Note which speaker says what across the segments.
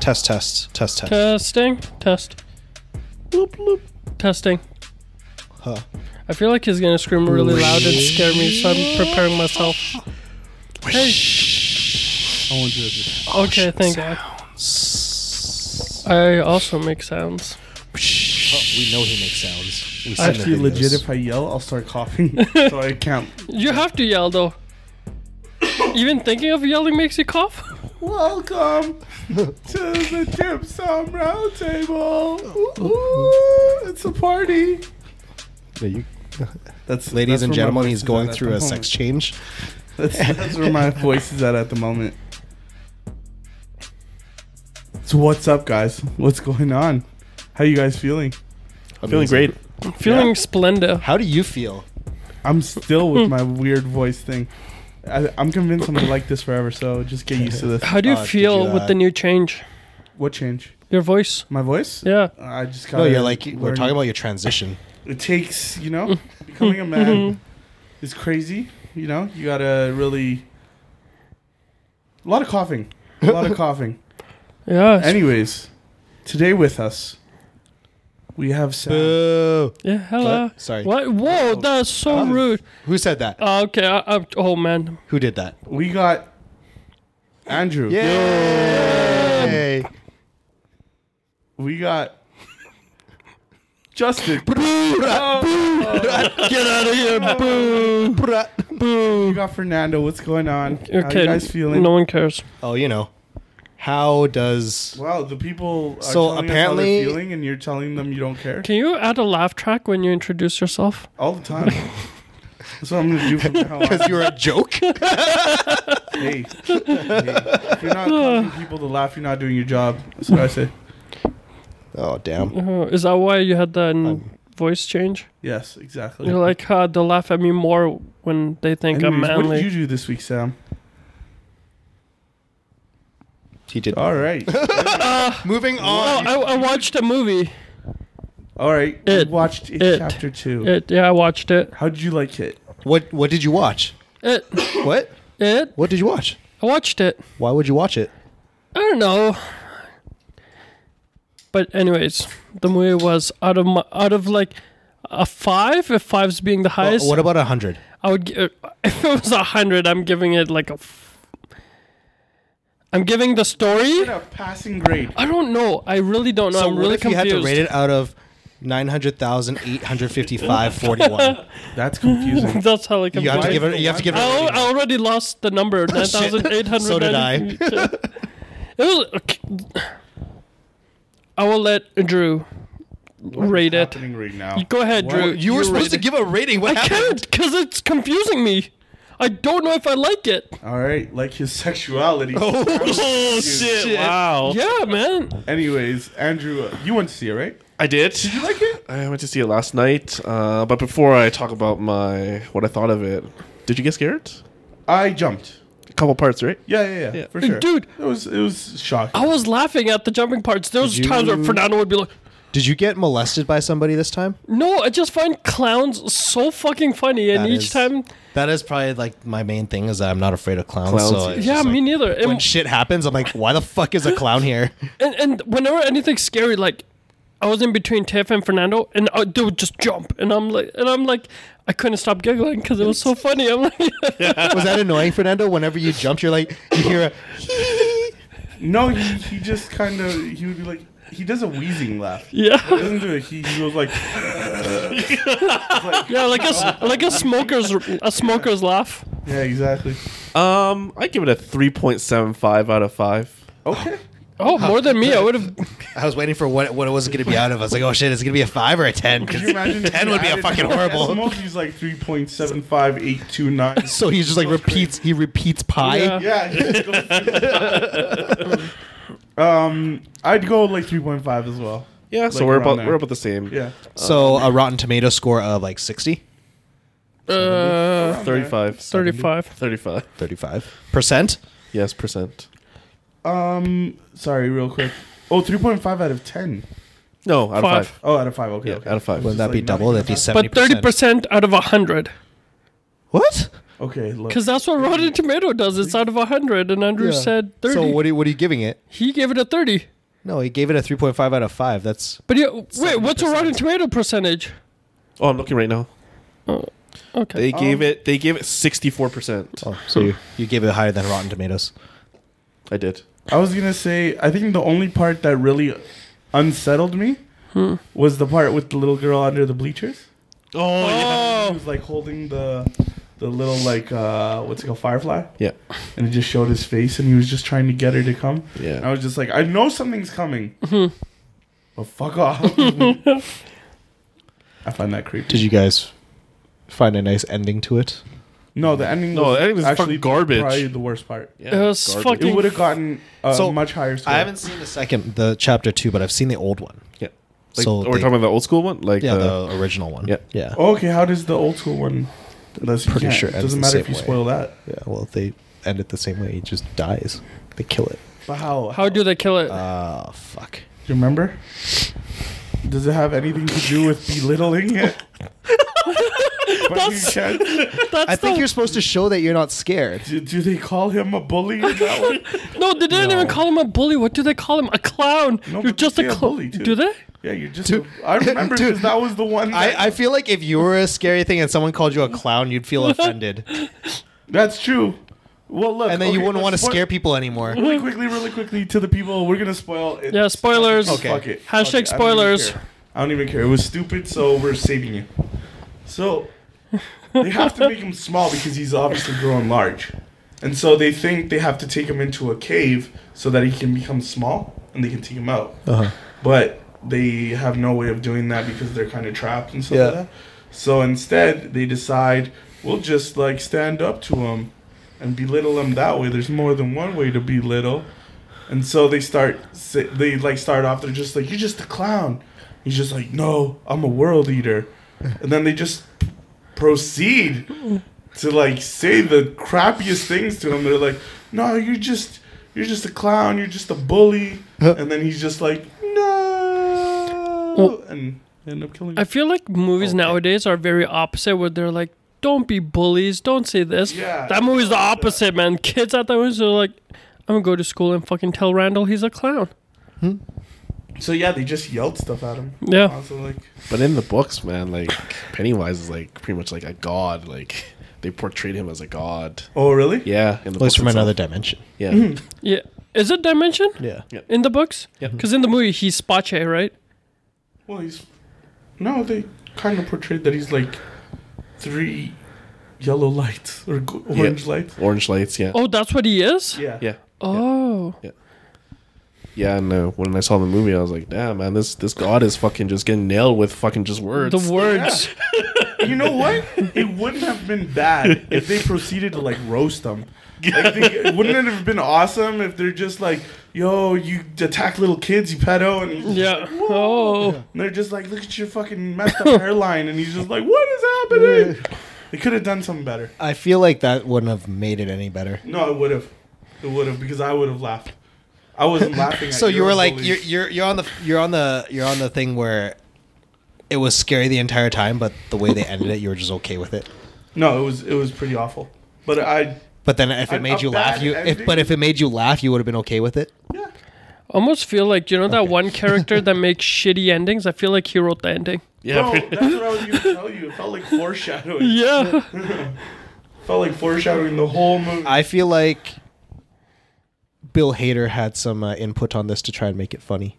Speaker 1: Test, test, test, test.
Speaker 2: Testing. Test. Bloop, bloop. Testing.
Speaker 1: Huh.
Speaker 2: I feel like he's gonna scream really loud and scare me, so I'm preparing myself. Hey.
Speaker 3: I want you to.
Speaker 2: Okay, thank God. I also make sounds.
Speaker 1: Oh, we know he makes sounds. We've
Speaker 3: Actually,
Speaker 1: seen the videos.
Speaker 3: legit, if I yell, I'll start coughing. so I can't.
Speaker 2: You have to yell though. Even thinking of yelling makes you cough.
Speaker 3: Welcome to the Gypsum Roundtable. Ooh, ooh, it's a party.
Speaker 1: Yeah, you-
Speaker 3: That's
Speaker 1: ladies
Speaker 3: that's
Speaker 1: and
Speaker 3: where my
Speaker 1: gentlemen,
Speaker 3: voice
Speaker 1: he's
Speaker 3: is
Speaker 1: going
Speaker 3: at at
Speaker 1: through
Speaker 3: the
Speaker 1: a sex
Speaker 3: moment.
Speaker 1: change.
Speaker 3: That's, that's where my voice is at at the moment. So what's up, guys? What's going on? How you guys feeling?
Speaker 4: Feeling
Speaker 1: Amazing.
Speaker 4: great.
Speaker 2: I'm feeling
Speaker 3: Yeah.
Speaker 2: splendor.
Speaker 1: How do you feel?
Speaker 3: I'm still with my weird voice thing. I, I'm convinced I'm gonna like this forever. So just get used to this.
Speaker 2: How do you
Speaker 1: Uh, did
Speaker 2: feel
Speaker 1: you, uh,
Speaker 2: with the new change?
Speaker 3: What change?
Speaker 2: Your voice.
Speaker 3: My voice?
Speaker 2: Yeah.
Speaker 3: I just got.
Speaker 1: No, you're like we're talking about your transition.
Speaker 3: It takes, you know, becoming a man is crazy. You know, you gotta really. A lot of coughing. A lot of coughing.
Speaker 2: Yeah. it's-
Speaker 3: Anyways, today with us, we have Sam.
Speaker 1: Uh, Boo!
Speaker 2: Yeah. Hello.
Speaker 1: What? Sorry.
Speaker 2: What? Whoa, that's so
Speaker 1: Oh.
Speaker 2: rude.
Speaker 1: Who said that?
Speaker 2: Uh, okay. I, I'm, oh man.
Speaker 1: Who did that?
Speaker 3: We got Andrew.
Speaker 1: Yay!
Speaker 3: We got Justin. Oh,
Speaker 1: Get out of here! Boo!
Speaker 3: we got Fernando. What's going on? How
Speaker 2: Okay.
Speaker 3: you guys feeling?
Speaker 2: No one cares.
Speaker 1: Oh, you know. How does?
Speaker 3: Wow, the people are
Speaker 1: So
Speaker 3: telling
Speaker 1: apparently-
Speaker 3: us how they're feeling, and you're telling them you don't care
Speaker 2: Can you add a laugh track when you introduce yourself?
Speaker 3: all the time. That's what I'm gonna do from now on.
Speaker 1: Because you're a joke.
Speaker 3: hey, hey, if you're not causing people to laugh, you're not doing your job. That's what I say.
Speaker 1: oh damn!
Speaker 2: Uh, is that why you had that voice change?
Speaker 3: Yes, exactly.
Speaker 2: You're like, uh, they'll laugh at me more when they think I'm
Speaker 3: Anyways, what
Speaker 2: manly.
Speaker 3: did you do this week, Sam?
Speaker 1: He did.
Speaker 3: All right,
Speaker 1: Uh, Moving
Speaker 2: oh,
Speaker 1: on.
Speaker 2: I, I watched a movie.
Speaker 3: all right. We
Speaker 2: It-
Speaker 3: watched it,
Speaker 2: it-
Speaker 3: chapter two.
Speaker 2: It, yeah, I watched it.
Speaker 3: How did you like it?
Speaker 1: What? What did you watch?
Speaker 2: It,
Speaker 1: What?
Speaker 2: it.
Speaker 1: What did you watch?
Speaker 2: I watched it.
Speaker 1: Why would you watch it?
Speaker 2: I don't know. But anyways, the movie was out of my, out of like a five. If fives being the
Speaker 1: Well,
Speaker 2: highest,
Speaker 1: what about a hundred?
Speaker 2: I would give, if it was a hundred, I'm giving it like a. F- I'm giving the story.
Speaker 3: A passing grade.
Speaker 2: I don't know. I really don't know.
Speaker 1: So
Speaker 2: I'm
Speaker 1: what
Speaker 2: really
Speaker 1: if you had
Speaker 2: confused.
Speaker 1: to rate it out of 900,855.41?
Speaker 3: That's confusing.
Speaker 2: That's how I can.
Speaker 1: you have to give it. You have to give it.
Speaker 2: I, al-
Speaker 1: a
Speaker 2: I
Speaker 1: rating.
Speaker 2: already lost the number. Nine thousand eight hundred.
Speaker 1: So did I.
Speaker 2: it was. Okay. I will let Drew rate it.
Speaker 3: Happening right now.
Speaker 2: Go ahead, Drew.
Speaker 1: You were supposed to give a rating. What
Speaker 2: I
Speaker 1: happened?
Speaker 2: can't because it's confusing me. I don't know if I like it.
Speaker 3: All right, like his sexuality.
Speaker 4: Oh shit! Wow.
Speaker 2: Yeah, man.
Speaker 3: Anyways, Andrew, uh, you went to see it, right?
Speaker 4: I did.
Speaker 3: You like it?
Speaker 4: I went to see it last night. Uh, but before I talk about my what I thought of it, did you get scared?
Speaker 3: I jumped.
Speaker 4: A couple parts, right?
Speaker 3: Yeah, yeah, yeah,
Speaker 4: Yeah.
Speaker 3: for sure.
Speaker 2: Dude.
Speaker 3: it was it was shocking.
Speaker 2: I was laughing at the jumping parts. There was
Speaker 1: Did
Speaker 2: times where
Speaker 1: you-
Speaker 2: Fernando would be like,
Speaker 1: Did you get molested by somebody this time?
Speaker 2: "No, I just find clowns so fucking funny," and
Speaker 1: That
Speaker 2: each
Speaker 1: is-
Speaker 2: time,
Speaker 1: That is probably like my main thing is that I'm not afraid of clowns.
Speaker 4: Clowns,
Speaker 1: so
Speaker 4: yeah.
Speaker 1: it's
Speaker 2: yeah,
Speaker 1: just, like,
Speaker 2: me neither. And-
Speaker 1: When shit happens, I'm like, why the fuck is a clown here?
Speaker 2: and and whenever anything scary like I was in between Tiff and Fernando, and uh, they would just jump, and I'm like, and I'm like, I couldn't stop giggling because it was so funny. I'm like,
Speaker 1: Was that annoying, Fernando? Whenever you jumped, you're like, you hear a.
Speaker 3: No, he, he just kind of he would be like he does a wheezing laugh. He
Speaker 2: yeah,
Speaker 3: doesn't do it. He, he goes like
Speaker 2: yeah, like a s- like a smoker's a smoker's laugh.
Speaker 3: yeah, exactly.
Speaker 4: Um, I give it a three point seven five out of five.
Speaker 3: Okay,
Speaker 2: Oh, more than me, I would have.
Speaker 1: I was waiting for what what it was going to be out of. I was like, oh shit, it's going to be a five or a ten.
Speaker 3: could you imagine? if
Speaker 1: ten
Speaker 3: he
Speaker 1: would be a
Speaker 3: added-
Speaker 1: fucking horrible.
Speaker 3: Smokey's like three point seven five eight two nine.
Speaker 1: So he just like repeats. He repeats pi.
Speaker 2: Yeah.
Speaker 3: Yeah. he just goes through- um, I'd go like three point five as well.
Speaker 4: Yeah, so
Speaker 3: Like
Speaker 4: we're
Speaker 3: around
Speaker 4: about
Speaker 3: there.
Speaker 4: we're about the same.
Speaker 3: Yeah,
Speaker 1: So a Rotten Tomato score of like 60,
Speaker 2: Uh,
Speaker 4: Thirty five.
Speaker 2: 35.
Speaker 4: Thirty five.
Speaker 1: 35 percent.
Speaker 4: Yes, percent.
Speaker 3: Um, sorry, real quick. Oh, 3.5 out of 10.
Speaker 4: No, out
Speaker 2: Five.
Speaker 4: of five.
Speaker 3: Oh, out of 5. Okay.
Speaker 4: Yeah,
Speaker 3: okay.
Speaker 4: out of five.
Speaker 1: Wouldn't that be
Speaker 3: like
Speaker 1: double? That'd be
Speaker 3: 90%.
Speaker 1: seventy.
Speaker 2: But 30% out of 100.
Speaker 1: What?
Speaker 3: Okay, look.
Speaker 2: Because that's what
Speaker 1: Mm.
Speaker 2: Rotten Tomato does. It's out of 100. And Andrew said 30.
Speaker 1: So what are you, what are you giving it?
Speaker 2: he gave it a 30.
Speaker 1: No, he gave it a 3.5 out of 5. That's
Speaker 2: But you, wait, what's a Rotten Tomato percentage?
Speaker 4: Oh, I'm looking right now.
Speaker 2: Oh, okay.
Speaker 3: Um,
Speaker 4: They gave it. They gave it 64. percent
Speaker 1: oh, so you, you gave it higher than Rotten Tomatoes.
Speaker 4: I did.
Speaker 3: I was gonna say, I think the only part that really unsettled me was the part with the little girl under the bleachers.
Speaker 4: Oh,
Speaker 3: She was like holding the the little like uh what's it called firefly,
Speaker 4: yeah,
Speaker 3: and it just showed his face, and he was just trying to get her to come. And I
Speaker 4: yeah.
Speaker 3: was just like, I know something's coming, but fuck off. I find that creepy.
Speaker 1: Did you guys find a nice ending to it?
Speaker 3: No, the ending.
Speaker 4: No,
Speaker 3: was
Speaker 4: the ending was
Speaker 3: actually
Speaker 4: fucking garbage.
Speaker 3: Probably the worst part.
Speaker 4: yeah.
Speaker 2: It was
Speaker 4: Garbage.
Speaker 2: fucking-
Speaker 3: It would have gotten a
Speaker 1: So,
Speaker 3: much higher score.
Speaker 1: I haven't seen the second, the chapter 2, but I've seen the old one.
Speaker 4: Yeah. Like,
Speaker 1: So
Speaker 4: are we
Speaker 1: they-
Speaker 4: talking about the old school one? Like
Speaker 1: Yeah,
Speaker 4: the-
Speaker 1: the original one.
Speaker 4: yeah.
Speaker 1: Yeah.
Speaker 3: Okay, how does the old school one? Unless you
Speaker 1: Pretty
Speaker 3: can't.
Speaker 1: sure it
Speaker 3: it
Speaker 1: ends
Speaker 3: doesn't
Speaker 1: the
Speaker 3: matter if
Speaker 1: same
Speaker 3: you
Speaker 1: way.
Speaker 3: spoil that.
Speaker 1: Yeah, well, if they end it the same way, he just dies. They kill it.
Speaker 3: But how?
Speaker 2: How do they kill it?
Speaker 1: Ah, fuck.
Speaker 3: Do you remember? Does it have anything to do with belittling it? By any chance,
Speaker 2: That's
Speaker 1: I think
Speaker 2: the-
Speaker 1: you're supposed to show that you're not scared.
Speaker 3: do, do they call him a bully? in that one?
Speaker 2: no, they didn't even call him a bully. What do they call him? A clown. you're
Speaker 3: No, but they
Speaker 2: just
Speaker 3: say
Speaker 2: a
Speaker 3: a
Speaker 2: clown.
Speaker 3: bully, too.
Speaker 2: do they?
Speaker 3: Yeah, you're just.
Speaker 1: Dude.
Speaker 3: I remember
Speaker 1: Dude.
Speaker 3: because that was the one. That,
Speaker 1: I, I feel like if you were a scary thing and someone called you a clown, you'd feel offended.
Speaker 3: that's true. Well, look,
Speaker 1: And then you
Speaker 3: okay,
Speaker 1: wouldn't
Speaker 3: let's
Speaker 1: want to
Speaker 3: spoil-
Speaker 1: scare people anymore.
Speaker 3: Really quickly, really quickly to the people, we're gonna spoil. It.
Speaker 2: Yeah, spoilers.
Speaker 1: Okay.
Speaker 3: Fuck it.
Speaker 2: Hashtag
Speaker 3: Fuck it. I don't even
Speaker 2: spoilers.
Speaker 3: care. I don't even care. It was stupid, so we're saving you. So they have to make him small because he's obviously growing large, and so they think they have to take him into a cave so that he can become small and they can take him out.
Speaker 1: Uh-huh.
Speaker 3: But they have no way of doing that because they're kind of trapped and stuff like
Speaker 1: Yeah.
Speaker 3: that. So instead, they decide we'll just like stand up to him and belittle him that way. There's more than one way to belittle. And so they start, si- they like start off, they're just like, you're just a clown. He's just like, no, I'm a world eater. And then they just proceed to like say the crappiest things to him. They're like, no, you're just, you're just a clown. You're just a bully. And then he's just like, no.
Speaker 2: Well-
Speaker 3: and they end up killing
Speaker 2: I
Speaker 3: him.
Speaker 2: feel like movies nowadays are very opposite, where they're like, "Don't be bullies. Don't say this."
Speaker 3: Yeah.
Speaker 2: That movie's the opposite, man. Kids at that movie are like, "I'm gonna go to school and fucking tell Randall he's a clown."
Speaker 3: So yeah, they just yelled stuff at him.
Speaker 2: Yeah.
Speaker 3: Also like,
Speaker 4: But in the books, man, like Pennywise is like pretty much like a god. Like they portrayed him as a god.
Speaker 3: oh really?
Speaker 4: Yeah, in
Speaker 1: At
Speaker 4: the
Speaker 1: least
Speaker 4: books
Speaker 1: from
Speaker 4: itself.
Speaker 1: another dimension.
Speaker 4: Yeah,
Speaker 1: Mm-hmm.
Speaker 2: Yeah. Is it Dimension
Speaker 1: Yeah.
Speaker 2: in the books?
Speaker 4: Yeah.
Speaker 2: Because in the movie he's Spache, right?
Speaker 3: Well, he's no. They kind of portrayed that he's like three yellow lights or g-
Speaker 4: Yeah.
Speaker 3: orange lights.
Speaker 4: orange lights. Yeah,
Speaker 2: Oh, that's what he is.
Speaker 3: Yeah.
Speaker 4: yeah,
Speaker 2: Oh.
Speaker 4: yeah. And uh, when I saw the movie, I was like, damn, man, this this god is fucking just getting nailed with fucking just words.
Speaker 2: The words.
Speaker 3: You know what? It wouldn't have been bad if they proceeded to like roast them. Like, they, wouldn't it have been awesome if they're just like, "Yo, you attack little kids, you pedo," and he's just
Speaker 2: Yeah.
Speaker 3: like,
Speaker 2: Oh.
Speaker 3: And they're just like, "Look at your fucking messed up hairline," and he's just like, "What is happening?" They could have done something better.
Speaker 1: I feel like that wouldn't have made it any better.
Speaker 3: No, it would have. It would have because I would have laughed. I wasn't laughing. At
Speaker 1: So you
Speaker 3: your
Speaker 1: were like
Speaker 3: bullies.
Speaker 1: you're, you're you're on the you're on the you're on the thing where it was scary the entire time, but the way they ended it, you were just okay with it.
Speaker 3: No, it was it was pretty awful. But I
Speaker 1: But then if
Speaker 3: A-
Speaker 1: it made
Speaker 3: a
Speaker 1: you laugh,
Speaker 3: bad
Speaker 1: you if but
Speaker 3: ending?
Speaker 1: if it made you laugh, you would have been okay with it.
Speaker 3: yeah.
Speaker 2: Almost feel like you know that one character that makes shitty endings. I feel like he wrote the ending.
Speaker 4: yeah,
Speaker 3: Bro,
Speaker 4: pretty-
Speaker 3: that's what I was gonna tell you. It felt like foreshadowing.
Speaker 2: Yeah.
Speaker 3: felt like foreshadowing the whole movie.
Speaker 1: I feel like Bill Hader had some uh, input on this to try and make it funny.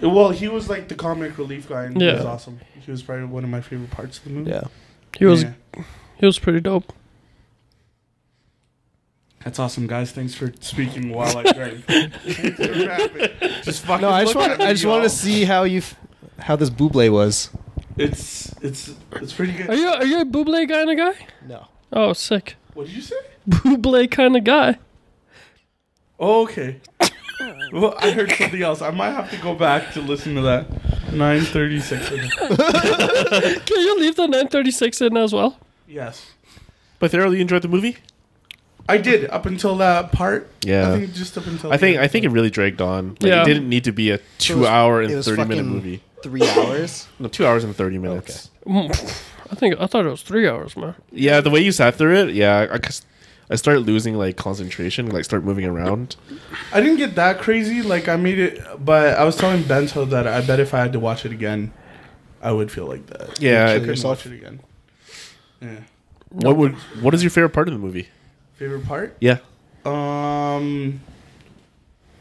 Speaker 3: well, he was like the comic relief guy, and he was
Speaker 2: Yeah.
Speaker 3: awesome. He was probably one of my favorite parts of the movie.
Speaker 2: He was
Speaker 3: Yeah.
Speaker 2: he was pretty dope.
Speaker 3: That's awesome, guys. Thanks for speaking while I drank. Thanks for rapping. just fucking.
Speaker 1: No, I just
Speaker 3: look
Speaker 1: want
Speaker 3: at
Speaker 1: I
Speaker 3: me,
Speaker 1: just want to
Speaker 3: y'all.
Speaker 1: see how you f- how this Buble was.
Speaker 3: It's it's it's pretty good.
Speaker 2: Are you are you a Buble kind of guy?
Speaker 1: No.
Speaker 2: Oh, sick.
Speaker 3: what did you say?
Speaker 2: Buble kind of guy.
Speaker 3: Oh, okay. well, I heard something else. I might have to go back to listen to that. Nine thirty-six.
Speaker 2: Can you leave the 936 in as well?
Speaker 3: yes.
Speaker 4: but thoroughly enjoyed the movie.
Speaker 3: I did up until that part.
Speaker 4: Yeah.
Speaker 3: I think just up until.
Speaker 4: I think
Speaker 3: the-
Speaker 4: I think it really dragged on. Like,
Speaker 2: Yeah.
Speaker 4: it didn't need to be a
Speaker 1: it
Speaker 4: two
Speaker 1: was-
Speaker 4: hour and
Speaker 1: it was
Speaker 4: thirty minute
Speaker 1: fucking
Speaker 4: movie.
Speaker 1: 3 hours?
Speaker 4: No, two hours and thirty minutes.
Speaker 2: Mm, I think I thought it was three hours, man.
Speaker 4: Yeah, the way you sat through it, yeah, I, 'cause I start losing like concentration, like start moving around.
Speaker 3: I didn't get that crazy. Like I made it, but I was telling Bento that I bet if I had to watch it again, I would feel like that.
Speaker 4: Yeah,
Speaker 3: I
Speaker 4: it-
Speaker 3: could
Speaker 1: yourself?
Speaker 3: watch it again. Yeah.
Speaker 4: What would what is your favorite part of the movie?
Speaker 3: Favorite part?
Speaker 4: Yeah.
Speaker 3: Um.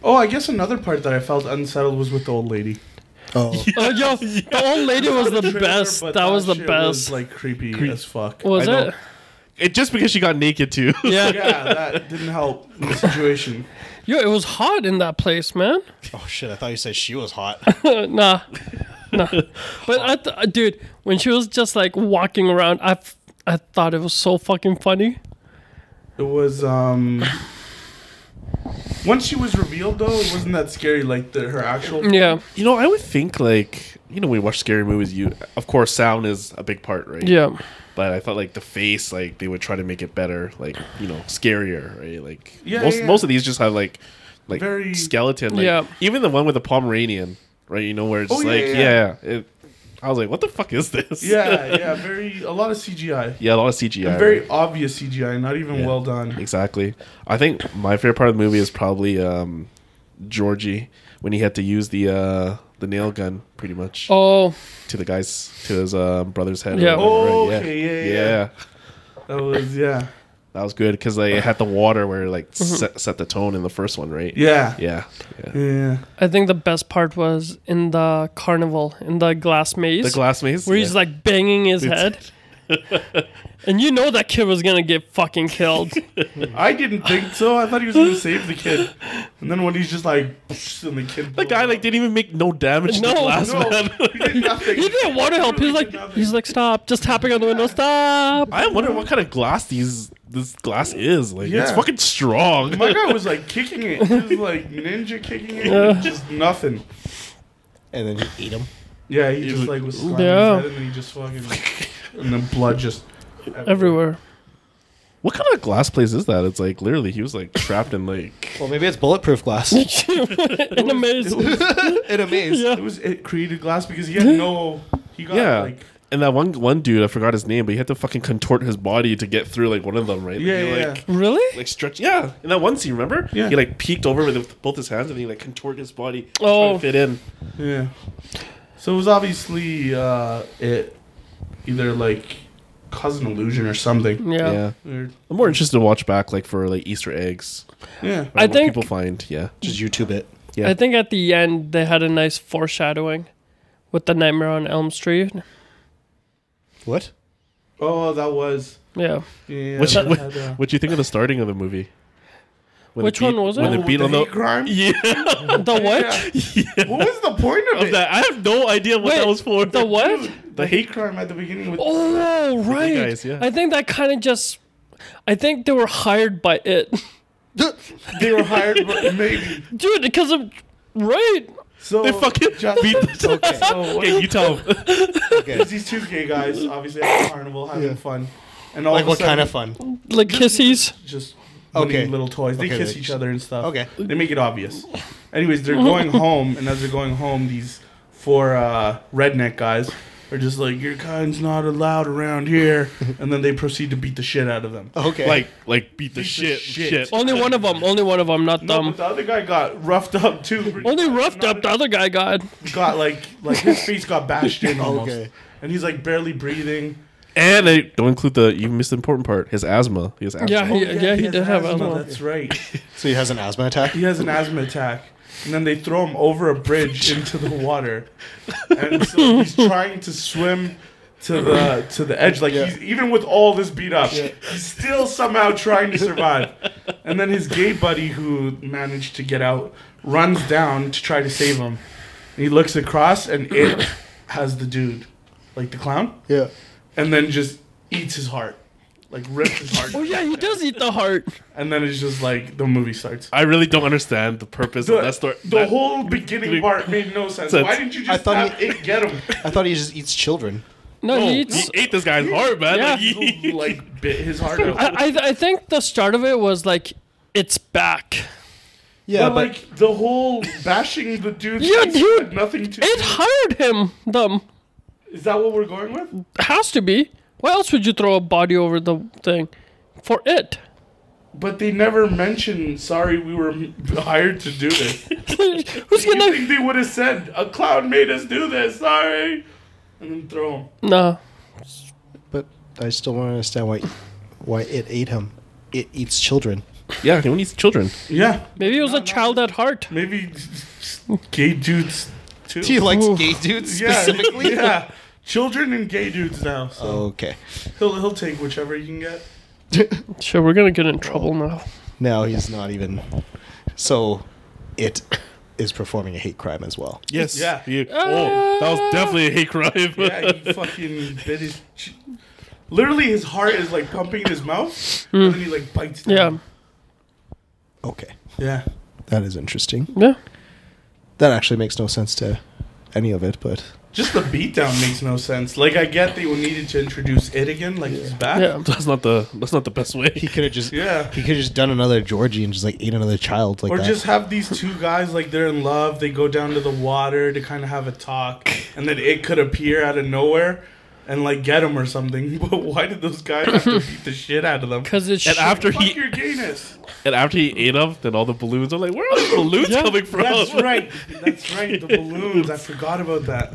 Speaker 3: Oh, I guess another part that I felt unsettled was with the old lady.
Speaker 1: Oh,
Speaker 2: Oh, yo, the old lady was the
Speaker 3: Trailer,
Speaker 2: best.
Speaker 3: but
Speaker 2: That was the
Speaker 3: shit
Speaker 2: best.
Speaker 3: like creepy as fuck.
Speaker 2: Was
Speaker 3: I don't-
Speaker 2: it?
Speaker 4: It just because she got naked too.
Speaker 2: Yeah.
Speaker 3: Yeah, that didn't help the situation.
Speaker 2: Yo, it was hot in that place, man.
Speaker 1: oh shit! I thought you said she was hot.
Speaker 2: Uh, nah, nah. But I, th- uh, dude, when she was just like walking around, I, f- I thought it was so fucking funny.
Speaker 3: It was um. Once she was revealed, though, it wasn't that scary. Like the her actual.
Speaker 2: Yeah,
Speaker 4: You know, I would think like you know, we watch scary movies, you of course sound is a big part, right?
Speaker 2: yeah.
Speaker 4: But I thought like the face, like they would try to make it better, like, you know, scarier, right? Like
Speaker 3: Yeah,
Speaker 4: most
Speaker 3: yeah,
Speaker 4: most
Speaker 3: yeah.
Speaker 4: of these just have like like
Speaker 3: Very-
Speaker 4: skeleton. Like,
Speaker 2: Yeah.
Speaker 4: Even the one with the Pomeranian, right? You know, where it's
Speaker 3: Oh,
Speaker 4: just
Speaker 3: yeah,
Speaker 4: like,
Speaker 3: yeah,
Speaker 4: yeah.
Speaker 3: yeah.
Speaker 4: it, I was like, what the fuck is this?
Speaker 3: Yeah, yeah, very a lot of CGI.
Speaker 4: yeah, a lot of CGI.
Speaker 3: And
Speaker 4: right?
Speaker 3: very obvious CGI, not even well done.
Speaker 4: Exactly. I think my favorite part of the movie is probably um, Georgie when he had to use the uh, the nail gun, pretty much,
Speaker 2: Oh,
Speaker 4: to the guy's to his uh, brother's head. or
Speaker 2: Yeah.
Speaker 4: whatever,
Speaker 3: Oh,
Speaker 4: right?
Speaker 3: okay, yeah, yeah. That was yeah,
Speaker 4: That was good because they had the water where it, like set, set the tone in the first one, right?
Speaker 3: yeah, yeah.
Speaker 4: Yeah. yeah.
Speaker 2: I think the best part was in the carnival, in the glass maze,
Speaker 4: The glass maze.
Speaker 2: where he's
Speaker 4: yeah.
Speaker 2: like banging his
Speaker 4: It's-
Speaker 2: head. and you know that kid was gonna get fucking killed.
Speaker 3: I didn't think so. I thought he was gonna save the kid, and then when he's just like, and the kid,
Speaker 4: the guy like didn't even make no damage to the
Speaker 2: No.
Speaker 4: glass
Speaker 3: no,
Speaker 4: man.
Speaker 3: he did nothing.
Speaker 2: he didn't want to help. He's like, he's like, stop! Just tapping on the window. Stop!
Speaker 4: I wonder what kind of glass these this glass is. Like it's
Speaker 3: Yeah.
Speaker 4: fucking strong.
Speaker 3: My guy was like kicking it. He was like ninja kicking it, and just nothing.
Speaker 1: and then he ate him.
Speaker 3: Yeah, he just like was slamming
Speaker 2: Yeah.
Speaker 3: his head, and then he just fucking, and then blood just
Speaker 2: Everywhere.
Speaker 4: What kind of glass place is that? It's like literally he was like trapped in like
Speaker 1: Well, maybe it's bulletproof glass
Speaker 2: in a maze.
Speaker 1: in a maze.
Speaker 2: Yeah.
Speaker 3: It was it created glass because he had no. He got
Speaker 4: Yeah.
Speaker 3: like
Speaker 4: and that one one dude, I forgot his name, but he had to fucking contort his body to get through like one of them, right?
Speaker 3: yeah,
Speaker 4: He,
Speaker 3: yeah,
Speaker 4: like,
Speaker 3: yeah.
Speaker 2: Really?
Speaker 4: Like stretch, yeah. In that one scene, remember?
Speaker 3: Yeah.
Speaker 4: He like peeked over with, with both his hands and he like contorted his body to
Speaker 2: Oh.
Speaker 4: try to fit in.
Speaker 3: Yeah. So it was obviously uh, it either like caused an illusion or something.
Speaker 2: Yeah.
Speaker 3: Weird.
Speaker 4: I'm more interested to watch back like for like Easter eggs.
Speaker 3: Yeah.
Speaker 2: I
Speaker 4: what
Speaker 2: think-
Speaker 4: people find yeah.
Speaker 1: Just YouTube it.
Speaker 4: Yeah.
Speaker 2: I think at the end they had a nice foreshadowing with the Nightmare on Elm Street.
Speaker 1: What?
Speaker 3: Oh, that was.
Speaker 2: Yeah.
Speaker 3: Yeah.
Speaker 4: Which-
Speaker 3: that
Speaker 4: which-
Speaker 3: had, uh,
Speaker 4: What do you think of the starting of the movie? When the
Speaker 2: Which one
Speaker 4: beat-
Speaker 2: was it?
Speaker 4: When the
Speaker 3: oh,
Speaker 4: beat on
Speaker 3: the
Speaker 4: the
Speaker 3: hate crime?
Speaker 4: yeah
Speaker 2: The what?
Speaker 3: Yeah. What was the point of,
Speaker 4: of
Speaker 3: it?
Speaker 4: that I have no idea what
Speaker 2: Wait,
Speaker 4: that was for.
Speaker 2: The what?
Speaker 3: The hate crime at the beginning with
Speaker 2: Oh, right.
Speaker 4: guys, yeah.
Speaker 2: I think that kind of just. I think they were hired by it,
Speaker 3: they were hired, but maybe.
Speaker 2: dude. Because of right.
Speaker 3: So
Speaker 4: They fucking
Speaker 3: just,
Speaker 4: beat the
Speaker 3: okay. So what,
Speaker 4: Okay, you tell him.
Speaker 1: Okay.
Speaker 3: these two gay guys obviously at the carnival having
Speaker 1: Yeah.
Speaker 3: fun, and all
Speaker 1: like
Speaker 3: of a
Speaker 1: what
Speaker 3: sudden,
Speaker 1: kind of fun?
Speaker 2: Like kisses.
Speaker 3: just
Speaker 1: Okay.
Speaker 3: okay. little toys. They
Speaker 1: Okay,
Speaker 3: kiss
Speaker 1: they-
Speaker 3: each other and stuff.
Speaker 1: Okay.
Speaker 3: They make it obvious. Anyways, they're going home, and as they're going home, these four uh, redneck guys are just like, "Your kind's not allowed around here," and then they proceed to beat the shit out of them.
Speaker 1: Okay.
Speaker 4: Like like beat
Speaker 3: Beat
Speaker 4: the
Speaker 3: the
Speaker 4: shit
Speaker 3: shit.
Speaker 4: shit.
Speaker 2: Only one of them. Only one of them. Not
Speaker 3: No,
Speaker 2: them.
Speaker 3: but the other guy got roughed up too.
Speaker 2: Um, Only roughed up. The other guy got.
Speaker 3: Got like like his face got bashed in almost,
Speaker 1: Okay.
Speaker 3: and he's like barely breathing.
Speaker 4: And I don't include the you missed the important part. His asthma. He has asthma.
Speaker 2: Yeah. He, yeah. Oh, He,
Speaker 3: has
Speaker 2: did have
Speaker 3: asthma.
Speaker 2: asthma.
Speaker 3: That's right.
Speaker 1: so he has an asthma attack.
Speaker 3: He has an asthma attack, and then they throw him over a bridge into the water, and so he's trying to swim to the to the edge. Like
Speaker 1: Yeah.
Speaker 3: he's even with all this beat up, he's still somehow trying to survive. And then his gay buddy, who managed to get out, runs down to try to save him. And he looks across, and it has the dude, like the clown,
Speaker 1: Yeah.
Speaker 3: and then just eats his heart, like rips his heart,
Speaker 2: Oh yeah, he does eat the heart.
Speaker 3: and then it's just like the movie starts.
Speaker 4: I really don't understand the purpose
Speaker 3: The,
Speaker 4: of that story.
Speaker 3: the
Speaker 4: that-
Speaker 3: whole beginning part made no sense.
Speaker 4: Sense.
Speaker 3: Why didn't you just
Speaker 1: I thought
Speaker 3: have
Speaker 1: he-
Speaker 3: it get him?
Speaker 1: I thought he just eats children.
Speaker 2: No,
Speaker 4: Oh,
Speaker 2: he
Speaker 4: he
Speaker 2: eats.
Speaker 4: ate this guy's heart, man.
Speaker 2: Yeah.
Speaker 4: Like, he-
Speaker 3: like bit his heart
Speaker 2: I,
Speaker 3: out.
Speaker 2: I, I think the start of it was like, it's back.
Speaker 1: Yeah,
Speaker 3: but, like the whole bashing the dude's
Speaker 2: Yeah,
Speaker 3: face
Speaker 2: dude.
Speaker 3: had nothing to.
Speaker 2: It hired him. Them
Speaker 3: Is that what we're going with?
Speaker 2: has to be. Why else would you throw a body over the thing? For it.
Speaker 3: But they never mentioned, sorry, we were m- hired to do this.
Speaker 2: Who's
Speaker 3: you
Speaker 2: gonna?
Speaker 3: think they would have said, a clown made us do this, sorry? And then throw him.
Speaker 2: No.
Speaker 1: But I still want to understand why why it ate him. It eats children.
Speaker 4: Yeah, he needs children.
Speaker 3: Yeah.
Speaker 2: Maybe it was a child at heart.
Speaker 3: Maybe gay dudes too.
Speaker 1: likes gay dudes
Speaker 3: yeah, Yeah. Children and gay dudes now. So
Speaker 1: Okay.
Speaker 3: he'll he'll take whichever he can get.
Speaker 2: Sure, we're gonna get in trouble now.
Speaker 1: Now he's not even. So, it is performing a hate crime as well.
Speaker 4: Yes.
Speaker 3: Yeah.
Speaker 4: You-
Speaker 2: Uh,
Speaker 4: oh, that was definitely a hate crime.
Speaker 3: Yeah, he fucking bit his. Ch- Literally, his heart is like pumping in his mouth, and then he like bites.
Speaker 2: Yeah.
Speaker 3: Down.
Speaker 1: Okay,
Speaker 3: Yeah.
Speaker 1: that is interesting.
Speaker 2: Yeah.
Speaker 1: That actually makes no sense to any of it, but
Speaker 3: Just the beatdown makes no sense. Like I get they needed to introduce it again, like he's back.
Speaker 2: Yeah.
Speaker 4: that's not the that's not the best way.
Speaker 1: he could have just
Speaker 3: Yeah.
Speaker 1: he could have just done another Georgie and just like ate another child like
Speaker 3: Or
Speaker 1: that.
Speaker 3: just have these two guys like they're in love. They go down to the water to kind of have a talk, and then it could appear out of nowhere and like get him or something. But why did those guys have to beat the shit out of them?
Speaker 2: Because it's
Speaker 4: And after
Speaker 3: Fuck
Speaker 4: he
Speaker 3: your gayness.
Speaker 4: and after he ate up, then all the balloons. I'm like, where are the balloons
Speaker 2: Yeah.
Speaker 4: coming from?
Speaker 3: That's right. That's right. The balloons. I forgot about that.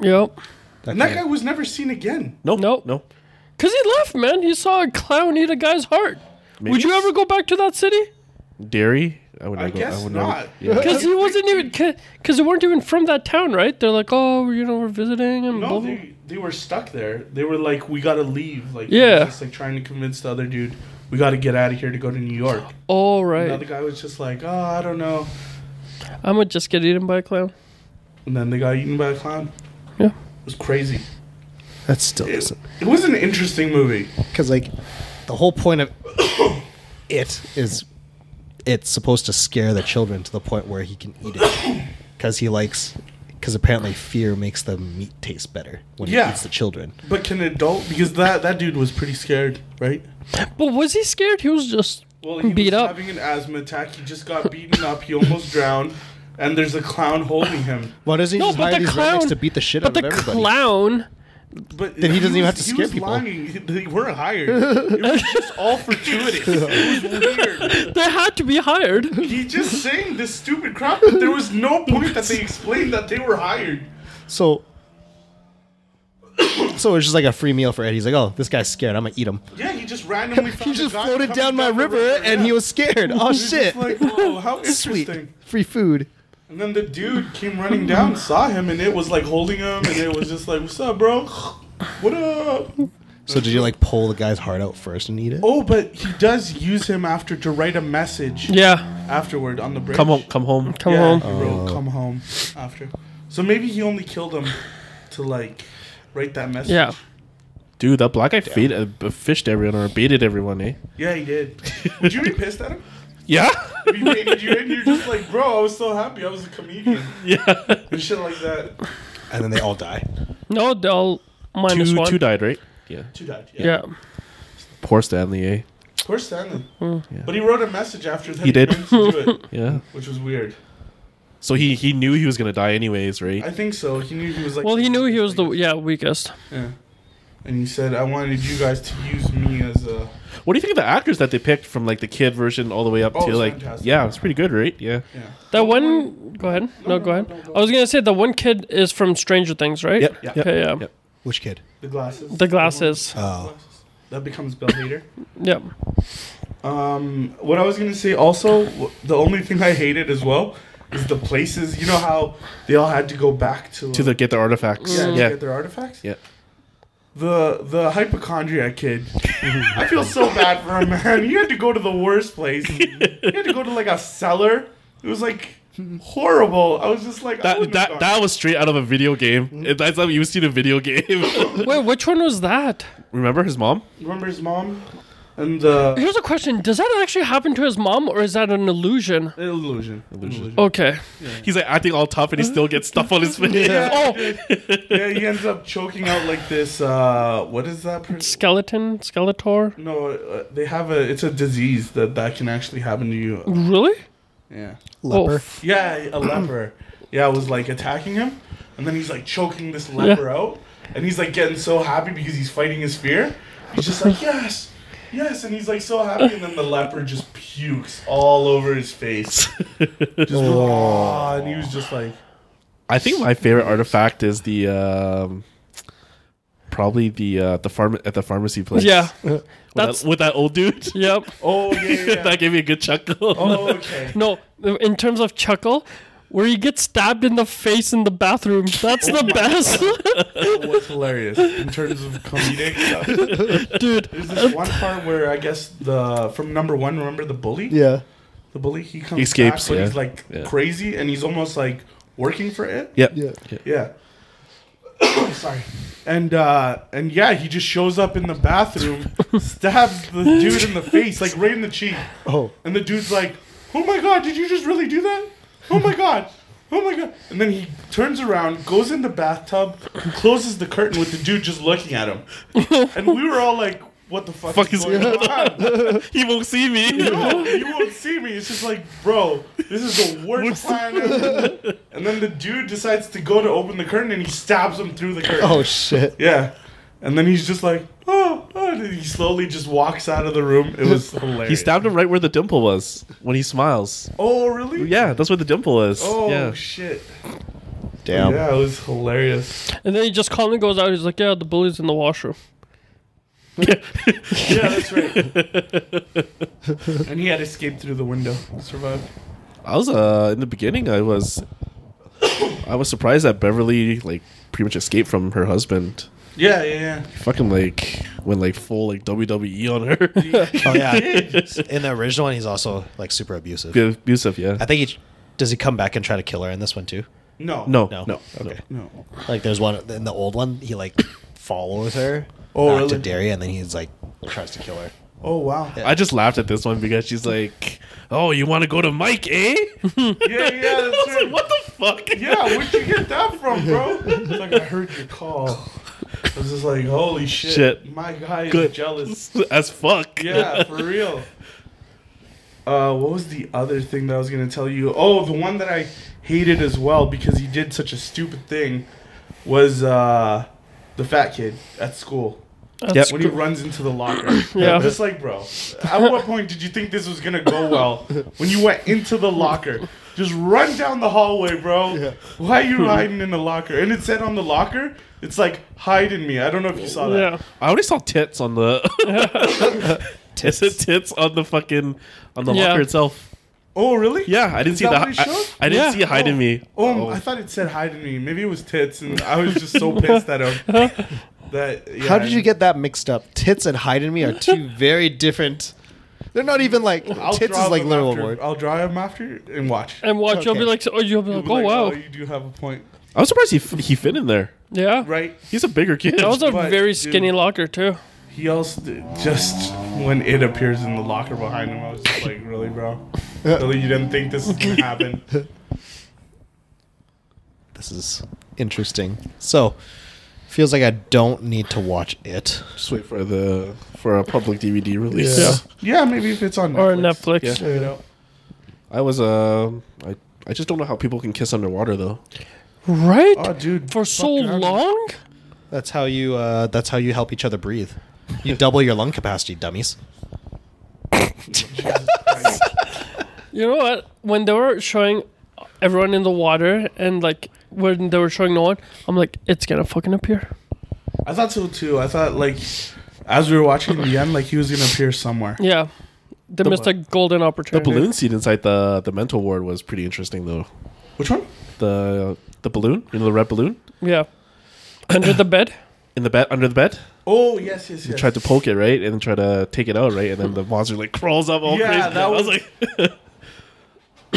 Speaker 2: Yep.
Speaker 1: That
Speaker 3: And that
Speaker 1: guy-
Speaker 3: guy was never seen again.
Speaker 4: No, no,
Speaker 2: Nope.
Speaker 4: no.
Speaker 2: Because he left, man. He saw a clown eat a guy's heart. Would you ever go back to that city?
Speaker 4: dairy? I would
Speaker 3: I
Speaker 4: never. go-
Speaker 3: guess
Speaker 4: would never-
Speaker 3: not.
Speaker 2: Because he wasn't even. Because they weren't even from that town, right? They're like, oh, you know, we're visiting and blah,
Speaker 3: No,
Speaker 2: blah.
Speaker 3: they, they were stuck there. They were like, we gotta leave. Like, he
Speaker 2: Yeah.
Speaker 3: was just like trying to convince the other dude, we gotta get out of here to go to New York.
Speaker 2: All right.
Speaker 3: The other guy was just like, oh, I don't know.
Speaker 2: I might just get eaten by a clown.
Speaker 3: And then they got eaten by a clown.
Speaker 2: Yeah.
Speaker 3: It was crazy.
Speaker 1: that still
Speaker 3: It,
Speaker 1: doesn't
Speaker 3: it was an interesting movie.
Speaker 1: because like the whole point of it is it's supposed to scare the children to the point where he can eat it because he likes because apparently fear makes the meat taste better when he
Speaker 3: Yeah.
Speaker 1: eats the children.
Speaker 3: But can an adult, because that, that dude was pretty scared, right?
Speaker 2: But was he scared? He was just
Speaker 3: Well, he
Speaker 2: beat
Speaker 3: was
Speaker 2: up.
Speaker 3: having an asthma attack. He just got beaten up. He almost drowned. And there's a clown holding him.
Speaker 1: Why doesn't he
Speaker 2: No,
Speaker 1: just
Speaker 2: but
Speaker 1: hire
Speaker 2: the
Speaker 1: these
Speaker 2: clown.
Speaker 1: rednecks to beat the shit out
Speaker 2: but
Speaker 1: of
Speaker 2: the
Speaker 1: everybody?
Speaker 2: clown.
Speaker 3: But
Speaker 1: Then he doesn't even have to
Speaker 3: he
Speaker 1: scare
Speaker 3: was
Speaker 1: people.
Speaker 3: Lying. They were hired. It was just all fortuitous. It was weird.
Speaker 2: They had to be hired.
Speaker 3: He just sang this stupid crap. But there was no point that they explained that they were hired.
Speaker 1: So, so it's just like a free meal for Ed. He's like, "Oh, this guy's scared. I'm gonna eat him."
Speaker 3: Yeah, he just randomly. Found
Speaker 1: He
Speaker 3: a
Speaker 1: just
Speaker 3: guy
Speaker 1: floated
Speaker 3: coming
Speaker 1: down my
Speaker 3: the
Speaker 1: river, and
Speaker 3: yeah.
Speaker 1: he was scared. Oh
Speaker 3: It's
Speaker 1: shit!
Speaker 3: Like, whoa, how interesting.
Speaker 1: Sweet, free food.
Speaker 3: And then the dude came running down, saw him, and it was like holding him, and it was just like, "What's up, bro? What up?"
Speaker 1: So did you like pull the guy's heart out first and eat it?
Speaker 3: Oh, but he does use him after to write a message
Speaker 2: Yeah.
Speaker 3: afterward on the bridge.
Speaker 4: Come home, come home.
Speaker 2: Come
Speaker 3: yeah,
Speaker 2: home.
Speaker 3: He wrote,
Speaker 4: Oh.
Speaker 3: come home after. So maybe he only killed him to like write that message.
Speaker 2: Yeah.
Speaker 4: Dude, that black guy feed, uh, b- fished everyone or baited everyone, eh?
Speaker 3: Yeah, he did. Would you be pissed at him?
Speaker 4: Yeah?
Speaker 3: If he baited you in, you're just like, bro, I was so happy. I was a comedian.
Speaker 4: yeah.
Speaker 3: And shit like that.
Speaker 1: And then they all die.
Speaker 2: No, they'll minus
Speaker 4: Two,
Speaker 2: one.
Speaker 4: two died, right?
Speaker 3: Two died. Yeah.
Speaker 2: yeah.
Speaker 4: Poor Stanley, eh?
Speaker 3: Poor Stanley.
Speaker 2: Mm.
Speaker 4: Yeah.
Speaker 3: But he wrote a message after that.
Speaker 4: He did.
Speaker 3: managed to do it,
Speaker 4: Yeah.
Speaker 3: which was weird.
Speaker 4: So he, he knew he was going to die anyways, right?
Speaker 3: I think so. He knew he was like.
Speaker 2: Well, he knew he was the yeah weakest.
Speaker 3: Yeah. And he said, I wanted you guys to use me as a.
Speaker 4: What do you think of the actors that they picked from like the kid version all the way up
Speaker 3: Oh,
Speaker 4: to
Speaker 3: it's
Speaker 4: like
Speaker 3: fantastic.
Speaker 4: Yeah, it's pretty good, right? Yeah.
Speaker 3: Yeah.
Speaker 2: That one. Go ahead. No, go ahead. I was gonna say the one kid is from Stranger Things, right?
Speaker 4: Yep.
Speaker 3: Yeah.
Speaker 4: Yep.
Speaker 2: Okay. Yeah.
Speaker 4: Yep.
Speaker 1: Which kid?
Speaker 3: The glasses.
Speaker 2: The glasses.
Speaker 1: Oh,
Speaker 3: That becomes Bill Hader.
Speaker 2: Yep.
Speaker 3: Um, what I was gonna say also, w- the only thing I hated as well is the places. You know how they all had to go back to
Speaker 4: To the get the artifacts.
Speaker 3: yeah, to
Speaker 4: Yeah.
Speaker 3: get their artifacts.
Speaker 4: Yeah.
Speaker 3: The the hypochondriac kid. I feel so bad for him, man. You had to go to the worst place. You had to go to like a cellar. It was like horrible. I was just like I
Speaker 4: That,
Speaker 3: wouldn't
Speaker 4: that
Speaker 3: have gone.
Speaker 4: that was straight out of a video
Speaker 3: Mm-hmm.
Speaker 4: game. It- That's how you see the video game.
Speaker 2: Wait, which one was that?
Speaker 4: Remember his mom?
Speaker 3: Remember his mom and uh, the
Speaker 2: Here's a question: Does that actually happen to his mom, or is that an illusion?
Speaker 3: illusion. Illusion.
Speaker 2: Okay.
Speaker 4: He's like acting all tough and he still gets stuff on his face.
Speaker 2: Oh,
Speaker 3: Yeah, he ends up choking out like this. Uh, what is that? person?
Speaker 2: skeleton, Skeletor.
Speaker 3: No, uh, they have a. It's a disease that that can actually happen to you.
Speaker 2: Really?
Speaker 3: Yeah.
Speaker 2: Oh,
Speaker 1: leper.
Speaker 2: f-
Speaker 3: Yeah, a leper. Yeah, I was like attacking him, and then he's like choking this leper out, and he's like getting so happy because he's fighting his fear. He's just like, yes, Yes, and he's like so happy, and then the leopard just pukes all over his face. Just raw, and he was just like,
Speaker 4: I think my favorite artifact is the um, probably the uh, the farm at the pharmacy place.
Speaker 2: Yeah.
Speaker 4: with,
Speaker 2: That's-
Speaker 4: that, with that old dude.
Speaker 2: Yep.
Speaker 3: "Oh yeah, yeah, yeah.
Speaker 4: that gave me a good chuckle.
Speaker 3: oh okay."
Speaker 2: No, in terms of chuckle, where you get stabbed in the face in the bathroom. That's the best.
Speaker 3: It was hilarious in terms of comedic stuff.
Speaker 2: Dude,
Speaker 3: There's this one part where I guess the from number one, remember the bully?
Speaker 1: Yeah.
Speaker 3: The bully he comes
Speaker 4: He escapes,
Speaker 3: back, but
Speaker 4: yeah.
Speaker 3: he's like
Speaker 4: Yeah.
Speaker 3: crazy, and he's almost like working for it.
Speaker 4: Yep.
Speaker 1: Yeah.
Speaker 3: Yeah. Sorry. And uh and yeah, he just shows up in the bathroom, stabs the dude in the face, like right in the cheek.
Speaker 1: Oh.
Speaker 3: And the dude's like, "Oh my god, did you just really do that? Oh my god." Oh my god. And then he turns around, goes in the bathtub, closes the curtain with the dude just looking at him. And we were all like, what the fuck,
Speaker 4: Fuck
Speaker 3: is
Speaker 4: is
Speaker 3: going on?
Speaker 4: He won't see me.
Speaker 3: No, you won't see me. It's just like, bro, this is the worst plan ever. And then the dude decides to go to open the curtain and he stabs him through the curtain.
Speaker 1: Oh shit.
Speaker 3: Yeah. And then he's just like, oh, oh," and he slowly just walks out of the room. It was hilarious.
Speaker 4: He stabbed him right where the dimple was when he smiles.
Speaker 3: Oh, really?
Speaker 4: Yeah, that's where the dimple is.
Speaker 3: Oh,
Speaker 4: yeah. Oh.
Speaker 3: shit.
Speaker 1: Damn.
Speaker 3: Yeah, it was hilarious.
Speaker 2: and then he just calmly goes out. He's like, "Yeah, the bully's in the washroom."
Speaker 3: Yeah, that's right. and he had escaped through the window. Survived.
Speaker 4: I was uh in the beginning. I was I was surprised that Beverly like pretty much escaped from her husband.
Speaker 3: Yeah, yeah,
Speaker 4: Fucking like went like full like WWE on her.
Speaker 3: yeah.
Speaker 1: Oh yeah. In the original one, he's also like super abusive.
Speaker 4: Abusive, yeah.
Speaker 1: I think he does. He come back and try to kill her in this one too.
Speaker 3: No.
Speaker 4: No,
Speaker 1: No.
Speaker 4: no, no.
Speaker 1: Okay.
Speaker 3: No.
Speaker 1: Like there's one in the old one. He like follows her back
Speaker 3: Oh,
Speaker 1: to
Speaker 3: really?
Speaker 1: Daria, and then he's like tries to kill her.
Speaker 3: Oh, wow. Yeah,
Speaker 4: I just laughed at this one because she's like, "Oh, you want to go to Mike, eh?"
Speaker 3: yeah, that's right.
Speaker 4: what the fuck?
Speaker 3: Yeah, where'd you get that from, bro? It's like, I heard your call. I was just like, holy shit.
Speaker 4: Shit.
Speaker 3: My guy is
Speaker 4: Good.
Speaker 3: jealous.
Speaker 4: as fuck.
Speaker 3: Yeah, for real. Uh, what was the other thing that I was gonna tell you? Oh, the one that I hated as well because he did such a stupid thing was uh, the fat kid at school
Speaker 2: That's
Speaker 3: when he runs into the locker.
Speaker 2: Yeah.
Speaker 3: I'm just like, bro, at what point did you think this was gonna go well when you went into the locker? Just run down the hallway, bro. Why are you hiding in the locker? And it said on the locker, it's like hide in me. I don't know if you saw that.
Speaker 2: yeah.
Speaker 4: I already saw tits on the. tits. It said tits on the fucking on the
Speaker 2: Yeah.
Speaker 4: locker itself.
Speaker 3: Oh, really?
Speaker 4: Yeah, I didn't
Speaker 3: Is
Speaker 4: see
Speaker 3: that
Speaker 4: the.
Speaker 3: what it
Speaker 4: I,
Speaker 3: showed?
Speaker 4: I didn't
Speaker 2: Yeah.
Speaker 4: see hide in me.
Speaker 3: Oh, I thought it said hi to me. Maybe it was tits, and I was just so pissed at him. That yeah,
Speaker 1: How did you get that mixed up? Tits and hide in me are two very different. They're not even like tits
Speaker 3: draw
Speaker 1: is like
Speaker 3: them
Speaker 1: literal
Speaker 3: after-
Speaker 1: word.
Speaker 3: I'll draw him after and watch.
Speaker 2: And watch, you'll be
Speaker 1: Okay.
Speaker 2: like, so- "Oh, you'll be
Speaker 3: He'll
Speaker 2: like,
Speaker 3: be
Speaker 2: oh
Speaker 3: like,
Speaker 2: wow,
Speaker 3: you do have a point,
Speaker 4: I was surprised he f- he fit in there.
Speaker 2: yeah."
Speaker 3: right?
Speaker 4: He's a bigger kid.
Speaker 2: That was a
Speaker 3: But,
Speaker 2: very
Speaker 3: dude-
Speaker 2: skinny locker too.
Speaker 3: He also d- just when it appears in the locker behind him, I was just like, really, bro? Really, you didn't think this was gonna happen?
Speaker 1: This is interesting. So, feels like I don't need to watch it.
Speaker 4: just wait for the for a public DVD release.
Speaker 2: Yeah.
Speaker 3: Yeah, maybe if it's on Netflix.
Speaker 2: Or Netflix.
Speaker 4: Yeah.
Speaker 3: Check it out.
Speaker 4: I was um I I just don't know how people can kiss underwater though.
Speaker 2: Right?
Speaker 3: Oh, dude,
Speaker 2: For so
Speaker 3: fucking hell.
Speaker 2: long?
Speaker 1: That's how you. Uh, that's how you help each other breathe. You double your lung capacity, dummies.
Speaker 2: You know what? When they were showing everyone in the water and like when they were showing no one, I'm like, it's gonna fucking appear.
Speaker 3: I thought so too. I thought like as we were watching the end, like he was gonna appear somewhere.
Speaker 2: Yeah. They missed a golden
Speaker 4: The
Speaker 2: opportunity.
Speaker 4: balloon seat inside the the mental ward was pretty interesting though.
Speaker 3: Which one?
Speaker 4: The the balloon, you know, the red balloon
Speaker 2: Yeah. Under the bed?
Speaker 4: in the bed under the bed.
Speaker 3: Oh yes, yes, yes.
Speaker 4: You tried to poke it right, and then try to take it out right, and then the monster like crawls up all
Speaker 3: Yeah,
Speaker 4: crazy.
Speaker 3: that
Speaker 4: I was
Speaker 3: was-
Speaker 4: like,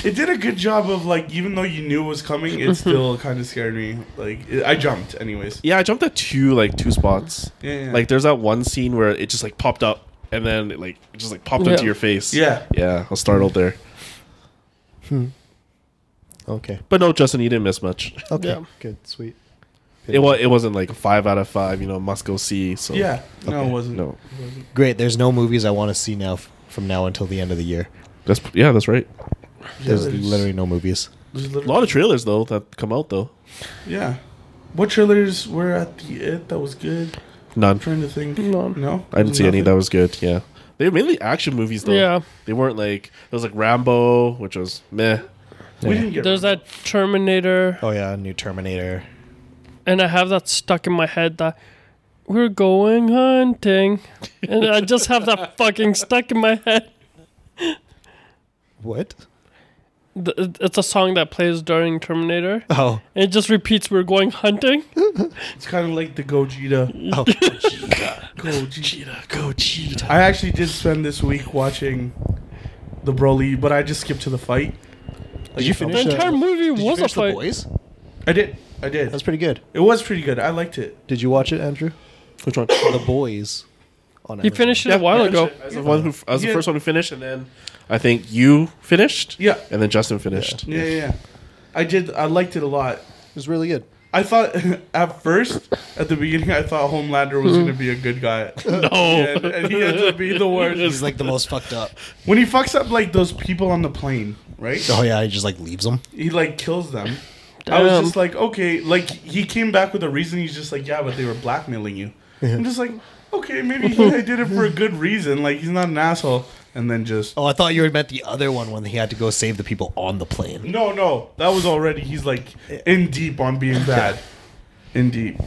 Speaker 3: It did a good job of like, even though you knew it was coming, it
Speaker 2: Mm-hmm.
Speaker 3: still kind of scared me. Like, it, I jumped, anyways.
Speaker 4: yeah, I jumped at two like two spots.
Speaker 3: Yeah, yeah.
Speaker 4: Like there's that one scene where it just like popped up, and then it, like it just like popped into
Speaker 2: Yeah.
Speaker 4: your face.
Speaker 3: Yeah.
Speaker 4: yeah, I was startled there.
Speaker 1: Okay.
Speaker 4: But no, Justin, you didn't miss much.
Speaker 1: Okay.
Speaker 2: Yeah.
Speaker 1: Good. Sweet.
Speaker 4: It was it wasn't like a five out of five. You know, must go see. So
Speaker 3: Yeah, no, it wasn't.
Speaker 4: no,
Speaker 1: Great. There's no movies I want to see now f- from now until the end of the year.
Speaker 4: that's yeah, that's right.
Speaker 1: There's
Speaker 3: there's-
Speaker 1: literally no movies.
Speaker 3: There's
Speaker 4: A lot of trailers though that come out though.
Speaker 3: yeah. What trailers were at the it that was good? I'm
Speaker 4: None.
Speaker 3: trying to think.
Speaker 2: No.
Speaker 3: No,
Speaker 4: I didn't see any that was good. Yeah, They were mainly action movies though.
Speaker 2: Yeah.
Speaker 4: They weren't like there was like Rambo, which was meh.
Speaker 3: We didn't get
Speaker 2: There's that Terminator,
Speaker 1: Oh yeah, new Terminator.
Speaker 2: and I have that stuck in my head that we're going hunting, and I just have that fucking stuck in my head.
Speaker 1: What?
Speaker 2: Th- It's a song that plays during Terminator.
Speaker 1: Oh,
Speaker 2: And it just repeats we're going hunting.
Speaker 3: It's kind of like the Gogeta.
Speaker 1: oh,
Speaker 3: Gogeta.
Speaker 4: Go cheetah.
Speaker 3: I actually did spend this week watching the Broly, but I just skipped to the fight.
Speaker 1: did you
Speaker 2: The
Speaker 1: finish? uh,
Speaker 2: entire movie
Speaker 1: did you
Speaker 2: was a
Speaker 1: finish The
Speaker 2: fight.
Speaker 1: Boys?
Speaker 3: I did. I did.
Speaker 1: That's pretty good.
Speaker 3: it was pretty good. I liked it.
Speaker 1: Did you watch it, Andrew?
Speaker 4: Which one?
Speaker 1: The Boys. On
Speaker 2: He finished it a while ago.
Speaker 4: I was the one who I was
Speaker 3: Yeah.
Speaker 4: the first one who finished, and then I think you finished.
Speaker 3: Yeah.
Speaker 4: And then Justin finished.
Speaker 3: Yeah, yeah, yeah. I did. I liked it a lot.
Speaker 1: It was really good.
Speaker 3: I thought at first, at the beginning, I thought Homelander was going to be a good guy. No, and, and he ends up being the worst.
Speaker 1: He's like the most fucked up.
Speaker 3: When he fucks up like those people on the plane, right?
Speaker 1: Oh yeah, he just like leaves them.
Speaker 3: He like kills them. I was
Speaker 2: Damn.
Speaker 3: just like, okay, like he came back with a reason. He's just like, yeah, but they were blackmailing you. I'm just like, okay, maybe he did it for a good reason. Like he's not an asshole. And then just
Speaker 1: Oh, I thought you had meant the other one when he had to go save the people on the plane.
Speaker 3: No, no, that was already. He's like in deep on being bad, in deep.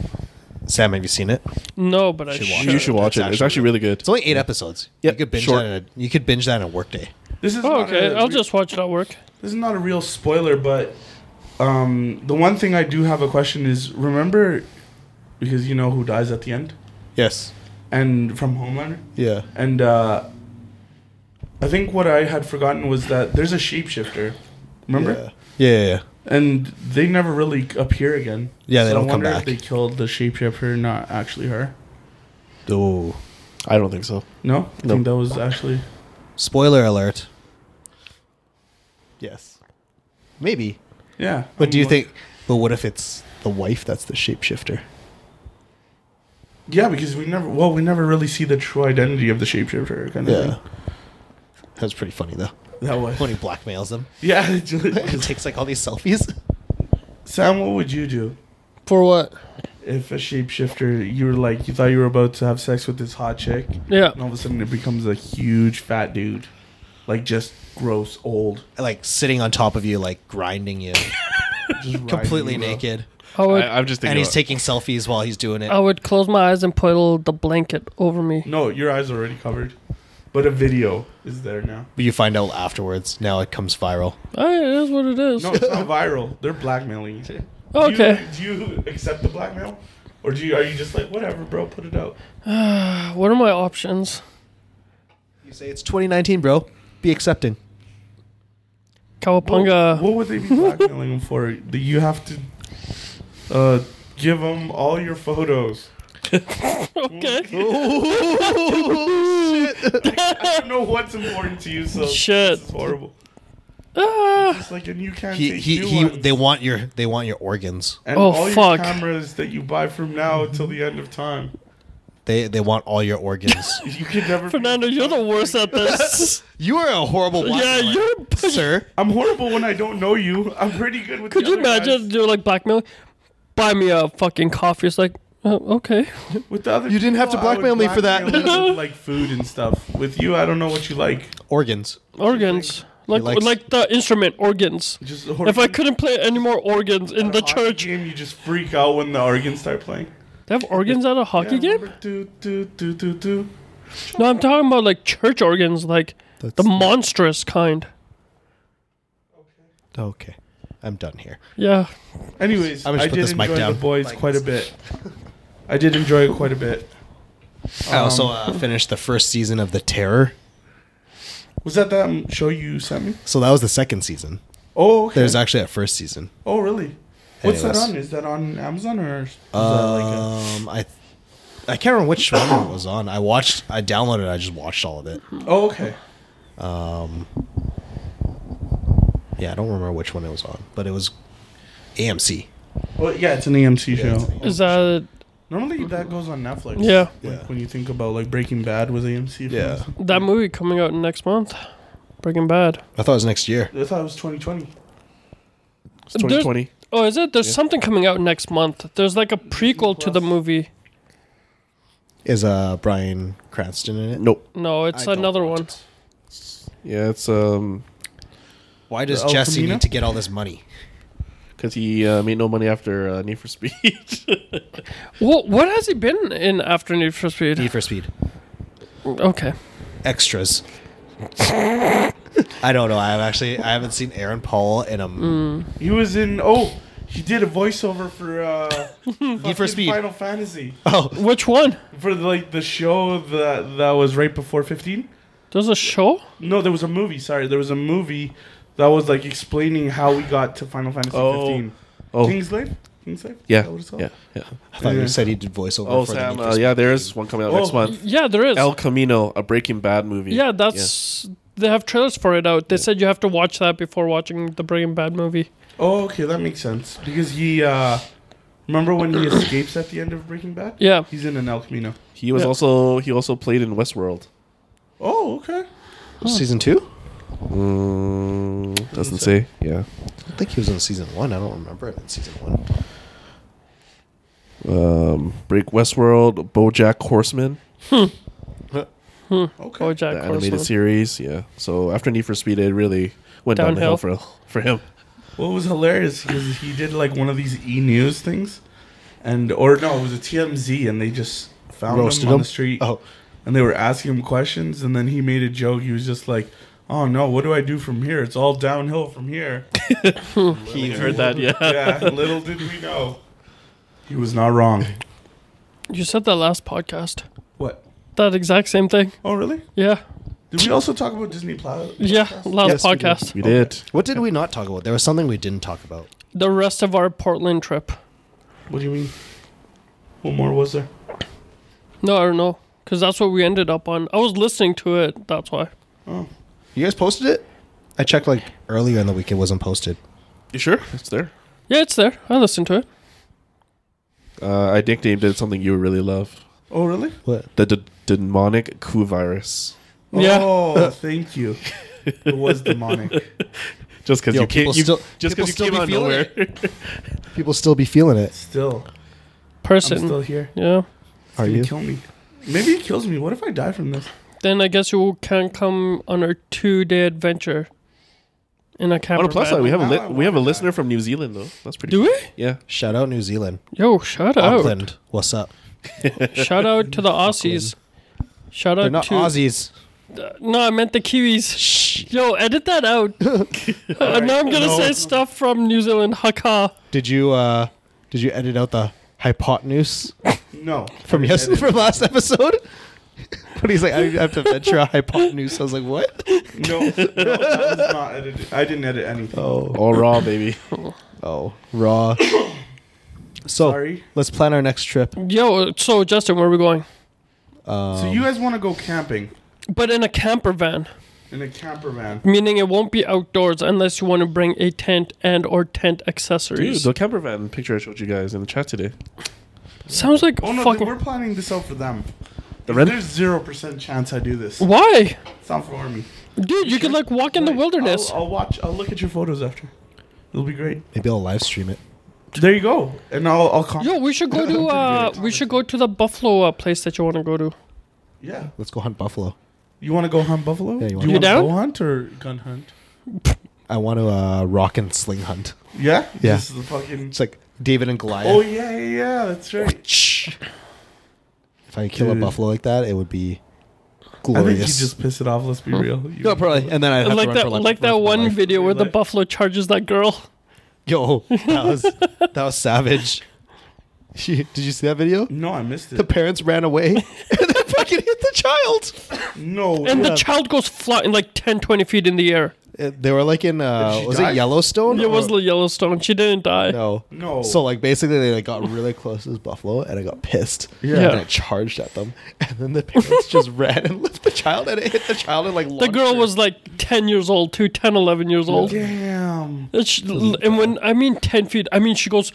Speaker 1: Sam, have you seen it? It's
Speaker 2: No, but I
Speaker 1: Should
Speaker 2: should.
Speaker 1: watch
Speaker 4: You should
Speaker 1: That's
Speaker 4: watch it. It's
Speaker 1: actually
Speaker 4: actually really good.
Speaker 1: only eight episodes.
Speaker 4: Yep,
Speaker 1: you could binge
Speaker 4: short.
Speaker 1: that. In a, you could binge that in a workday.
Speaker 3: This is
Speaker 2: Oh,
Speaker 3: not
Speaker 2: okay,
Speaker 3: a-
Speaker 2: I'll just watch it at work.
Speaker 3: This is not a real spoiler, but um, the one thing I do have a question is remember, because you know who dies at the end,
Speaker 1: Yes.
Speaker 3: and from Homelander,
Speaker 1: Yeah.
Speaker 3: and uh, I think what I had forgotten was that there's a shapeshifter. Remember?
Speaker 1: Yeah. Yeah. yeah.
Speaker 3: And they never really appear again.
Speaker 1: Yeah, they
Speaker 3: so
Speaker 1: don't
Speaker 3: I
Speaker 1: come
Speaker 3: wonder
Speaker 1: back.
Speaker 3: if they killed the shapeshifter, not actually her.
Speaker 1: Oh.
Speaker 4: I don't think so.
Speaker 3: No, I
Speaker 4: No.
Speaker 3: think that was actually.
Speaker 1: Spoiler alert. Yes. Maybe.
Speaker 3: Yeah.
Speaker 1: But do you
Speaker 3: Um,
Speaker 1: think? But what if it's the wife that's the shapeshifter?
Speaker 3: Yeah, because we never well, we never really see the true identity of the shapeshifter kind of thing.
Speaker 1: That was pretty funny though.
Speaker 3: That was
Speaker 1: When he blackmails them
Speaker 3: yeah.
Speaker 1: and
Speaker 3: just-
Speaker 1: takes like all these selfies.
Speaker 3: Sam, what would you do
Speaker 2: For what?
Speaker 3: if a shapeshifter you were like you thought you were about to have sex with this hot chick,
Speaker 2: Yeah.
Speaker 3: and all of a sudden it becomes a huge fat dude, like just gross old,
Speaker 1: Like sitting on top of you, like grinding you,
Speaker 3: just riding
Speaker 1: completely
Speaker 3: you up.
Speaker 1: naked,
Speaker 2: I would, I,
Speaker 4: I, am just thinking.
Speaker 1: and he's
Speaker 4: about-
Speaker 1: taking selfies while he's doing it.
Speaker 2: would close my eyes and put the blanket over me.
Speaker 3: No, your eyes are already covered, but a video is there now.
Speaker 1: But you find out afterwards. Now it comes viral.
Speaker 2: Hey, it is what it is.
Speaker 3: No, it's not viral. They're blackmailing you.
Speaker 2: Okay.
Speaker 3: Do you, do you accept the blackmail, or do you are you just like whatever, bro? Put it out.
Speaker 2: What are my options?
Speaker 1: You say it's 2019, bro. Be accepting.
Speaker 2: Kawapunga.
Speaker 3: What would they be blackmailing him for? That you have to uh, give them all your photos.
Speaker 2: okay.
Speaker 3: I don't know what's important to you, so
Speaker 2: Shit.
Speaker 3: this is horrible.
Speaker 2: Ah,
Speaker 3: It's like, and you can't
Speaker 1: He
Speaker 3: take
Speaker 1: he,
Speaker 3: new
Speaker 1: he
Speaker 3: ones.
Speaker 1: They want your they want your organs.
Speaker 3: and
Speaker 2: Oh,
Speaker 3: all
Speaker 2: fuck.
Speaker 3: your cameras that you buy from now till the end of time.
Speaker 1: They they want all your organs.
Speaker 3: You can never. be-
Speaker 2: Fernando, you're the worst at this.
Speaker 1: you are a horrible.
Speaker 2: yeah,
Speaker 1: blackmailer,
Speaker 2: you're.
Speaker 1: sir.
Speaker 3: I'm horrible when I don't know you. I'm pretty good with.
Speaker 2: Could
Speaker 3: the
Speaker 2: you
Speaker 3: other guys.
Speaker 2: imagine you're like blackmail? Buy me a fucking coffee. It's like, oh, okay.
Speaker 3: With the other,
Speaker 1: You didn't have to
Speaker 3: people, I would
Speaker 1: blackmail me for that.
Speaker 3: blackmail them with, like food and stuff. With you, I don't know what you like.
Speaker 1: Organs.
Speaker 2: Organs. Like,
Speaker 1: likes-
Speaker 2: like the instrument, organs.
Speaker 3: Just
Speaker 2: If I couldn't play any more organs in the church,
Speaker 3: game, you just freak out when the organs start playing.
Speaker 2: they have organs at a hockey game?
Speaker 3: remember, Do do do do do.
Speaker 2: No, I'm talking about like church organs, like
Speaker 1: That's
Speaker 2: the monstrous kind.
Speaker 1: okay. I'm done here.
Speaker 2: Yeah.
Speaker 3: Anyways,
Speaker 1: I'm gonna
Speaker 3: I
Speaker 1: just put
Speaker 3: did
Speaker 1: this mic
Speaker 3: enjoy
Speaker 1: down.
Speaker 3: the boys quite a bit. I did enjoy it quite a bit.
Speaker 1: I also
Speaker 3: Um,
Speaker 1: uh, finished the first season of The Terror.
Speaker 3: Was that that um, show you sent me?
Speaker 1: So that was the second season.
Speaker 3: Oh, okay.
Speaker 1: There's actually a first season.
Speaker 3: oh, really? What's that
Speaker 1: Anyways.
Speaker 3: on? Is that on Amazon or is that like a,
Speaker 1: Um, I I can't remember which one it was on. I watched, I downloaded, it, I just watched all of it.
Speaker 3: Oh, okay.
Speaker 1: Yeah, I don't remember which one it was on, but it was AMC.
Speaker 3: Well, yeah, it's an AMC
Speaker 1: Yeah, it's
Speaker 3: show.
Speaker 1: an AMC.
Speaker 2: Is that.
Speaker 3: Normally that goes on Netflix.
Speaker 2: Yeah.
Speaker 3: Like,
Speaker 1: Yeah.
Speaker 3: When you think about like Breaking Bad was AMC. for
Speaker 1: Yeah.
Speaker 3: instance.
Speaker 2: That movie coming out next month? Breaking Bad.
Speaker 1: I thought it was next year.
Speaker 3: I thought it was 2020.
Speaker 4: It's 2020.
Speaker 2: Oh, is it? There's something coming out next month. There's like a prequel to the movie.
Speaker 1: Is uh Brian Cranston in it?
Speaker 4: Nope.
Speaker 2: No, it's
Speaker 1: I don't
Speaker 2: another
Speaker 1: want
Speaker 2: one.
Speaker 1: it.
Speaker 4: Yeah, it's um
Speaker 1: Why does
Speaker 3: El
Speaker 1: Jesse
Speaker 3: Oh, Camino?
Speaker 1: need to get all this money?
Speaker 4: because he uh, made no money after uh, Need for Speed.
Speaker 2: What what has he been in after Need for Speed?
Speaker 1: Need for Speed
Speaker 2: okay.
Speaker 1: extras. I don't know. I've actually I haven't seen Aaron Paul in a m-
Speaker 3: He was in. Oh, he did a voiceover for uh,
Speaker 1: Need for
Speaker 3: fucking
Speaker 1: Speed.
Speaker 3: Final Fantasy
Speaker 1: Oh,
Speaker 2: Which one?
Speaker 3: for like the show that that was right before fifteen.
Speaker 2: There's a show?
Speaker 3: No, there was a movie. Sorry, there was a movie that was like explaining how we got to Final Fantasy
Speaker 4: Oh.
Speaker 3: fifteen.
Speaker 4: Oh.
Speaker 3: Kingsglaive. Kingsglaive. Is
Speaker 4: yeah,
Speaker 3: that what it's called?
Speaker 4: yeah, yeah.
Speaker 1: I thought you said he did voiceover
Speaker 4: Oh,
Speaker 1: for
Speaker 4: Sam.
Speaker 1: the Need
Speaker 4: Uh,
Speaker 1: for Speed.
Speaker 4: yeah, there is one coming out next
Speaker 3: Oh.
Speaker 4: month.
Speaker 2: Yeah, there is.
Speaker 4: El Camino, a Breaking Bad movie.
Speaker 2: yeah, that's they have trailers for it out. They said you have to watch that before watching the Breaking Bad movie.
Speaker 3: Oh, okay, that makes sense because he. uh Remember when he escapes at the end of Breaking Bad?
Speaker 2: Yeah.
Speaker 3: He's in an El Camino.
Speaker 4: He was
Speaker 2: Yeah.
Speaker 4: also he also played in Westworld.
Speaker 3: Oh, okay.
Speaker 1: Season two?
Speaker 4: Mm, doesn't say. Yeah.
Speaker 1: I think he was in season one. I don't remember it in season one.
Speaker 4: Um, Break Westworld, BoJack Horseman,
Speaker 3: Okay.
Speaker 2: Oh,
Speaker 4: the
Speaker 2: Jack
Speaker 4: animated
Speaker 2: Horseman.
Speaker 4: series. Yeah. So after Need for Speed, it really went downhill,
Speaker 2: Downhill.
Speaker 4: for for him.
Speaker 3: Well, it was hilarious because he did like one of these E News things, and or no, it was a TMZ, and they just found him on the street,
Speaker 1: Oh,
Speaker 3: and they were asking him questions, and then he made a joke. He was just like, "Oh no, what do I do from here? It's all downhill from here."
Speaker 4: He heard that. Yeah.
Speaker 3: yeah, little did we know, he was not wrong.
Speaker 2: You said that last podcast.
Speaker 3: What?
Speaker 2: That exact same thing.
Speaker 3: Oh really?
Speaker 2: Yeah.
Speaker 3: Did we also talk about Disney Plus?
Speaker 2: Yeah,
Speaker 1: Yes,
Speaker 2: last
Speaker 1: we did.
Speaker 2: podcast.
Speaker 4: We did.
Speaker 1: what did we not talk about? There was something we didn't talk about.
Speaker 2: The rest of our Portland trip.
Speaker 3: What do you mean? What more was there?
Speaker 2: No, I don't know. Because that's what we ended up on. I was listening to it. That's why.
Speaker 1: You guys posted it? I checked like earlier in the week. It wasn't posted.
Speaker 4: You sure? It's there.
Speaker 2: Yeah, it's there. I listened to it.
Speaker 4: Uh, I nicknamed it something you would really love:
Speaker 3: Oh really?
Speaker 1: What?
Speaker 4: the d- demonic coup virus.
Speaker 2: Yeah.
Speaker 3: Oh, thank you. It was demonic.
Speaker 4: Just because
Speaker 1: Yo,
Speaker 4: you
Speaker 1: people
Speaker 4: can't, you,
Speaker 1: still-
Speaker 4: just
Speaker 1: people
Speaker 4: because you
Speaker 1: still
Speaker 4: came
Speaker 1: be
Speaker 4: out of
Speaker 1: feeling
Speaker 4: nowhere.
Speaker 1: People still be feeling it.
Speaker 3: Still, I'm
Speaker 2: Person.
Speaker 3: still here.
Speaker 2: yeah.
Speaker 1: Are
Speaker 3: gonna
Speaker 1: you?
Speaker 3: kill me? Maybe it kills me. What if I die from this?
Speaker 2: Then I guess you can't come on our two day adventure in a camper.
Speaker 4: On a plus side, we have a
Speaker 3: Now I
Speaker 4: li- we have a
Speaker 3: wanna
Speaker 4: listener from New Zealand though. That's pretty.
Speaker 2: Do
Speaker 4: cool.
Speaker 2: we?
Speaker 4: Yeah.
Speaker 1: Shout out New Zealand,
Speaker 2: Yo, shout
Speaker 4: Oh.
Speaker 2: out.
Speaker 1: Auckland. What's up?
Speaker 2: shout out to the Aussies. Shout out
Speaker 1: They're not
Speaker 2: to.
Speaker 1: Aussies.
Speaker 2: No, I meant the Kiwis. Shh. Yo, edit that out. Uh, now I'm going to
Speaker 3: No.
Speaker 2: say stuff from New Zealand. Haka.
Speaker 1: Did you uh did you edit out the hypotenuse
Speaker 3: No.
Speaker 1: from yes from last episode? but he's like, I have to venture a hypotenuse. I was like, what?
Speaker 3: No, no, that was not edited. I didn't edit anything.
Speaker 1: Oh,
Speaker 4: All raw, baby.
Speaker 1: oh, raw. so
Speaker 3: Sorry.
Speaker 1: let's plan our next trip.
Speaker 2: Yo, so Justin, where are we going?
Speaker 3: so you guys want to go camping
Speaker 2: But in a camper van.
Speaker 3: in a camper van?
Speaker 2: meaning it won't be outdoors unless you want to bring a tent and or tent
Speaker 4: Dude,
Speaker 2: accessories.
Speaker 4: the camper van picture I showed you guys in the chat today.
Speaker 2: Sounds like
Speaker 3: Oh no,
Speaker 2: fucking.
Speaker 3: we're planning this out for them.
Speaker 4: The red-
Speaker 3: There's zero percent chance I do this.
Speaker 2: Why,
Speaker 3: It's not for me.
Speaker 2: dude? You could like walk in the wilderness.
Speaker 3: I'll, I'll watch. I'll look at your photos after. It'll be great.
Speaker 1: Maybe I'll live stream it.
Speaker 3: There you go. And I'll I'll con-
Speaker 2: Yo, we should go to uh,
Speaker 3: Dude,
Speaker 2: we should go to the buffalo uh, place that you want to go to.
Speaker 3: Yeah.
Speaker 1: Let's go hunt buffalo.
Speaker 3: You want to go hunt buffalo?
Speaker 1: Yeah, you
Speaker 3: do
Speaker 1: wanna-
Speaker 2: You
Speaker 3: you want to
Speaker 2: down?
Speaker 3: go hunt or gun hunt?
Speaker 1: I want to uh, rock and sling hunt.
Speaker 3: Yeah.
Speaker 1: Yeah.
Speaker 3: This is the fucking.
Speaker 1: It's like David and Goliath.
Speaker 3: Oh yeah, yeah, yeah. That's right.
Speaker 1: If I kill
Speaker 3: Dude.
Speaker 1: a buffalo like that, it would be
Speaker 3: I
Speaker 1: glorious.
Speaker 3: think you just piss it off. Let's be real. You-
Speaker 1: no, probably. And then I have to
Speaker 2: Like
Speaker 1: run
Speaker 2: that,
Speaker 1: for life-
Speaker 2: like
Speaker 1: run
Speaker 2: that
Speaker 1: for my
Speaker 2: one
Speaker 1: life.
Speaker 2: video where the
Speaker 3: Like-
Speaker 2: buffalo charges that girl.
Speaker 1: Yo, that was that was savage. She, did you see that video?
Speaker 3: No, I missed
Speaker 1: The
Speaker 3: it.
Speaker 1: parents ran away and then fucking hit the child.
Speaker 3: No,
Speaker 2: And
Speaker 3: yeah.
Speaker 2: the child goes flying like 10, 20 feet in the air.
Speaker 1: Uh, They were like in uh,
Speaker 3: Did she
Speaker 1: was
Speaker 3: die?
Speaker 1: it Yellowstone?
Speaker 2: It was
Speaker 1: Or-
Speaker 2: the Yellowstone. She didn't die.
Speaker 1: no,
Speaker 3: No.
Speaker 1: So like basically they like, got really close to this buffalo and it got pissed.
Speaker 2: Yeah.
Speaker 1: and it charged at them, and then the parents just ran and left the child and it hit the child and like
Speaker 2: The girl was like 10 years old, too, 10, 11 years old.
Speaker 3: damn.
Speaker 2: And, she, and when I mean 10 feet, I mean she goes,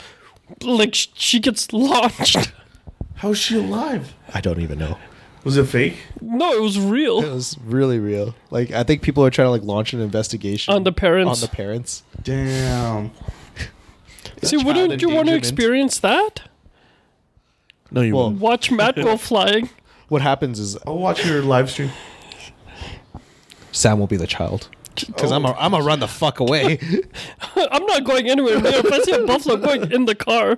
Speaker 2: like, sh- she gets launched.
Speaker 3: How's she alive?
Speaker 1: I don't even know.
Speaker 3: Was it fake?
Speaker 2: No, it was
Speaker 1: It
Speaker 2: real.
Speaker 1: was really real. Like I think people are trying to like launch an investigation
Speaker 2: On the parents.
Speaker 1: On the parents.
Speaker 3: Damn.
Speaker 2: See,
Speaker 1: Child
Speaker 2: wouldn't you want to
Speaker 1: endangerment.
Speaker 2: experience that?
Speaker 4: No, you
Speaker 1: Well,
Speaker 4: won't.
Speaker 2: Watch Matt go flying.
Speaker 1: What happens is
Speaker 3: I'll watch your live stream.
Speaker 1: Sam will be the child because I'm a, I'm a run the fuck away.
Speaker 2: I'm not going anywhere near. If I see a buffalo I'm going in the car.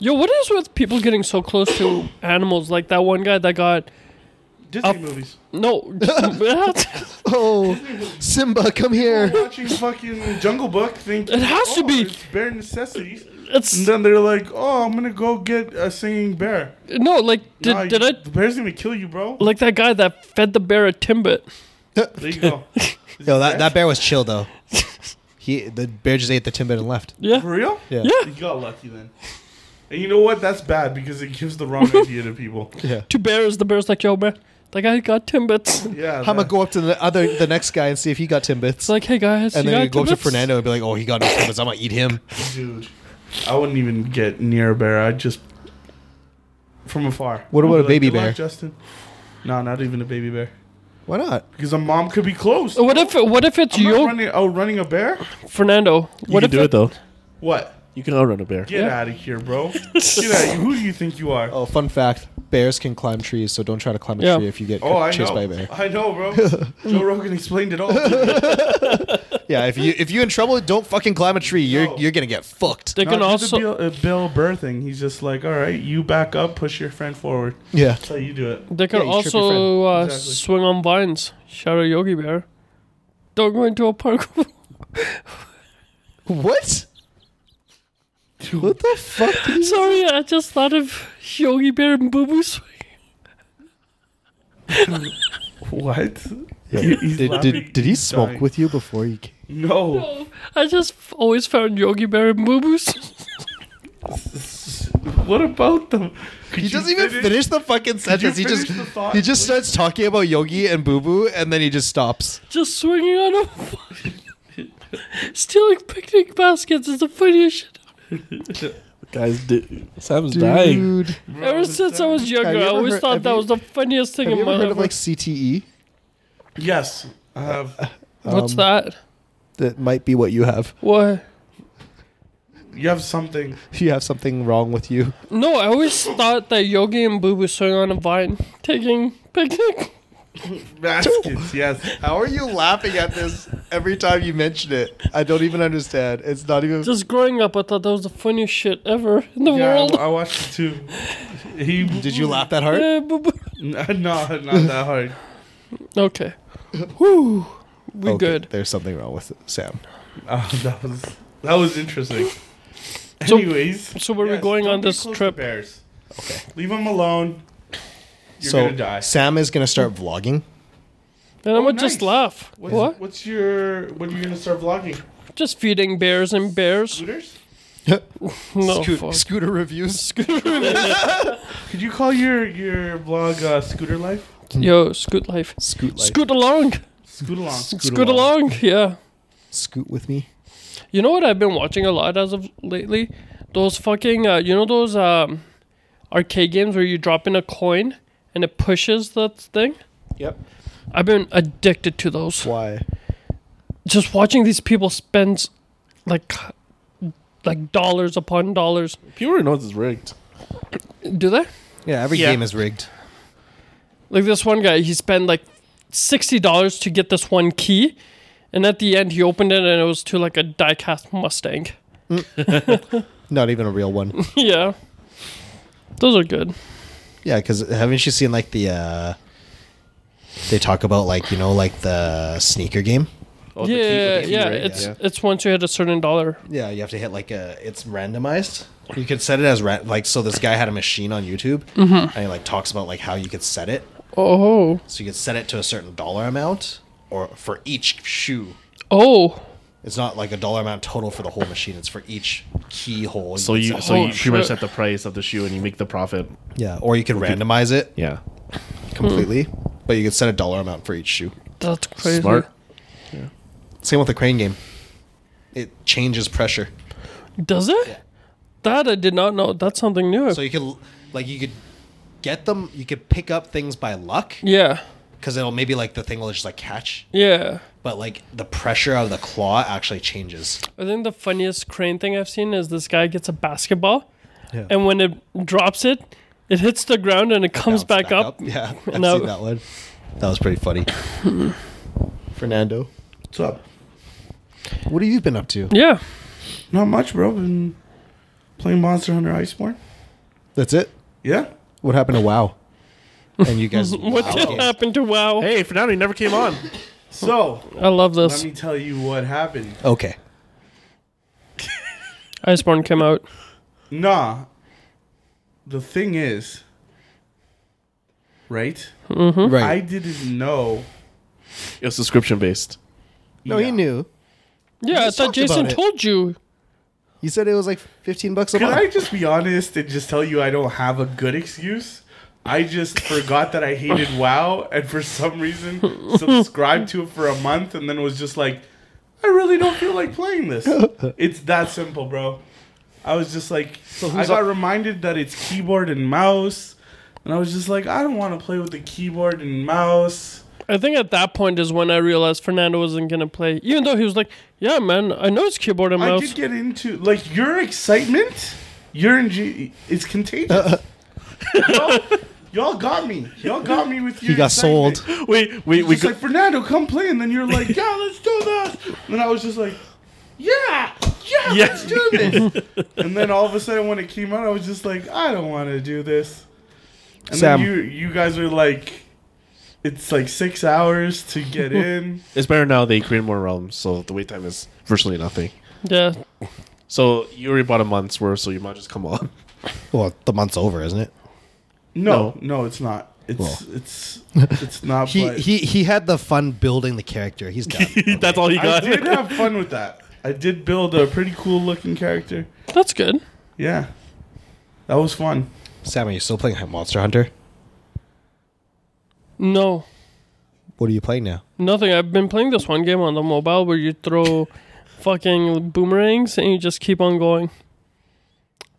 Speaker 2: Yo, what is with people getting so close to animals? Like that one guy that got
Speaker 3: Disney
Speaker 2: Uh,
Speaker 3: movies.
Speaker 2: no. it has-
Speaker 1: oh, Simba, come here.
Speaker 3: We're watching fucking Jungle Book. Think
Speaker 2: It has to be-
Speaker 3: It's bare necessities. And
Speaker 2: It's
Speaker 3: then they're like, "Oh, I'm gonna go get a singing bear."
Speaker 2: no. Like did
Speaker 3: Nah,
Speaker 2: did
Speaker 3: you-
Speaker 2: I
Speaker 3: The bear's gonna kill you, bro.
Speaker 2: like that guy that fed the bear a timbit?
Speaker 3: There you go.
Speaker 1: Yo, that, that bear was chill though. He the bear just ate the timbit and left.
Speaker 2: Yeah.
Speaker 3: for real?
Speaker 1: Yeah.
Speaker 2: Yeah.
Speaker 3: You got lucky then. And you know what? That's bad because it gives the wrong idea to people.
Speaker 1: Yeah.
Speaker 2: Two bears. The bear's like, yo, man, that guy got timbits.
Speaker 3: Yeah.
Speaker 1: I'm gonna
Speaker 3: that-
Speaker 1: go up to the other the next guy and see if he got
Speaker 2: It's
Speaker 1: timbits,
Speaker 2: like, hey guys,
Speaker 1: and
Speaker 2: you
Speaker 1: then
Speaker 2: got
Speaker 1: you go up to
Speaker 2: timbits?
Speaker 1: Fernando and be like, "Oh, he got no timbits. I'm gonna eat him."
Speaker 3: dude. I wouldn't even get near a bear. I'd just from afar.
Speaker 1: What
Speaker 3: I'd
Speaker 1: about
Speaker 3: be
Speaker 1: a baby
Speaker 3: "Good luck,
Speaker 1: bear?"
Speaker 3: Justin. No, not even a baby bear.
Speaker 1: Why not?
Speaker 3: Because a mom could be close.
Speaker 2: What if what if it's
Speaker 3: I'm not
Speaker 2: yo,
Speaker 3: running out running a bear?
Speaker 2: Fernando?
Speaker 4: You
Speaker 2: What
Speaker 4: can
Speaker 2: if
Speaker 4: do it though.
Speaker 3: What?
Speaker 4: You can outrun a bear.
Speaker 3: Get
Speaker 2: Yeah.
Speaker 3: out of here, bro. Get out of here. Who do you think you are?
Speaker 1: Oh, fun fact: bears can climb trees, so don't try to climb a
Speaker 2: Yeah.
Speaker 1: tree if you get
Speaker 3: Oh, I
Speaker 1: chased
Speaker 3: know.
Speaker 1: by a bear.
Speaker 3: I know, bro. Joe Rogan explained it all. No,
Speaker 1: Yeah, if you if you in trouble, don't fucking climb a tree. You're
Speaker 3: No.
Speaker 1: you're gonna get fucked.
Speaker 2: They can
Speaker 3: it's
Speaker 2: also
Speaker 3: a Bill, a Bill Burr thing. He's just like, all right, you back up, push your friend forward.
Speaker 1: Yeah.
Speaker 3: That's how you do it.
Speaker 2: They can
Speaker 1: Yeah, you trip your
Speaker 2: also uh,
Speaker 3: Exactly.
Speaker 2: swing on vines. Shout out Yogi Bear. Don't go into a park.
Speaker 1: What? What the fuck? did you-
Speaker 2: Sorry, I just thought of Yogi Bear and Boo Boo Swing.
Speaker 3: What? he's
Speaker 1: Did,
Speaker 3: laughing.
Speaker 1: did, did he
Speaker 3: He's
Speaker 1: smoke
Speaker 3: dying.
Speaker 1: with you before you came?
Speaker 3: No.
Speaker 2: I just f- always found Yogi Bear and Boo Boo's.
Speaker 3: What about them? Could
Speaker 1: He
Speaker 3: you
Speaker 1: doesn't even finish the fucking sentence. He
Speaker 3: finish
Speaker 1: just
Speaker 3: the thought,
Speaker 1: he just
Speaker 3: please?
Speaker 1: starts talking about Yogi and Boo Boo, and then he just stops.
Speaker 2: just swinging on a vine. Stealing picnic baskets is the funniest shit.
Speaker 4: Guys, di- Sam's dying.
Speaker 2: Ever since I was younger,
Speaker 1: you
Speaker 2: I
Speaker 1: ever
Speaker 2: always
Speaker 1: heard-
Speaker 2: thought
Speaker 1: have
Speaker 2: that
Speaker 1: you-
Speaker 2: was the funniest thing
Speaker 1: Have you
Speaker 2: in my
Speaker 1: ever heard
Speaker 2: life.
Speaker 1: of like E? CTE?
Speaker 3: Yes. I have.
Speaker 2: What's
Speaker 1: um,
Speaker 2: that?
Speaker 1: That might be what you have.
Speaker 2: What?
Speaker 3: You have something.
Speaker 1: You have something wrong with you.
Speaker 2: No, I always thought that Yogi and Boo Boo swing on a vine, taking picnic.
Speaker 3: Baskets, yes.
Speaker 1: How are you laughing at this every time you mention it? I don't even understand. It's not even.
Speaker 2: Just growing up, I thought that was the funniest shit ever in the
Speaker 3: Yeah,
Speaker 2: world.
Speaker 3: I, I watched it too. He
Speaker 1: Did you laugh that hard?
Speaker 2: Eh, boo boo.
Speaker 3: No, not that hard.
Speaker 2: Okay. Whew. We
Speaker 1: Okay,
Speaker 2: good.
Speaker 1: There's something wrong with Sam.
Speaker 3: Uh, that was that was interesting.
Speaker 2: So-
Speaker 3: Anyways,
Speaker 2: So where are we
Speaker 3: yes,
Speaker 2: going
Speaker 3: don't
Speaker 2: on
Speaker 3: be
Speaker 2: this
Speaker 3: close to
Speaker 2: trip?
Speaker 3: Bears. Okay, leave them alone. You're
Speaker 1: so
Speaker 3: gonna die.
Speaker 1: Sam is gonna start vlogging.
Speaker 2: Then I'm
Speaker 3: Oh,
Speaker 2: gonna just
Speaker 3: nice.
Speaker 2: laugh.
Speaker 3: What's,
Speaker 2: What?
Speaker 3: What's your? When are you gonna start vlogging?
Speaker 2: Just feeding bears and bears.
Speaker 3: Scooters?
Speaker 2: No.
Speaker 1: Scoot-
Speaker 2: fuck.
Speaker 1: scooter reviews.
Speaker 3: Could you call your your vlog uh, Scooter Life?
Speaker 2: Yo, scoot life.
Speaker 1: Scoot life.
Speaker 2: Scoot along.
Speaker 3: Scoot along.
Speaker 2: Scoot, along. Yeah.
Speaker 1: Scoot with me.
Speaker 2: You know what I've been watching a lot as of lately? Those fucking uh, you know those um arcade games where you drop in a coin and it pushes that thing?
Speaker 1: Yep.
Speaker 2: I've been addicted to those.
Speaker 1: Why?
Speaker 2: just watching these people spend like like dollars upon dollars.
Speaker 4: People already know this is rigged.
Speaker 2: Do they?
Speaker 1: Yeah, every
Speaker 3: Yeah.
Speaker 1: game is rigged.
Speaker 2: Like this one guy, he spent like sixty dollars to get this one key, and at the end he opened it and it was to like a diecast Mustang.
Speaker 1: Not even a real one.
Speaker 2: yeah, those are good.
Speaker 1: Yeah, because haven't you seen like the uh they talk about like you know like the sneaker game?
Speaker 4: Oh, the key-
Speaker 2: yeah,
Speaker 4: the key
Speaker 2: yeah.
Speaker 4: ring,
Speaker 2: It's
Speaker 4: yeah.
Speaker 2: it's once you hit a certain dollar.
Speaker 1: Yeah, you have to hit like a. It's randomized. You could set it as ra- like so. This guy had a machine on YouTube, and he like talks about like how you could set it.
Speaker 2: Oh,
Speaker 1: So you could set it to a certain dollar amount, or for each shoe.
Speaker 2: oh,
Speaker 1: It's not like a dollar amount total for the whole machine. It's for each keyhole.
Speaker 4: So you
Speaker 1: could
Speaker 4: so
Speaker 1: set-
Speaker 4: you
Speaker 2: Holy
Speaker 4: pretty much
Speaker 2: shit.
Speaker 4: set the price of the shoe and you make the profit.
Speaker 1: yeah, or you could randomize it
Speaker 4: Yeah.
Speaker 1: completely, but you could set a dollar amount for each shoe.
Speaker 2: that's crazy.
Speaker 4: Smart.
Speaker 1: Same with the crane game. It changes pressure.
Speaker 2: Does it? That I did not know. That's something new.
Speaker 1: So you could like you could get them. You could pick up things by luck
Speaker 2: yeah,
Speaker 1: because it'll maybe like the thing will just like catch,
Speaker 2: yeah.
Speaker 1: but like the pressure of the claw actually changes.
Speaker 2: I think the funniest crane thing I've seen is this guy gets a basketball
Speaker 1: Yeah.
Speaker 2: and when it drops it, it hits the ground and it comes
Speaker 1: Bounce
Speaker 2: back, up.
Speaker 1: Yeah, I've
Speaker 2: No.
Speaker 1: seen that one. That was pretty funny. Fernando,
Speaker 3: What's up?
Speaker 1: what have you been up to?
Speaker 2: Yeah.
Speaker 3: Not much, bro. Been playing Monster Hunter Iceborne.
Speaker 1: That's it.
Speaker 3: Yeah.
Speaker 1: What happened to WoW? And you guys,
Speaker 2: What
Speaker 1: wow,
Speaker 2: did
Speaker 1: okay.
Speaker 2: happen to WoW?
Speaker 4: Hey, Fernando, you never came on.
Speaker 3: So
Speaker 2: I love
Speaker 3: let
Speaker 2: this.
Speaker 3: me tell you what happened.
Speaker 1: Okay,
Speaker 2: Iceborne came out.
Speaker 3: Nah. The thing is, right?
Speaker 1: right.
Speaker 3: I didn't know.
Speaker 4: It was subscription based.
Speaker 1: no, he
Speaker 3: Yeah.
Speaker 1: knew.
Speaker 2: Yeah, I
Speaker 1: just
Speaker 2: thought
Speaker 1: talked about
Speaker 2: Jason
Speaker 1: it.
Speaker 2: told you.
Speaker 1: You said it was like fifteen bucks a
Speaker 3: Can I
Speaker 1: month.
Speaker 3: just be honest and just tell you I don't have a good excuse? I just forgot that I hated WoW and for some reason subscribed to it for a month and then was just like, I really don't feel like playing this. It's that simple, bro. I was just like, I
Speaker 1: who's
Speaker 3: got
Speaker 1: up-
Speaker 3: reminded that it's keyboard and mouse, and I was just like, I don't want to play with the keyboard and mouse.
Speaker 2: I think at that point is when I realized Fernando wasn't gonna play, even though he was like, "Yeah, man, I know it's keyboard and
Speaker 3: I
Speaker 2: mouse."
Speaker 3: did get into like your excitement. Your in- it's
Speaker 1: Uh,
Speaker 3: contagious. y'all, y'all got me. Y'all got me with your.
Speaker 1: He got
Speaker 3: excitement.
Speaker 1: sold.
Speaker 4: Wait, we
Speaker 3: It's
Speaker 4: we
Speaker 3: just
Speaker 4: go-
Speaker 3: like Fernando, come play, and then you're like, yeah, let's do this. And I was just like, yeah, yeah,
Speaker 4: Yeah.
Speaker 3: let's do this. and then all of a sudden, when it came out, I was just like, I don't want to do this. And
Speaker 1: Sam.
Speaker 3: then you you guys were like, it's like six hours to get in.
Speaker 4: it's better now. They create more realms, so the wait time is virtually nothing.
Speaker 2: yeah,
Speaker 4: So you already bought a month's worth, so you might just come on.
Speaker 1: Well, the month's over, isn't it?
Speaker 3: No, no, it's not. It's it's it's not.
Speaker 1: He
Speaker 3: but-
Speaker 1: he he had the fun building the character. He's done.
Speaker 4: That's all you
Speaker 3: I
Speaker 4: got.
Speaker 3: did have fun with that. I did build a pretty cool looking character.
Speaker 2: that's good.
Speaker 3: Yeah. That was fun.
Speaker 1: Sam, are you still playing Monster Hunter?
Speaker 2: No,
Speaker 1: What are you playing now?
Speaker 2: nothing. I've been playing this one game on the mobile where you throw fucking boomerangs and you just keep on going.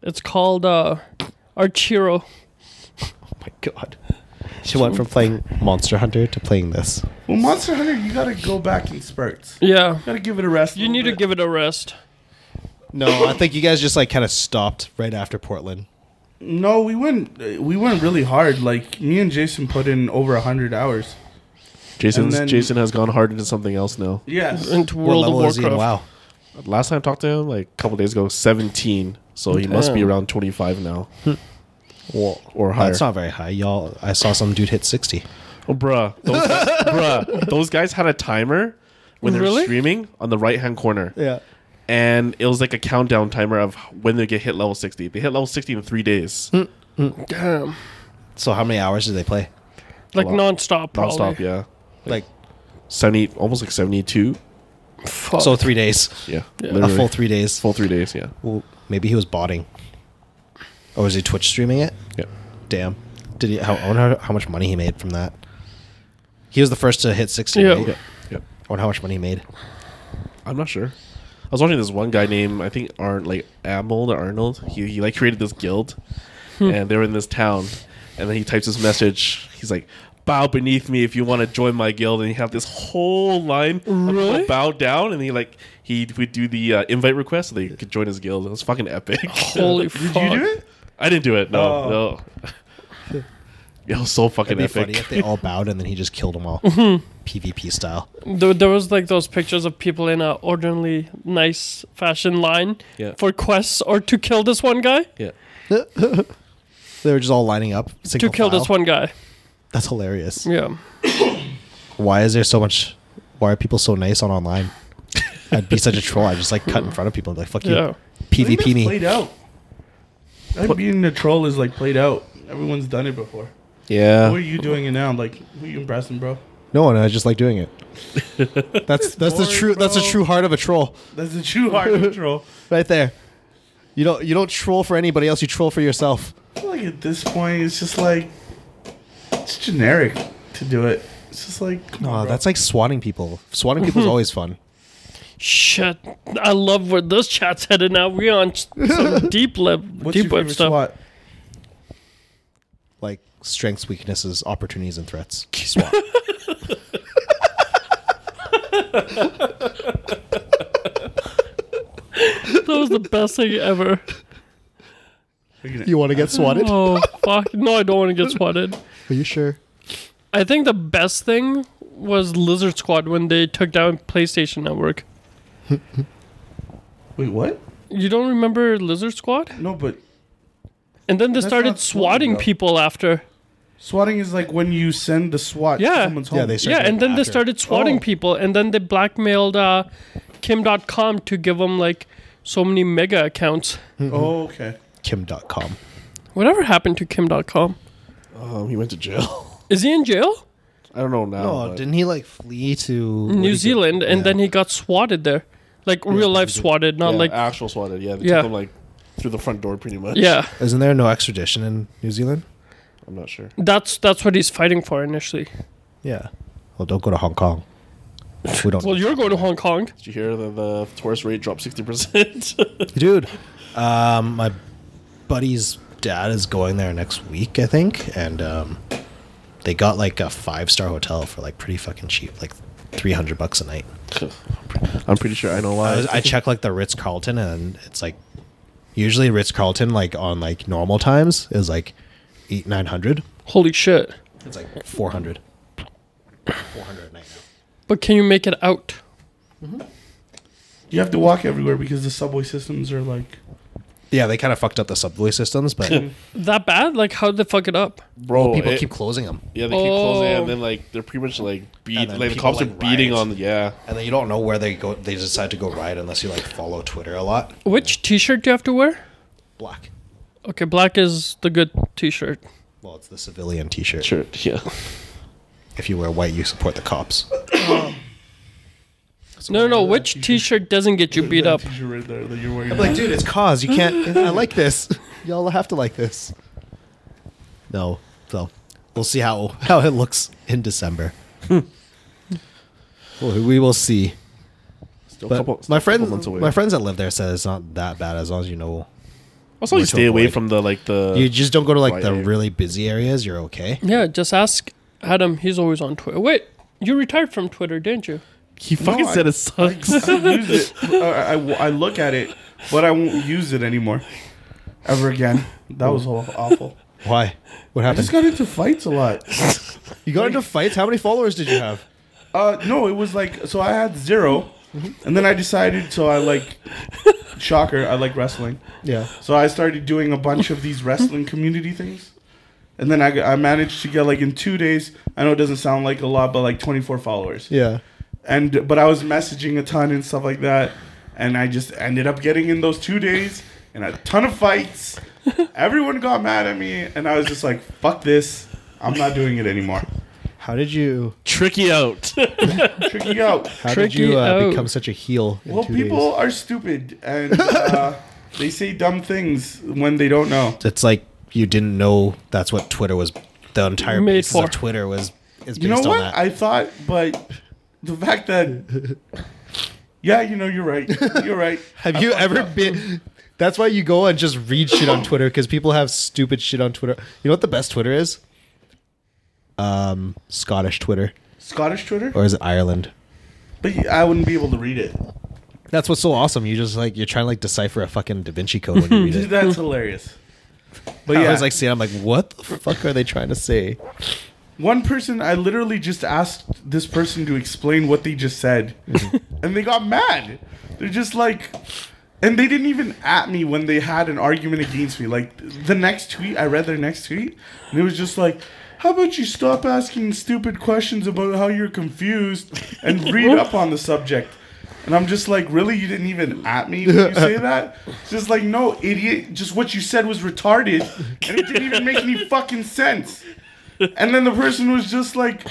Speaker 2: It's called uh, Archero.
Speaker 1: Oh my god. She went from playing Monster Hunter to playing this.
Speaker 3: Well, Monster Hunter, you gotta go back in spurts. You
Speaker 2: Yeah,
Speaker 3: gotta give it a rest. a
Speaker 2: you
Speaker 3: little
Speaker 2: need to
Speaker 3: bit.
Speaker 2: give it a rest.
Speaker 1: No, I think you guys just like kind of stopped right after Portland.
Speaker 3: No, we went. uh, We went really hard. Like me and Jason put in over hundred hours.
Speaker 4: Jason's,
Speaker 3: And then-
Speaker 4: Jason has gone hard into something else now.
Speaker 3: Yes.
Speaker 2: Into World of Warcraft.
Speaker 1: Wow.
Speaker 4: Last time I talked to him, like a couple days ago, 17. So he must be
Speaker 2: Damn.
Speaker 4: around 25 now.
Speaker 1: Well,
Speaker 4: Or higher.
Speaker 1: that's not very high, y'all. I saw some dude hit sixty.
Speaker 4: Oh, bruh. Those guys, bruh. Those guys had a timer when they were
Speaker 2: Really?
Speaker 4: streaming on the right hand corner.
Speaker 1: Yeah.
Speaker 4: And it was like a countdown timer of when they get hit level 60. They hit level 60 in three days.
Speaker 2: Damn,
Speaker 1: So how many hours did they play?
Speaker 2: like
Speaker 4: lot.
Speaker 2: nonstop, probably.
Speaker 4: Nonstop, yeah.
Speaker 1: Like
Speaker 4: 70, almost like 72.
Speaker 2: Fuck.
Speaker 1: so three days.
Speaker 4: Yeah.
Speaker 1: A
Speaker 4: Literally.
Speaker 1: full three days.
Speaker 4: full three days, yeah.
Speaker 1: Well, maybe he was botting. Or was he Twitch streaming it?
Speaker 4: Yeah.
Speaker 1: Damn. Did he? How, I wonder how, how much money he made from that. He was the first to hit sixty.
Speaker 2: Yeah.
Speaker 1: Right?
Speaker 2: Yeah.
Speaker 4: Yeah.
Speaker 1: I wonder how much money he made.
Speaker 4: I'm not sure. I was watching this one guy named I think Arnold, like Arnold or Arnold. He, he like created this guild, and they were in this town, and then he types this message. He's like, "Bow beneath me if you want to join my guild," and he had this whole line of people
Speaker 2: Really?
Speaker 4: bow down, and he like he would do the uh, invite request so they could join his guild. It was fucking epic.
Speaker 2: holy fuck.
Speaker 3: Did you do it?
Speaker 4: I didn't do it. No,
Speaker 3: Oh.
Speaker 4: no. It was so fucking
Speaker 1: It'd be
Speaker 4: epic.
Speaker 1: funny if they all bowed and then he just killed them all,
Speaker 2: Mm-hmm.
Speaker 1: PvP style.
Speaker 2: There, there was like those pictures of people in a ordinarily nice fashion line
Speaker 4: Yeah.
Speaker 2: for quests or to kill this one guy.
Speaker 4: yeah.
Speaker 1: They were just all lining up.
Speaker 2: To
Speaker 1: single
Speaker 2: kill
Speaker 1: file.
Speaker 2: this one guy.
Speaker 1: That's hilarious.
Speaker 2: Yeah.
Speaker 1: Why is there so much? Why are people so nice on online? I'd be such a troll. I would just like cut in front of people and be like, "Fuck
Speaker 2: Yeah.
Speaker 1: you,
Speaker 3: I think
Speaker 1: PvP
Speaker 3: that's
Speaker 1: me."
Speaker 3: Played out. Like being a troll is like played out. Everyone's done it before. Who are
Speaker 4: Yeah.
Speaker 3: you doing it now? Like who you impressing, bro?
Speaker 1: No one. I just like doing it. That's that's the
Speaker 3: boring,
Speaker 1: true. That's the
Speaker 3: bro.
Speaker 1: true heart of a troll,
Speaker 3: That's the true heart of a troll.
Speaker 1: right there. You don't you don't troll for anybody else. You troll for yourself.
Speaker 3: I feel like at this point, it's just like it's generic to do it. It's just like come
Speaker 1: Oh,
Speaker 3: on, bro.
Speaker 1: that's like swatting people. Swatting people is always fun.
Speaker 2: Shit. I love where this chat's headed now. We're on s- some deep, le-
Speaker 3: What's
Speaker 2: deep
Speaker 3: your
Speaker 2: web
Speaker 3: favorite
Speaker 2: stuff.
Speaker 3: SWAT?
Speaker 1: Like strengths, weaknesses, opportunities, and threats. SWAT.
Speaker 2: That was the best thing ever.
Speaker 1: You want to get swatted? Are
Speaker 2: Oh fuck! No, I don't want to get swatted.
Speaker 1: you sure?
Speaker 2: I think the best thing was Lizard Squad when they took down PlayStation Network.
Speaker 3: Wait, what?
Speaker 2: You don't remember Lizard Squad?
Speaker 3: No, but
Speaker 2: And then they
Speaker 3: That's
Speaker 2: started
Speaker 3: not swatting,
Speaker 2: swatting
Speaker 3: though.
Speaker 2: people after.
Speaker 3: swatting is like when you send the SWAT to
Speaker 2: Yeah.
Speaker 3: someone's home.
Speaker 1: Yeah, they
Speaker 2: yeah, and then they
Speaker 1: after.
Speaker 2: started swatting
Speaker 3: Oh.
Speaker 2: people, and then they blackmailed uh, Kim.com to give them like so many mega accounts.
Speaker 1: Mm-hmm.
Speaker 3: Oh, okay.
Speaker 1: Kim.com.
Speaker 2: Whatever happened to Kim.com?
Speaker 4: Um, he went to jail.
Speaker 2: Is he in jail?
Speaker 4: I don't know now.
Speaker 1: No,
Speaker 4: but-
Speaker 1: Oh, didn't he like flee to
Speaker 2: New Zealand, and then he got swatted there, like real life swatted, not
Speaker 4: yeah,
Speaker 2: like
Speaker 4: actual swatted. Yeah, they
Speaker 2: Yeah.
Speaker 4: took him like through the front door, pretty much.
Speaker 2: yeah.
Speaker 1: Isn't there no extradition in New Zealand?
Speaker 4: I'm not sure.
Speaker 2: That's that's what he's fighting for initially.
Speaker 1: Yeah. Well, don't go to Hong Kong. We don't.
Speaker 2: Well, you're going to Hong Kong.
Speaker 4: Did you hear that the tourist rate dropped sixty percent?
Speaker 1: dude. Um, my buddy's dad is going there next week, I think, and um, they got like a five star hotel for like pretty fucking cheap, like three hundred bucks a night.
Speaker 4: I'm pretty sure I know why.
Speaker 1: I, was- I checked like the Ritz Carlton, and it's like usually Ritz Carlton like on like normal times is like eight nine hundred.
Speaker 2: Holy shit!
Speaker 1: It's like four hundred. Four hundred a night.
Speaker 2: But can you make it out?
Speaker 3: You have to walk everywhere because the subway systems are like.
Speaker 1: Yeah, they kind of fucked up the subway systems, but
Speaker 2: That bad? Like how would they fuck it up?
Speaker 4: Bro,
Speaker 1: people
Speaker 4: it-
Speaker 1: keep closing them,
Speaker 4: yeah, they keep closing,
Speaker 2: Oh.
Speaker 4: and then like they're pretty much like beat,
Speaker 1: And then
Speaker 4: like the
Speaker 1: people,
Speaker 4: cops are
Speaker 1: like,
Speaker 4: beating
Speaker 1: riot.
Speaker 4: on. Yeah,
Speaker 1: and then you don't know where they go. They decide to go ride unless you like follow Twitter a lot.
Speaker 2: Which T-shirt do you have to wear?
Speaker 1: Black.
Speaker 2: Okay, black is the good T-shirt.
Speaker 1: Well, it's the civilian T-shirt.
Speaker 4: sure. Yeah,
Speaker 1: If you wear white, you support the cops.
Speaker 2: No, no, no. Which T-shirt doesn't get you beat
Speaker 3: that
Speaker 2: up?
Speaker 3: T-shirt right there that you're wearing.
Speaker 1: I'm like, dude, it's cause. You can't. I like this. Y'all have to like this. No, so we'll see how how it looks in December. Hmm. well, we will see.
Speaker 4: still
Speaker 1: But
Speaker 4: couple- still
Speaker 1: my
Speaker 4: a couple
Speaker 1: friends,
Speaker 4: months away.
Speaker 1: my friends that live there said it's not that bad as long as you know.
Speaker 4: Also, you
Speaker 1: Which
Speaker 4: stay away
Speaker 1: avoid.
Speaker 4: from the like the.
Speaker 1: You just don't go to like
Speaker 4: Right
Speaker 1: the
Speaker 4: here.
Speaker 1: really busy areas. You're okay.
Speaker 2: Yeah, just ask Adam. He's always on Twitter. Wait, you retired from Twitter, didn't you?
Speaker 4: he fucking
Speaker 3: No, I-
Speaker 4: said it sucks.
Speaker 3: I don't use it. I, I- I look at it, but I won't use it anymore, ever again. That was aw- awful.
Speaker 1: Why? What
Speaker 3: I just
Speaker 1: happened?
Speaker 3: got into fights a lot.
Speaker 1: you got into fights. How many followers did you have?
Speaker 3: Uh, no, it was like so I had 0 and then I decided so I like shocker I like wrestling,
Speaker 1: Yeah.
Speaker 3: so I started doing a bunch of these wrestling community things, and then I, g- I managed to get like in two days. I know it doesn't sound like a lot, but like 24 followers.
Speaker 1: Yeah.
Speaker 3: and but I was messaging a ton and stuff like that, and I just ended up getting in those two days and a ton of fights. Everyone got mad at me, and I was just like, "Fuck this! I'm not doing it anymore."
Speaker 1: How did you?
Speaker 4: Tricky out.
Speaker 3: Tricky out.
Speaker 1: How
Speaker 2: Tricky oh.
Speaker 1: did you uh,
Speaker 2: out.
Speaker 1: become such a heel? In
Speaker 3: Well,
Speaker 1: two
Speaker 3: people
Speaker 1: days?
Speaker 3: are stupid, and uh, they say dumb things when they don't know.
Speaker 1: It's like you didn't know that's what Twitter was. The entire
Speaker 2: Made
Speaker 1: basis
Speaker 2: for.
Speaker 1: of Twitter was is based
Speaker 3: You know
Speaker 1: on
Speaker 3: what?
Speaker 1: that.
Speaker 3: I thought, but the fact that. Yeah, you know, you're right. You're right.
Speaker 1: Have you ever been? That's why you go and just read shit on Twitter because people have stupid shit on Twitter. You know what the best Twitter is? Um, Scottish Twitter
Speaker 3: Scottish Twitter?
Speaker 1: or is it Ireland?
Speaker 3: But I wouldn't be able to read it.
Speaker 1: That's what's so awesome. You just like you're trying to like decipher a fucking Da Vinci Code when you read it.
Speaker 3: That's hilarious. But
Speaker 1: But yeah,
Speaker 3: yeah,
Speaker 1: I was like, seeing, I'm like, what the fuck are they trying to say?
Speaker 3: one person i literally just asked this person to explain what they just said and they got mad they're just like and they didn't even at me when they had an argument against me like the next tweet i read their next tweet and it was just like how about you stop asking stupid questions about how you're confused and read up on the subject and I'm just like, really? You didn't even at me when you say that? It's Just like, no, idiot. Just what you said was retarded, and it didn't even make any fucking sense. And then the person was just like,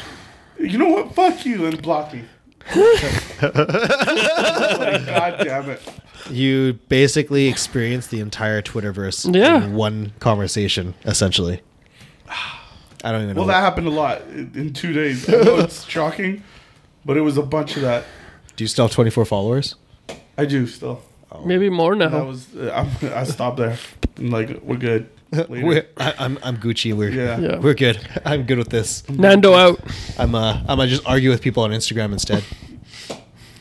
Speaker 3: you know what? Fuck you, and blocked me. like, God damn it.
Speaker 1: You basically experienced the entire Twitterverse
Speaker 2: Yeah.
Speaker 1: in one conversation, essentially. I don't even know.
Speaker 3: Well, that happened a lot in in two days. I know it's shocking, but it was a bunch of that.
Speaker 1: Do you still have 24 followers?
Speaker 3: I do still.
Speaker 2: Maybe more
Speaker 3: That
Speaker 1: Oh.
Speaker 2: now.
Speaker 3: was, uh, I'm, I stopped there. I'm like, we're good. Later.
Speaker 1: We're, I, I'm, I'm Gucci. We're,
Speaker 3: Yeah.
Speaker 2: Yeah.
Speaker 1: we're good. I'm good with this.
Speaker 2: Nando out.
Speaker 1: I'm uh, I'm gonna just argue with people on Instagram instead.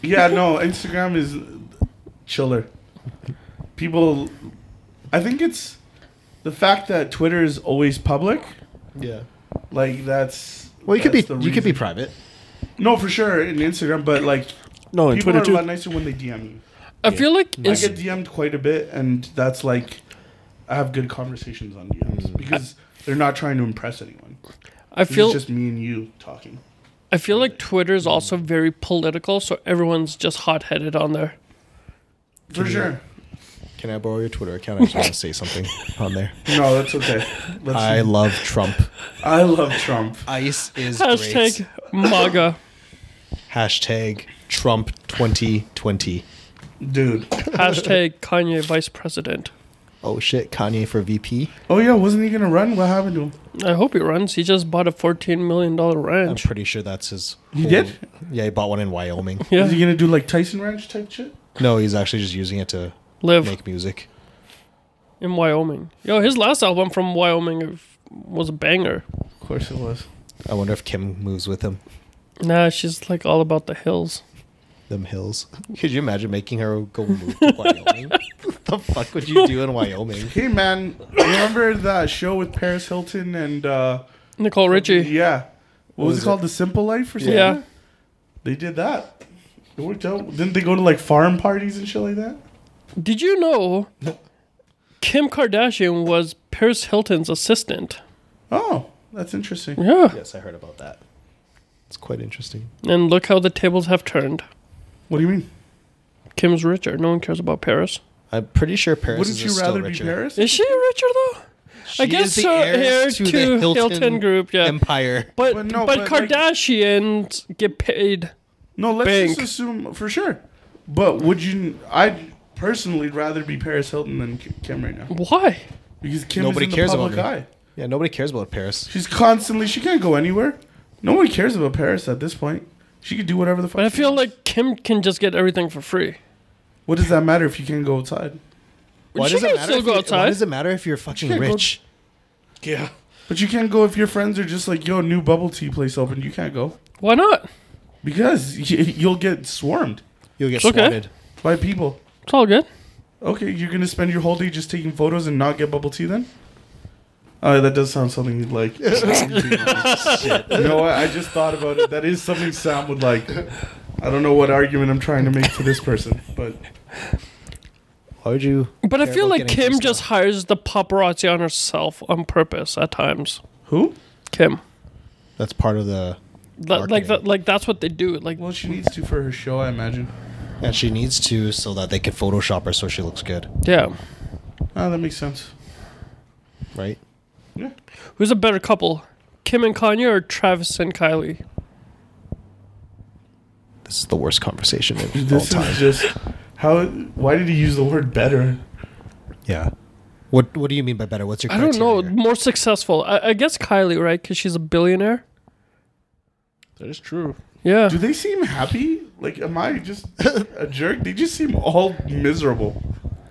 Speaker 3: Yeah, no, Instagram is chiller. People, I think it's the fact that Twitter is always public,
Speaker 1: Yeah.
Speaker 3: like that's
Speaker 1: Well, you could be
Speaker 3: that's
Speaker 1: you
Speaker 3: the
Speaker 1: could be
Speaker 3: reason.
Speaker 1: private.
Speaker 3: no for sure in Instagram, but like
Speaker 4: No, and
Speaker 3: people
Speaker 4: Oh, Twitter
Speaker 3: are
Speaker 4: too.
Speaker 3: a lot nicer when they DM you.
Speaker 2: I feel like
Speaker 3: I
Speaker 2: it's,
Speaker 3: get DM'd quite a bit, and that's like I have good conversations on DMs because they're not trying to impress anyone.
Speaker 2: I
Speaker 3: It's
Speaker 2: feel
Speaker 3: just me and you talking.
Speaker 2: I feel like Twitter is also very political, so everyone's just hot headed on there.
Speaker 3: For sure.
Speaker 1: Can I borrow your Twitter account? I just want to say something on there.
Speaker 3: No, that's okay. Let's,
Speaker 1: I
Speaker 3: I,
Speaker 1: love Trump.
Speaker 3: love Trump.
Speaker 1: Ice is
Speaker 2: Hashtag MAGA.
Speaker 1: Hashtag Trump 2020.
Speaker 3: Dude.
Speaker 2: Hashtag Kanye Vice President.
Speaker 1: Oh shit, Kanye for VP.
Speaker 3: Oh, yeah, wasn't he going to run? What happened to him?
Speaker 2: I hope he runs. He just bought a fourteen million dollar
Speaker 1: I'm
Speaker 2: ranch.
Speaker 1: pretty sure that's his.
Speaker 3: He did?
Speaker 1: Yeah, he bought one in Wyoming.
Speaker 3: Is he
Speaker 2: Yeah,
Speaker 3: going to do like Tyson Ranch type shit?
Speaker 1: No, he's actually just using it to
Speaker 2: live
Speaker 1: make music.
Speaker 2: in Wyoming. Yo, his last album from Wyoming was a banger.
Speaker 3: Of course it was.
Speaker 1: I wonder if Kim moves with him.
Speaker 2: Nah, she's like all about the hills.
Speaker 1: Them hills. Could you imagine making her go move to Wyoming? the fuck would you do in Wyoming?
Speaker 3: Hey, man, remember that show with Paris Hilton and, uh,
Speaker 2: Nicole Richie.
Speaker 3: yeah. What, was,
Speaker 1: was
Speaker 3: it
Speaker 1: it?
Speaker 3: called? The Simple Life or
Speaker 2: Yeah.
Speaker 3: something? They did that. It worked out. Didn't they go to like farm parties and shit like that?
Speaker 2: Did you know Kim Kardashian was Paris Hilton's assistant?
Speaker 3: Oh, that's interesting.
Speaker 2: Yeah.
Speaker 1: Yes, I heard about that. It's quite interesting.
Speaker 2: And look how the tables have turned.
Speaker 3: What do you mean?
Speaker 2: Kim's richer. No one cares about Paris.
Speaker 1: I'm pretty sure Paris
Speaker 3: Wouldn't
Speaker 1: is
Speaker 3: you
Speaker 1: still
Speaker 3: rather
Speaker 1: richer.
Speaker 3: be Paris?
Speaker 2: Is she richer though?
Speaker 1: She
Speaker 2: I guess
Speaker 1: is the
Speaker 2: so. Heir
Speaker 1: heiress
Speaker 2: to, the Hilton, Group. Yeah.
Speaker 1: Empire.
Speaker 2: but
Speaker 3: But
Speaker 2: but,
Speaker 3: no, but, like-
Speaker 2: Kardashians get paid.
Speaker 3: No, let's
Speaker 2: Bank.
Speaker 3: just assume for sure. But would you? I'd personally rather be Paris Hilton than Ki- Kim right now
Speaker 2: Why?
Speaker 3: because Kim
Speaker 1: Nobody
Speaker 3: is in
Speaker 1: cares
Speaker 3: the
Speaker 1: about
Speaker 3: public
Speaker 1: me.
Speaker 3: eye.
Speaker 1: Yeah, nobody cares about Paris.
Speaker 3: She's constantly. She can't go anywhere. No one cares about Paris at this point. She could do whatever the fuck.
Speaker 2: But I
Speaker 3: she
Speaker 2: feel
Speaker 3: wants.
Speaker 2: like Kim can just get everything for free.
Speaker 3: What does that matter if you can't go outside?
Speaker 1: Why
Speaker 2: She
Speaker 1: does, it
Speaker 2: can
Speaker 1: matter
Speaker 2: still
Speaker 1: if
Speaker 2: go
Speaker 1: you-
Speaker 2: outside.
Speaker 1: why does it matter if you're fucking
Speaker 3: can't go-
Speaker 1: rich?
Speaker 4: yeah.
Speaker 3: But you can't go if your friends are just like, "Yo, new bubble tea place open." You can't go
Speaker 2: Why not?
Speaker 3: because y- you'll get swarmed
Speaker 1: You'll get
Speaker 2: Okay.
Speaker 1: swatted.
Speaker 3: by people.
Speaker 2: It's all good.
Speaker 3: Okay, you're gonna spend your whole day just taking photos and not get bubble tea then? Uh, that does sound something you'd like. you know what? I just thought about it. That is something Sam would like. I don't know what argument I'm trying to make to this person, but
Speaker 1: Why would you?
Speaker 2: But I
Speaker 1: care
Speaker 2: feel
Speaker 1: about
Speaker 2: like
Speaker 1: getting
Speaker 2: Kim
Speaker 1: some
Speaker 2: just
Speaker 1: stuff?
Speaker 2: hires the paparazzi on herself on purpose at times.
Speaker 3: who?
Speaker 2: Kim,
Speaker 1: That's part of the.
Speaker 2: That- like
Speaker 1: Marketing.
Speaker 2: that, like that's what they do. Like
Speaker 3: Well, she needs to for her show, I imagine.
Speaker 1: And she needs to so that they can Photoshop her so she looks good,
Speaker 2: yeah,
Speaker 3: Ah, that makes sense.
Speaker 1: right?
Speaker 3: Yeah.
Speaker 2: who's a better couple, Kim and Kanye or Travis and Kylie?
Speaker 1: This is the worst conversation of all
Speaker 3: This
Speaker 1: time.
Speaker 3: is just how. Why did he use the word better?
Speaker 1: yeah. What What do you mean by better? What's your?
Speaker 2: I don't know.
Speaker 1: criteria?
Speaker 2: More successful, I, I guess Kylie, right? Because she's a billionaire.
Speaker 4: That is true.
Speaker 2: Yeah,
Speaker 3: Do they seem happy? Like, am I just a jerk? They just seem all miserable.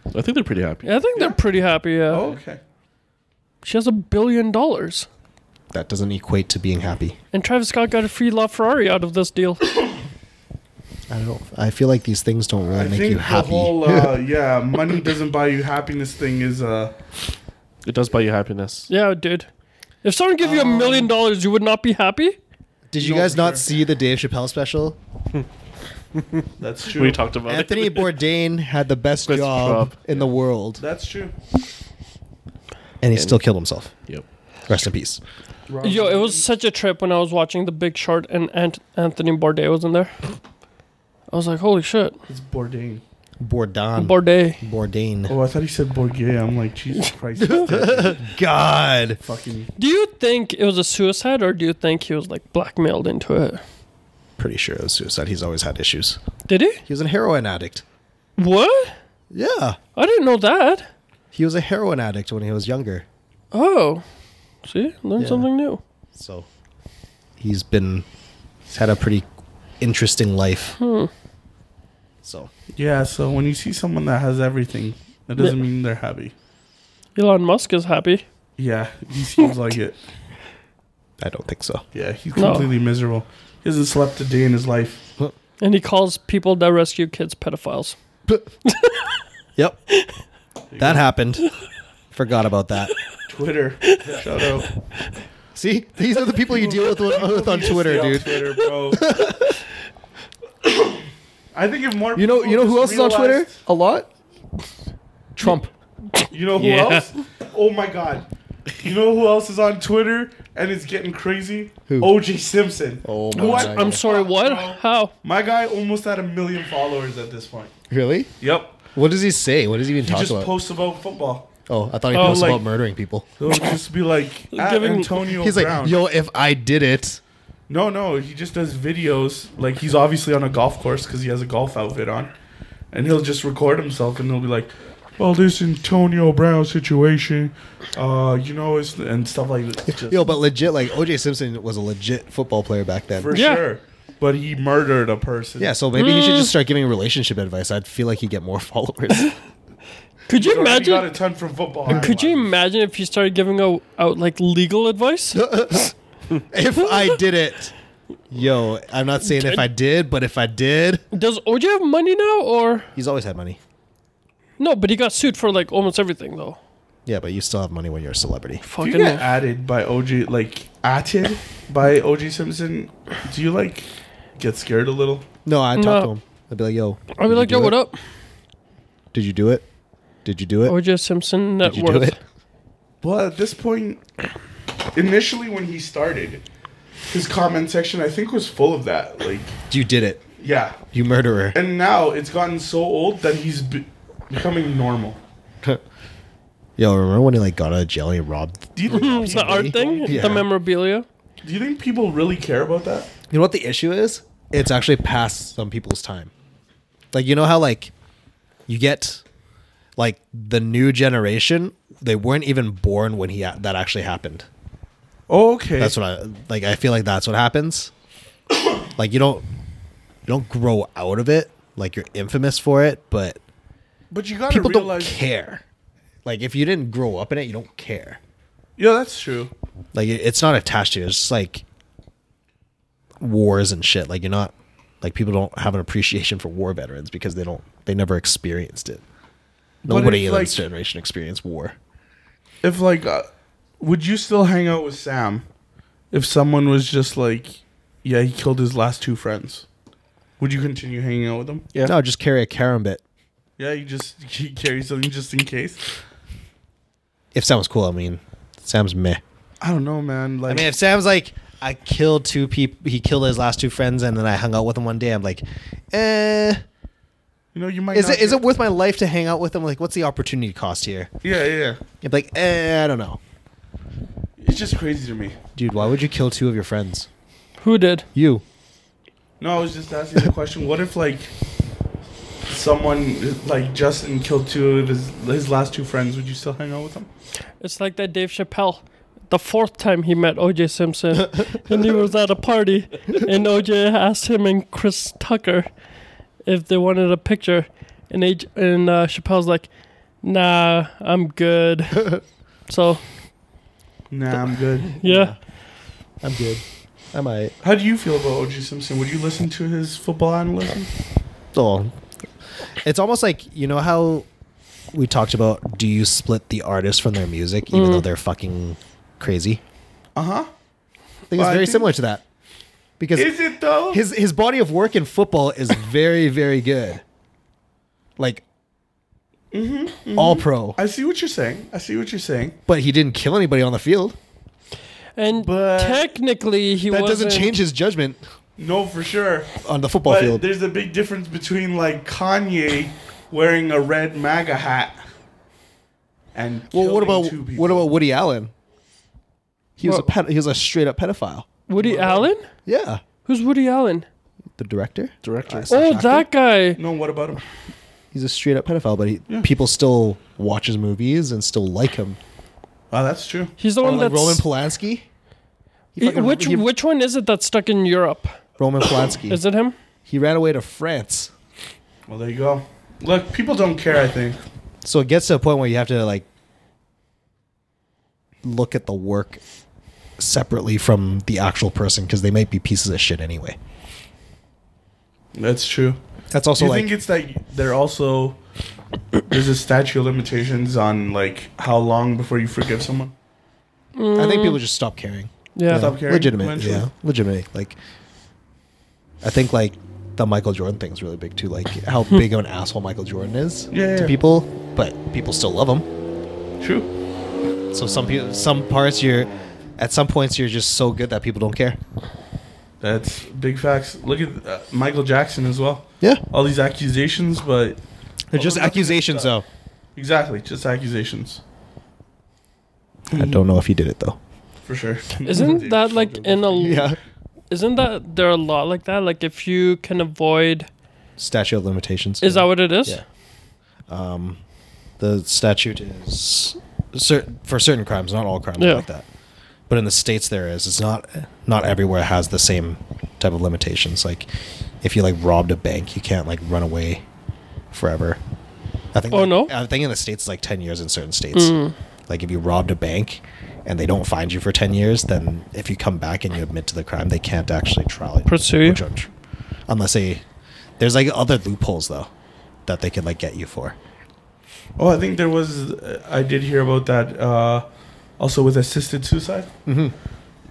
Speaker 4: I think they're pretty happy.
Speaker 2: I think they're pretty happy. Yeah,
Speaker 3: Oh, okay.
Speaker 2: she has a billion dollars,
Speaker 1: That doesn't equate to being happy.
Speaker 2: and Travis Scott got a free LaFerrari out of this deal.
Speaker 1: I don't. I feel like these things don't really
Speaker 3: I
Speaker 1: make
Speaker 3: think
Speaker 1: you happy.
Speaker 3: the whole uh, yeah, money doesn't buy you happiness thing is uh
Speaker 4: It does buy you happiness.
Speaker 2: yeah, dude. If someone gave you a million dollars, you would not be happy.
Speaker 1: Did you
Speaker 3: No,
Speaker 1: guys
Speaker 3: for
Speaker 1: not
Speaker 3: sure.
Speaker 1: see the Dave Chappelle special?
Speaker 3: that's true.
Speaker 4: We talked about
Speaker 1: Anthony
Speaker 4: it.
Speaker 1: Bourdain had the best
Speaker 4: Best
Speaker 1: job
Speaker 4: job.
Speaker 1: in the world,
Speaker 3: that's true.
Speaker 1: and he still killed himself.
Speaker 4: Yep.
Speaker 1: Rest in peace.
Speaker 2: Yo, it was such a trip when I was watching The Big Short and Ant- Anthony Bourdain was in there. I was like, holy shit,
Speaker 3: It's Bourdain.
Speaker 1: Bourdain.
Speaker 2: Bourdain.
Speaker 1: Bourdain.
Speaker 3: Oh, I thought he said Bourget. I'm like Jesus Christ. he's dead.
Speaker 1: God.
Speaker 3: Fucking.
Speaker 2: Do you think it was a suicide or do you think he was like blackmailed into it?
Speaker 1: Pretty sure it was suicide. He's always had issues.
Speaker 2: Did he?
Speaker 1: He was a heroin addict.
Speaker 2: What?
Speaker 1: Yeah.
Speaker 2: I didn't know that.
Speaker 1: He was a heroin addict when he was younger.
Speaker 2: Oh, see, learn
Speaker 1: Yeah.
Speaker 2: something new.
Speaker 1: So he's been he's had a pretty interesting life. So
Speaker 3: Yeah. So when you see someone that has everything, that doesn't mean they're happy.
Speaker 2: Elon Musk is happy.
Speaker 3: Yeah, he seems like it.
Speaker 1: I don't think so.
Speaker 3: Yeah, he's
Speaker 2: No.
Speaker 3: completely miserable. He hasn't slept a day in his life.
Speaker 2: And he calls people that rescue kids pedophiles.
Speaker 1: yep. That happened. Forgot about that.
Speaker 3: Twitter. Shout out.
Speaker 1: See, these are the people you deal with, with on Twitter,
Speaker 3: Stay
Speaker 1: dude.
Speaker 3: off Twitter, bro. I think if more
Speaker 1: You know,
Speaker 3: people
Speaker 1: you know
Speaker 3: just
Speaker 1: who else is on Twitter
Speaker 3: realized-
Speaker 1: a lot? Trump.
Speaker 3: You know who
Speaker 2: Yeah.
Speaker 3: else? Oh my god. You know who else is on Twitter and it's getting crazy?
Speaker 1: Who?
Speaker 3: OJ Simpson.
Speaker 1: Oh my
Speaker 3: What?
Speaker 1: God.
Speaker 2: I'm sorry, what? How?
Speaker 3: My guy almost had a million followers at this point.
Speaker 1: Really?
Speaker 3: Yep.
Speaker 1: What does he say? What does he even
Speaker 3: He
Speaker 1: talk
Speaker 3: just
Speaker 1: about?
Speaker 3: posts about football.
Speaker 1: oh, I thought he
Speaker 2: Oh,
Speaker 1: posted
Speaker 3: like-
Speaker 1: about murdering people.
Speaker 3: He'll just be like at
Speaker 2: Giving-
Speaker 3: Antonio
Speaker 1: He's like,
Speaker 3: Brown.
Speaker 1: yo, if I did it,
Speaker 3: No, no, he just does videos. Like he's obviously on a golf course because he has a golf outfit on, and he'll just record himself and he'll be like, "Well, this Antonio Brown situation, uh, you know, it's and stuff like that." Just-
Speaker 1: yo, but legit, like OJ Simpson was a legit football player back then.
Speaker 3: for
Speaker 2: Yeah.
Speaker 3: sure. But he murdered a person.
Speaker 1: yeah, so maybe he should
Speaker 2: Mm.
Speaker 1: just start giving relationship advice. I'd feel like he'd get more followers.
Speaker 2: Could you
Speaker 3: He's already
Speaker 2: imagine?
Speaker 3: got a ton from football.
Speaker 2: Could you imagine if you started giving out, out like legal advice?
Speaker 1: if I did it, yo, I'm not saying if I did, but if I did,
Speaker 2: Does OJ have money now or
Speaker 1: he's always had money.
Speaker 2: no? But he got sued for like almost everything though.
Speaker 1: Yeah, but you still have money when you're a celebrity.
Speaker 3: If you
Speaker 2: Fucking
Speaker 3: get added by OJ, like added by OJ Simpson, do you like get scared a little?
Speaker 1: No, I talk
Speaker 2: No.
Speaker 1: to him. I'd be like, yo,
Speaker 2: I'll be
Speaker 1: did
Speaker 2: like,
Speaker 1: you
Speaker 2: yo,
Speaker 1: do
Speaker 2: what
Speaker 1: it?
Speaker 2: up? Oh,
Speaker 1: Did you do it? Did you do it?
Speaker 2: OJ Simpson net
Speaker 1: Did you do
Speaker 2: worth.
Speaker 1: it?
Speaker 3: Well, at this point, initially when he started, his comment section I think was full of that. Like,
Speaker 1: You did it.
Speaker 3: yeah.
Speaker 1: You murderer.
Speaker 3: And now it's gotten so old that he's be- becoming normal.
Speaker 1: Yo, remember when he like got out of jail and he robbed?
Speaker 3: Do you, think,
Speaker 2: The art thing,
Speaker 1: Yeah.
Speaker 2: the memorabilia.
Speaker 3: do you think people really care about that?
Speaker 1: You know what the issue is? It's actually past some people's time. Like you know how like you get like the new generation. They weren't even born when he that actually happened.
Speaker 3: Oh, okay.
Speaker 1: That's what I like. I feel like that's what happens. like you don't you don't grow out of it. Like you're infamous for it, but
Speaker 3: but you gotta
Speaker 1: people don't
Speaker 3: realize.
Speaker 1: care. Like if you didn't grow up in it, you don't care.
Speaker 3: yeah, that's true.
Speaker 1: Like it, it's not attached to you. It's just like wars and shit. Like you're not like people don't have an appreciation for war veterans because they don't they never experienced it.
Speaker 3: But
Speaker 1: Nobody
Speaker 3: if,
Speaker 1: in
Speaker 3: like-
Speaker 1: this generation experienced war.
Speaker 3: If like, uh, would you still hang out with Sam if someone was just like, yeah, he killed his last two friends? Would you continue hanging out with him?
Speaker 4: Yeah.
Speaker 1: No, just carry a carambit.
Speaker 3: Yeah, you just you carry something just in case.
Speaker 1: If Sam's cool, I mean Sam's meh.
Speaker 3: I don't know, man. Like,
Speaker 1: I mean, if Sam's like, I killed two people, he killed his last two friends, and then I hung out with him one day. I'm like, eh,
Speaker 3: you know, you might.
Speaker 1: is
Speaker 3: not
Speaker 1: it is
Speaker 3: get-
Speaker 1: it worth my life to hang out with him? Like, what's the opportunity cost here?
Speaker 3: Yeah, yeah, yeah.
Speaker 1: You'd be like, eh, I don't know,
Speaker 3: It's just crazy to me.
Speaker 1: dude. Why would you kill two of your friends?
Speaker 2: Who did?
Speaker 1: You.
Speaker 3: No, I was just asking the question. What if like someone like Justin killed two of his his last two friends? Would you still hang out with them?
Speaker 2: It's like that Dave Chappelle. The fourth time he met OJ Simpson, and he was at a party, and OJ asked him and Chris Tucker if they wanted a picture, and they, and uh, Chappelle's like, "Nah, I'm good." so
Speaker 3: Nah, I'm good.
Speaker 2: yeah,
Speaker 1: I'm good. I might.
Speaker 3: How do you feel about OJ Simpson? Would you listen to his football analysis?
Speaker 1: Oh, it's almost like you know how we talked about. Do you split the artist from their music, even though they're fucking crazy?
Speaker 3: Uh huh.
Speaker 1: Uh-huh. I think
Speaker 3: Well, I
Speaker 1: it's very
Speaker 3: think-
Speaker 1: similar to that. Because
Speaker 3: Is it though?
Speaker 1: his his body of work in football is very very good. Like all pro,
Speaker 3: I see what you're saying. I see what you're saying.
Speaker 1: but he didn't kill anybody on the field.
Speaker 2: and
Speaker 3: But-
Speaker 2: technically he
Speaker 1: That doesn't
Speaker 2: wasn't-
Speaker 1: change his judgment
Speaker 3: No, for sure.
Speaker 1: on the football
Speaker 3: But
Speaker 1: field.
Speaker 3: there's a big difference between like Kanye wearing a red MAGA hat and
Speaker 1: Well, what
Speaker 3: killing
Speaker 1: about
Speaker 3: two people.
Speaker 1: what about Woody Allen? He was a
Speaker 2: Well-
Speaker 1: ped- he was a straight up pedophile.
Speaker 2: Woody Allen.
Speaker 1: Yeah,
Speaker 2: Who's Woody Allen?
Speaker 1: the director.
Speaker 4: Director.
Speaker 2: Oh,
Speaker 1: actor?
Speaker 2: that guy.
Speaker 3: no? What about him?
Speaker 1: He's a straight up pedophile, but he, people still watch his movies and still like him.
Speaker 3: Oh, that's true.
Speaker 2: He's the
Speaker 1: Or
Speaker 2: one
Speaker 1: like
Speaker 2: that's
Speaker 1: Roman Polanski. He
Speaker 2: Eh,
Speaker 1: fucking-
Speaker 2: which
Speaker 1: he-
Speaker 2: which one is it that's stuck in Europe?
Speaker 1: Roman Polanski?
Speaker 2: Is it him?
Speaker 1: he ran away to France.
Speaker 3: Well, there you go. Look, people don't care. I think.
Speaker 1: So it gets to a point where you have to like look at the work separately from the actual person because they might be pieces of shit anyway.
Speaker 3: That's true.
Speaker 1: That's
Speaker 3: Do
Speaker 1: also
Speaker 3: you
Speaker 1: like
Speaker 3: think it's like they're also there's a statute of limitations on like how long before you forgive someone?
Speaker 1: I think people just stop caring.
Speaker 2: Yeah.
Speaker 3: Stop caring
Speaker 1: Legitimate.
Speaker 3: eventually.
Speaker 1: Yeah. Legitimate. Like, I think like the Michael Jordan thing is really big too. Like how
Speaker 2: Hmm.
Speaker 1: big of an asshole Michael Jordan is
Speaker 3: Yeah,
Speaker 1: to
Speaker 3: yeah.
Speaker 1: people, but people still love him.
Speaker 3: True.
Speaker 1: So some people, some parts you're, at some points you're just so good that people don't care.
Speaker 3: That's big facts. Look at uh, Michael Jackson as well.
Speaker 1: Yeah.
Speaker 3: All these accusations, but
Speaker 1: They're just
Speaker 3: Well, nothing
Speaker 1: accusations
Speaker 3: is done.
Speaker 1: though.
Speaker 3: exactly, just accusations. Hmm.
Speaker 1: I don't know if he did it though.
Speaker 3: For sure.
Speaker 2: Isn't that like in a?
Speaker 1: Yeah.
Speaker 2: Isn't that there are a lot like that? Like if you can avoid,
Speaker 1: Statute of limitations.
Speaker 2: is that what it is?
Speaker 1: Yeah. um, the statute is cer- for certain crimes, not all crimes are
Speaker 2: Yeah.
Speaker 1: like that. But in the states, there is. It's not not everywhere has the same type of limitations. Like if you like robbed a bank, you can't like run away forever. I think.
Speaker 2: Oh,
Speaker 1: like-
Speaker 2: no? Hmm.
Speaker 1: I think in the states it's like ten years in certain states. Like if you robbed a bank and they don't find you for ten years, then if you come back and you admit to the crime, they can't actually trial you.
Speaker 2: Pursue you?
Speaker 1: Which I'm tr- Unless they, there's like other loopholes though, that they could like get you for.
Speaker 3: Oh, I think there was. uh, I did hear about that. Uh, also with assisted suicide,
Speaker 1: Mm-hmm.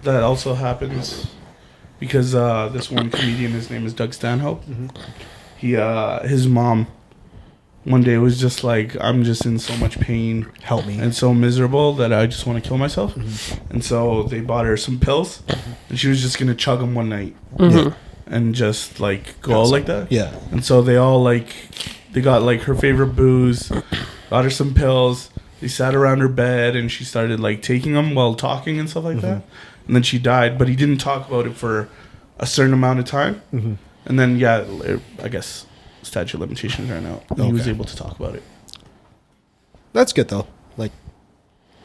Speaker 3: that also happens because uh, this one comedian, his name is Doug Stanhope.
Speaker 2: Mm-hmm.
Speaker 3: He, uh, his mom, one day was just like, "I'm just in so much pain
Speaker 1: Help me.
Speaker 3: and so miserable that I just want to kill myself,"
Speaker 2: Mm-hmm.
Speaker 3: and so they bought her some pills, and she was just gonna chug them one night
Speaker 2: Mhm.
Speaker 3: and just like go out like that.
Speaker 1: Yeah.
Speaker 3: And so they all like, they got like her favorite booze, got her some pills. They sat around her bed and she started like taking them while talking and stuff like
Speaker 1: Mm-hmm.
Speaker 3: that. And then she died, but he didn't talk about it for a certain amount of time.
Speaker 1: Mm-hmm.
Speaker 3: And then, yeah, it- I guess statute of limitations ran out. And He was
Speaker 1: Okay.
Speaker 3: able to talk about it.
Speaker 1: That's good though. Like,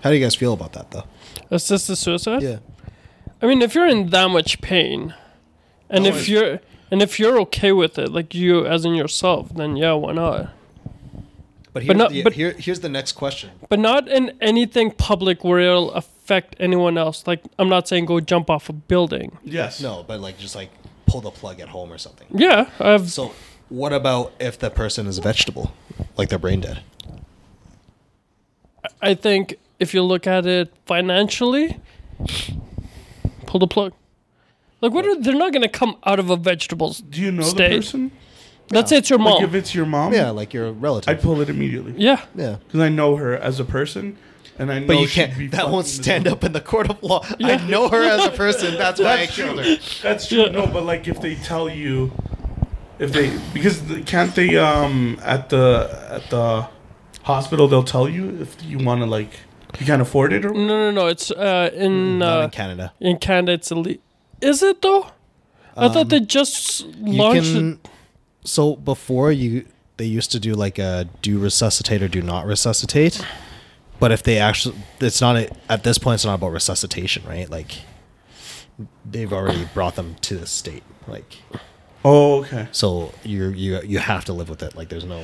Speaker 1: how do you guys feel about that though?
Speaker 2: Assisted suicide. I mean, if you're in that much pain, and
Speaker 3: No,
Speaker 2: if
Speaker 3: it's-
Speaker 2: you're and if you're okay with it, like you as in yourself, then yeah, why not?
Speaker 1: But, here's
Speaker 2: not-
Speaker 1: the,
Speaker 2: but-
Speaker 1: here, here's the next question.
Speaker 2: But not in anything public where it'll affect anyone else. Like I'm not saying go jump off a building.
Speaker 3: Yes.
Speaker 1: No, but like just like pull the plug at home or something.
Speaker 2: Yeah, I've
Speaker 1: So, what about if the person is a vegetable, like they're brain dead?
Speaker 2: I think if you look at it financially, pull the plug. Like what are they're not gonna come out of a vegetables.
Speaker 3: Do you know
Speaker 2: Stay.
Speaker 3: the person?
Speaker 2: Let's say it's your
Speaker 3: Like,
Speaker 2: mom.
Speaker 3: if it's your mom,
Speaker 1: Yeah, like your relative.
Speaker 3: I'd pull it immediately.
Speaker 2: yeah.
Speaker 1: yeah.
Speaker 3: Because I know her as a person. And I know
Speaker 1: But you
Speaker 3: she'd be
Speaker 1: can't. That won't
Speaker 3: fucking
Speaker 1: stand up in the court of law.
Speaker 2: Yeah.
Speaker 1: I know her as a person. That's why I
Speaker 3: That's
Speaker 1: killed
Speaker 3: true.
Speaker 1: her.
Speaker 3: That's true.
Speaker 2: Yeah.
Speaker 3: No, but like if they tell you, if they because the- can't they um at the at the hospital they'll tell you if you want to like you can't afford it
Speaker 1: Mm.
Speaker 3: or
Speaker 2: No no no, it's uh in
Speaker 1: Not
Speaker 2: uh,
Speaker 1: in Canada.
Speaker 2: in Canada it's elite. Is it though? I thought
Speaker 1: Um,
Speaker 2: they just launched it.
Speaker 1: so before you they used to do like a do resuscitate or do not resuscitate but if they actually it's not a, at this point it's not about resuscitation right like they've already brought them to this state like
Speaker 3: oh okay
Speaker 1: so you you you have to live with it like there's no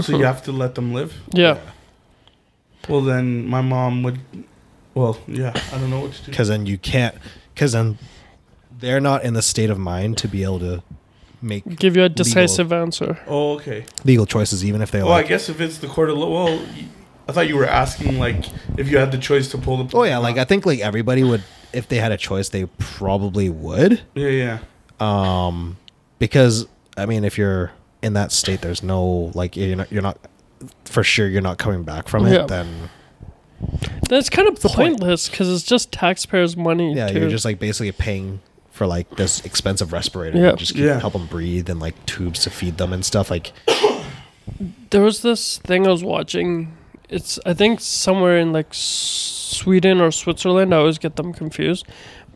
Speaker 3: so you have to let them live.
Speaker 2: Yeah.
Speaker 3: Well then my mom would. Well yeah I don't know what to do.
Speaker 1: because then you can't because then they're not in the state of mind to be able to make
Speaker 2: Give you a decisive answer.
Speaker 3: Oh okay.
Speaker 1: legal choices even if they
Speaker 3: Oh I
Speaker 1: like
Speaker 3: guess if it's the court of law. Well y- I thought you were asking like if you had the choice to pull the.
Speaker 1: oh yeah like i think like everybody would if they had a choice they probably would
Speaker 3: yeah yeah.
Speaker 1: um because i mean if you're in that state there's no like you're not, you're not for sure you're not coming back from it
Speaker 2: Yeah.
Speaker 1: then
Speaker 2: That's kind of
Speaker 1: point.
Speaker 2: pointless because it's just taxpayers' money.
Speaker 1: yeah
Speaker 2: too.
Speaker 1: you're just like basically paying for like this expensive respirator
Speaker 2: Yeah.
Speaker 1: yeah. just keep,
Speaker 3: Yeah.
Speaker 1: help them breathe and like tubes to feed them and stuff like
Speaker 2: there was this thing I was watching. It's I think somewhere in like S- Sweden or Switzerland. I always get them confused.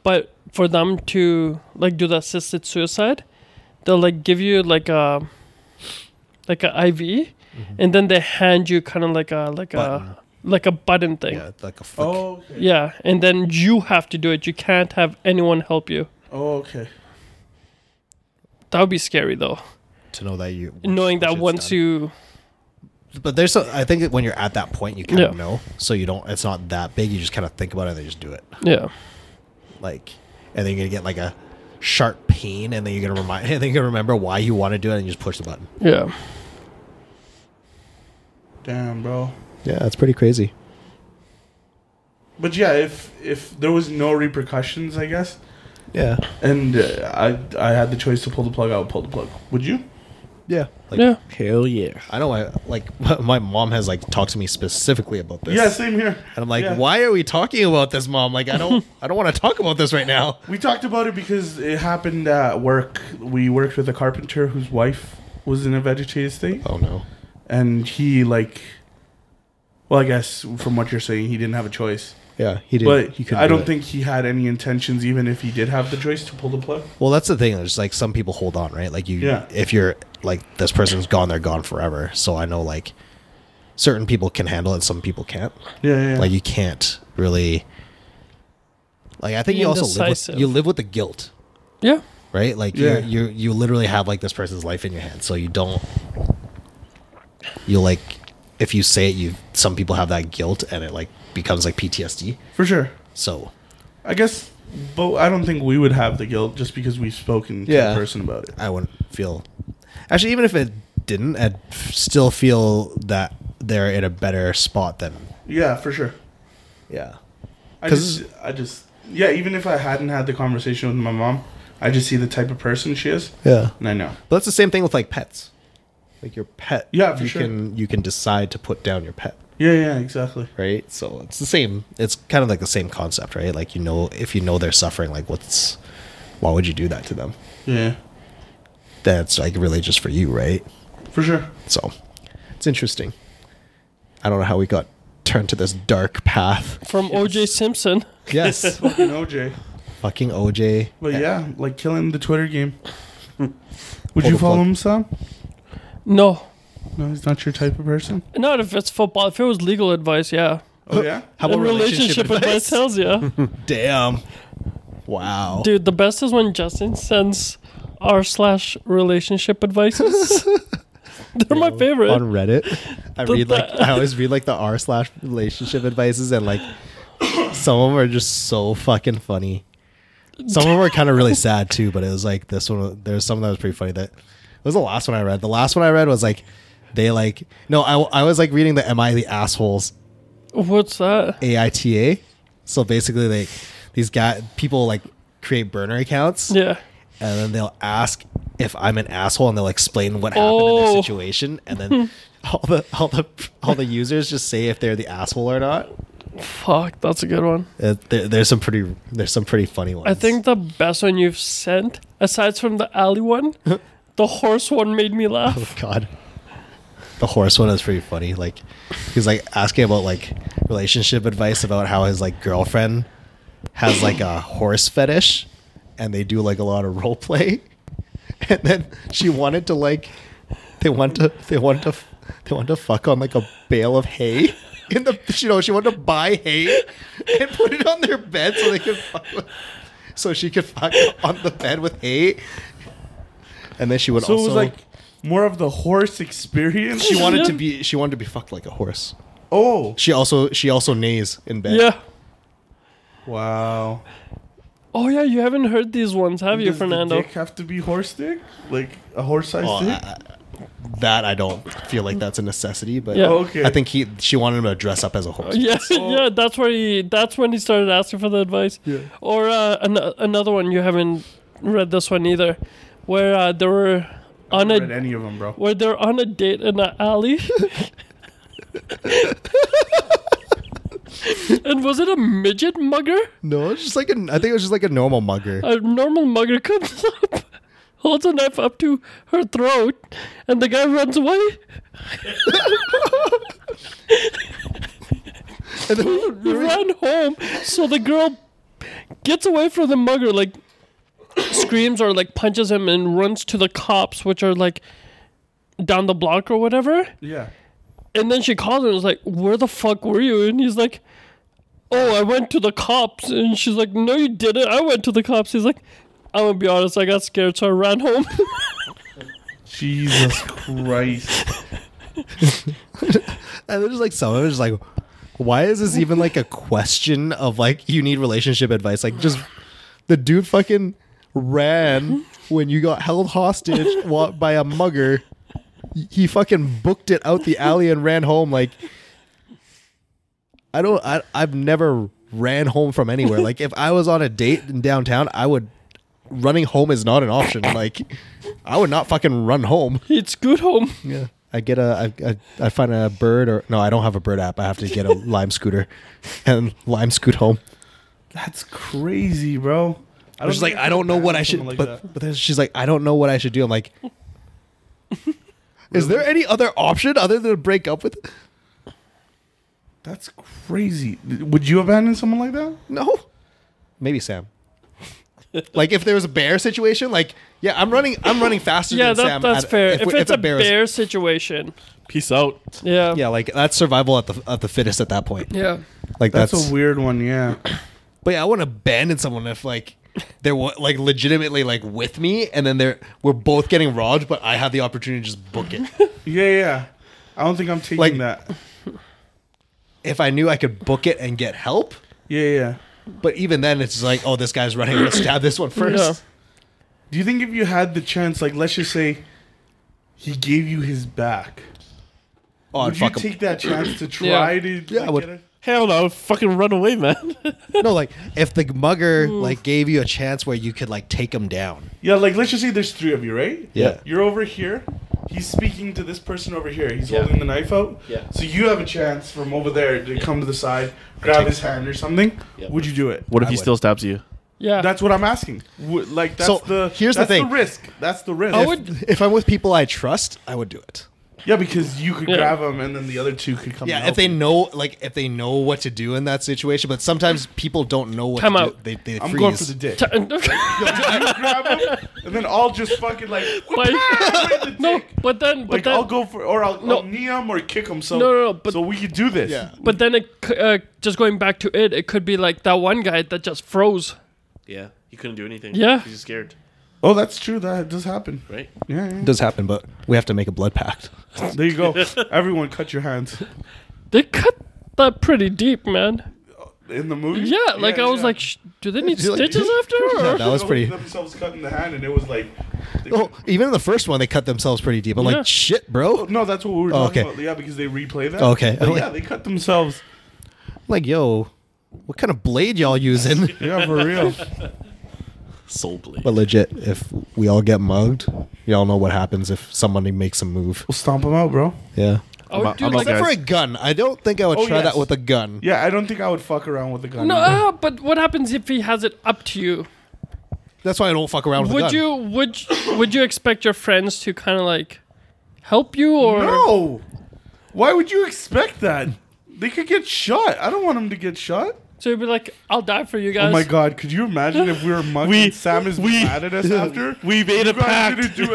Speaker 2: But for them to like do the assisted suicide, they'll like give you like a like a IV, and then they hand you kind of like a like
Speaker 1: Mm-hmm. Button.
Speaker 2: a like a button thing.
Speaker 1: yeah like a flick.
Speaker 3: Oh okay.
Speaker 2: yeah, and then you have to do it. You can't have anyone help you.
Speaker 3: Oh okay.
Speaker 2: That would be scary though.
Speaker 1: to know that you
Speaker 2: knowing that
Speaker 1: it's
Speaker 2: once
Speaker 1: done.
Speaker 2: you
Speaker 1: but there's so i think that when you're at that point you kind of
Speaker 2: Yeah.
Speaker 1: know so you don't it's not that big you just kind of think about it and then you just do it
Speaker 2: yeah
Speaker 1: like and then you're gonna get like a sharp pain and then you're gonna remind and then you're gonna remember why you want to do it and you just push the button
Speaker 2: yeah
Speaker 3: Damn bro.
Speaker 1: yeah that's pretty crazy
Speaker 3: But yeah, if if there was no repercussions, I guess,
Speaker 1: Yeah.
Speaker 3: and uh, I I had the choice to pull the plug, I would pull the plug. Would you?
Speaker 1: Yeah. Like,
Speaker 2: yeah.
Speaker 4: Hell yeah.
Speaker 1: I know. I like my mom has like talked to me specifically about this.
Speaker 3: Yeah, same here.
Speaker 1: And I'm like,
Speaker 3: Yeah.
Speaker 1: why are we talking about this, mom? Like, I don't, I don't want to talk about this right now.
Speaker 3: We talked about it because it happened at work. We worked with a carpenter whose wife was in a vegetative state,
Speaker 1: Oh no.
Speaker 3: and he like, well, I guess from what you're saying, he didn't have a choice.
Speaker 1: Yeah, he did.
Speaker 3: But
Speaker 1: he couldn't
Speaker 3: I
Speaker 1: do
Speaker 3: don't
Speaker 1: it.
Speaker 3: think he had any intentions, even if he did have the choice to pull the plug.
Speaker 1: Well, that's the thing. There's like some people hold on, right? Like you,
Speaker 3: Yeah.
Speaker 1: if you're like this person's gone, they're gone forever. So I know like certain people can handle it, some people can't.
Speaker 3: Yeah, yeah. yeah.
Speaker 1: Like you can't really. Like I think
Speaker 2: Be
Speaker 1: you also live with,
Speaker 2: indecisive.
Speaker 1: you live with the guilt,
Speaker 2: Yeah.
Speaker 1: right? Like
Speaker 3: Yeah.
Speaker 1: you you you literally have like this person's life in your hands, so you don't. You like, if you say it, you some people have that guilt, and it like becomes like PTSD.
Speaker 3: For sure.
Speaker 1: So
Speaker 3: I guess, but I don't think we would have the guilt just because we've spoken to
Speaker 1: Yeah.
Speaker 3: a person about it.
Speaker 1: I wouldn't feel. Actually, even if it didn't, I'd f- still feel that they're in a better spot than.
Speaker 3: Yeah, for sure.
Speaker 1: Yeah.
Speaker 3: I
Speaker 1: 'Cause-
Speaker 3: just, I just, yeah. Even if I hadn't had the conversation with my mom, I just see the type of person she is,
Speaker 1: Yeah.
Speaker 3: and I know.
Speaker 1: But that's the same thing with like pets. Like your pet.
Speaker 3: Yeah, for
Speaker 1: you
Speaker 3: sure.
Speaker 1: can you can decide to put down your pet,
Speaker 3: Yeah, yeah, exactly.
Speaker 1: right? So it's the same. It's kind of like the same concept, right? Like you know, if you know they're suffering, like what's, why would you do that to them?
Speaker 3: Yeah,
Speaker 1: That's like really just for you, right?
Speaker 3: for sure.
Speaker 1: So it's interesting. I don't know how we got turned to this dark path.
Speaker 2: From OJ Simpson.
Speaker 1: Yes.
Speaker 3: Fucking OJ.
Speaker 1: Fucking OJ.
Speaker 3: But
Speaker 1: Yeah.
Speaker 3: yeah, like killing the Twitter game. Would
Speaker 1: Hold
Speaker 3: you
Speaker 1: the
Speaker 3: follow
Speaker 1: plug.
Speaker 3: him, Sam?
Speaker 2: No.
Speaker 3: No, he's not your type of person.
Speaker 2: Not if it's football. If it was legal advice, yeah.
Speaker 3: Oh yeah.
Speaker 1: How
Speaker 2: And relationship, advice tells you.
Speaker 1: Damn. Wow.
Speaker 2: Dude, the best is when Justin sends r slash relationship advices. They're my favorite.
Speaker 1: On Reddit, I
Speaker 2: The
Speaker 1: read like
Speaker 2: be-
Speaker 1: I always read like the r slash relationship advices, and like some of them are just so fucking funny. Some of them are kind of really sad too, but it was like this one. There's some that was pretty funny. That it was the last one I read. The last one I read was like they like no, I I was like reading the "Am I the assholes?"
Speaker 2: What's that?
Speaker 1: AITA. So basically, like these guy people like create burner accounts.
Speaker 2: Yeah.
Speaker 1: and then they'll ask if I'm an asshole, and they'll explain what happened in
Speaker 2: Oh.
Speaker 1: their situation, and then all the all the all the users just say if they're the asshole or not.
Speaker 2: Fuck, that's a good one.
Speaker 1: Uh, there, there's some pretty there's some pretty funny ones.
Speaker 2: I think the best one you've sent, aside from the alley one, the horse one made me
Speaker 1: Oh
Speaker 2: laugh.
Speaker 1: God, the horse one is pretty funny. Like he's like asking about like relationship advice about how his like girlfriend has like a horse fetish, and they do like a lot of role play, and then she wanted to like they want to they want to they want to fuck on like a bale of hay. In the you know she wanted to buy hay and put it on their bed so they could fuck with, so she could fuck on the bed with hay, and then she would
Speaker 3: So
Speaker 1: also
Speaker 3: it was like more of the horse experience.
Speaker 1: she wanted to be she wanted to be fucked like a horse.
Speaker 3: oh
Speaker 1: She also she also neighs in bed.
Speaker 2: Yeah.
Speaker 3: wow.
Speaker 2: Oh yeah, you haven't heard these ones, have you,
Speaker 3: Does The
Speaker 2: Fernando?
Speaker 3: dick have to be horse dick? Like a horse sized
Speaker 1: Well,
Speaker 3: dick?
Speaker 1: Oh, I- I- that I don't feel like that's a necessity, but
Speaker 2: Yeah.
Speaker 3: Oh, okay.
Speaker 1: I think he she wanted him to dress up as a horse.
Speaker 2: Yeah, yeah, that's where he. That's when he started asking for the advice.
Speaker 3: Yeah.
Speaker 2: Or uh, an- another one you haven't read this one either, where uh, they were on
Speaker 3: read
Speaker 2: a
Speaker 3: any of them, bro.
Speaker 2: where they're on a date in an alley. and was it a midget mugger?
Speaker 1: No, it's just like an I think it was just like a normal mugger.
Speaker 2: A normal mugger comes up, holds a knife up to her throat, and the guy runs away.
Speaker 1: And then-
Speaker 2: We run home. So the girl gets away from the mugger, like screams or like punches him and runs to the cops, which are like down the block or whatever.
Speaker 3: Yeah.
Speaker 2: And then she calls him and is like, Where the fuck were you? And he's like, Oh, I went to the cops. And she's like, No, you didn't. I went to the cops. He's like, I'm gonna be honest, I got scared, so I ran home.
Speaker 3: Jesus Christ.
Speaker 1: and then just like someone was just like why is this even like a question of like you need relationship advice? Like just the dude fucking ran when you got held hostage wa- by a mugger. He fucking booked it out the alley and ran home. Like I don't. I I've never ran home from anywhere. like if I was on a date in downtown, I would running home is not an option. Like I would not fucking run home.
Speaker 2: It's good home.
Speaker 1: Yeah. I get a I, I, I find a bird or no, I don't have a bird app. I have to get a Lime scooter and Lime scoot home.
Speaker 3: That's crazy, bro. I
Speaker 1: She's like,
Speaker 3: think
Speaker 1: I don't know
Speaker 3: could
Speaker 1: what I
Speaker 3: handle
Speaker 1: should.
Speaker 3: something
Speaker 1: but but then she's like, I don't know what I should do. I'm like, is there any other option other than to break up with?
Speaker 3: That's crazy. Would you abandon someone like that?
Speaker 1: No, maybe Sam. like if there was a bear situation, like yeah, I'm running, I'm running faster.
Speaker 2: Yeah,
Speaker 1: than
Speaker 2: that,
Speaker 1: Sam
Speaker 2: that's
Speaker 1: at-
Speaker 2: fair. If,
Speaker 1: we-
Speaker 2: it's, a
Speaker 1: bear
Speaker 2: bear,
Speaker 1: is-
Speaker 2: situation,
Speaker 4: Peace out.
Speaker 2: yeah,
Speaker 1: yeah, like that's survival at the at the fittest at that point.
Speaker 2: yeah.
Speaker 1: Like
Speaker 3: That's,
Speaker 1: that's,
Speaker 3: a weird one, yeah.
Speaker 1: but yeah, I want to abandon someone if like they're wa- like legitimately like with me, and then they're we're both getting robbed, but I have the opportunity to just book it.
Speaker 3: Yeah, yeah. I don't think I'm taking
Speaker 1: Like-
Speaker 3: that.
Speaker 1: if I knew I could book it and get help,
Speaker 3: Yeah, yeah.
Speaker 1: But even then, it's just like, oh, this guy's running. Let's stab this one first.
Speaker 3: Do you think if you had the chance, like let's just say he gave you his back,
Speaker 1: Oh, I'd
Speaker 3: would you
Speaker 1: fuck him.
Speaker 3: take that chance to try
Speaker 2: Yeah.
Speaker 3: to?
Speaker 1: Yeah, I
Speaker 3: like,
Speaker 1: would.
Speaker 3: get it?
Speaker 4: Hell no, fucking run away, man.
Speaker 1: no, like if the mugger like gave you a chance where you could like take him down.
Speaker 3: Yeah, like let's just say there's three of you, right?
Speaker 1: Yeah.
Speaker 3: You're over here. He's speaking to this person over here. He's
Speaker 4: Yeah.
Speaker 3: holding the knife out.
Speaker 4: Yeah.
Speaker 3: So you have a chance from over there to come to the side, grab his hand or something.
Speaker 4: Yeah.
Speaker 3: Would you do it?
Speaker 4: What if
Speaker 1: I
Speaker 4: he
Speaker 1: would.
Speaker 4: still stabs you?
Speaker 2: Yeah,
Speaker 3: That's what I'm asking. Would- Like that's
Speaker 1: So,
Speaker 3: the
Speaker 1: here's the
Speaker 3: that's
Speaker 1: thing.
Speaker 3: risk. That's the risk.
Speaker 2: I
Speaker 3: If-
Speaker 2: would-
Speaker 1: If I'm with people I trust, I would do it.
Speaker 3: yeah, because you could
Speaker 2: Yeah.
Speaker 3: grab him and then the other two could come. and
Speaker 1: Yeah, if
Speaker 3: help
Speaker 1: they
Speaker 3: you.
Speaker 1: know, like, if they know what to do in that situation, but sometimes people don't know what
Speaker 2: Time
Speaker 1: to do.
Speaker 2: out.
Speaker 1: They, they
Speaker 3: I'm
Speaker 1: freeze.
Speaker 3: going for the dick.
Speaker 2: T-
Speaker 3: grab him, and then I'll just fucking like
Speaker 2: Like-
Speaker 3: whack him in the
Speaker 2: no,
Speaker 3: dick.
Speaker 2: but then, but
Speaker 3: Like
Speaker 2: then,
Speaker 3: I'll go for or I'll,
Speaker 2: No.
Speaker 3: I'll knee him or kick him. So
Speaker 2: No, no, no, but-
Speaker 3: so we could do this.
Speaker 1: Yeah.
Speaker 2: but then, it, c- uh, just going back to it, it could be like that one guy that just froze.
Speaker 4: Yeah, he couldn't do anything.
Speaker 2: Yeah.
Speaker 4: he's scared,
Speaker 3: Oh, that's true. That does happen.
Speaker 4: right?
Speaker 3: Yeah, yeah.
Speaker 1: It does happen, but we have to make a blood pact.
Speaker 3: There you go. Everyone, cut your hands.
Speaker 2: They cut that pretty deep, man.
Speaker 3: In the movie.
Speaker 2: Yeah, like I was
Speaker 3: yeah.
Speaker 2: like, Sh- do they need
Speaker 1: You're like-
Speaker 2: stitches after?
Speaker 1: Yeah,
Speaker 2: Or?
Speaker 1: that was
Speaker 3: They
Speaker 1: pretty.
Speaker 3: Themselves cutting the hand, and it was like. they-
Speaker 1: Oh, even in the first one, they cut themselves pretty deep. I'm
Speaker 2: Yeah.
Speaker 1: like, shit, bro.
Speaker 3: No, that's what we were talking
Speaker 1: Oh, okay.
Speaker 3: about. Yeah, because they replay that.
Speaker 1: Okay.
Speaker 3: But yeah, they cut themselves.
Speaker 1: like, yo, what kind of blade y'all using?
Speaker 3: Yeah, for real.
Speaker 4: Soul blade.
Speaker 1: But legit, if we all get mugged, y'all know what happens if somebody makes a move.
Speaker 3: We'll stomp them out, bro.
Speaker 1: Yeah.
Speaker 2: I
Speaker 4: I'm
Speaker 2: would
Speaker 4: out-
Speaker 2: do
Speaker 4: I'm out,
Speaker 2: like
Speaker 1: Except for
Speaker 4: guys.
Speaker 1: a gun. I don't think I would
Speaker 3: Oh,
Speaker 1: try
Speaker 3: yes.
Speaker 1: that with a gun.
Speaker 3: Yeah, I don't think I would fuck around with a gun.
Speaker 2: no,
Speaker 3: either.
Speaker 2: ah, but what happens if he has it up to you?
Speaker 1: That's why I don't fuck around with a
Speaker 2: Would
Speaker 1: gun.
Speaker 2: you would you- would you expect your friends to kind of like help you or
Speaker 3: No. Why would you expect that? They could get shot. I don't want them to get shot.
Speaker 2: so you'd be like, I'll die for you guys.
Speaker 3: Oh my god, could you imagine if we were mugged
Speaker 4: We-
Speaker 3: and Sam is
Speaker 4: we-
Speaker 3: mad at us after?
Speaker 4: we made a
Speaker 3: you guys
Speaker 4: pact.
Speaker 3: didn't do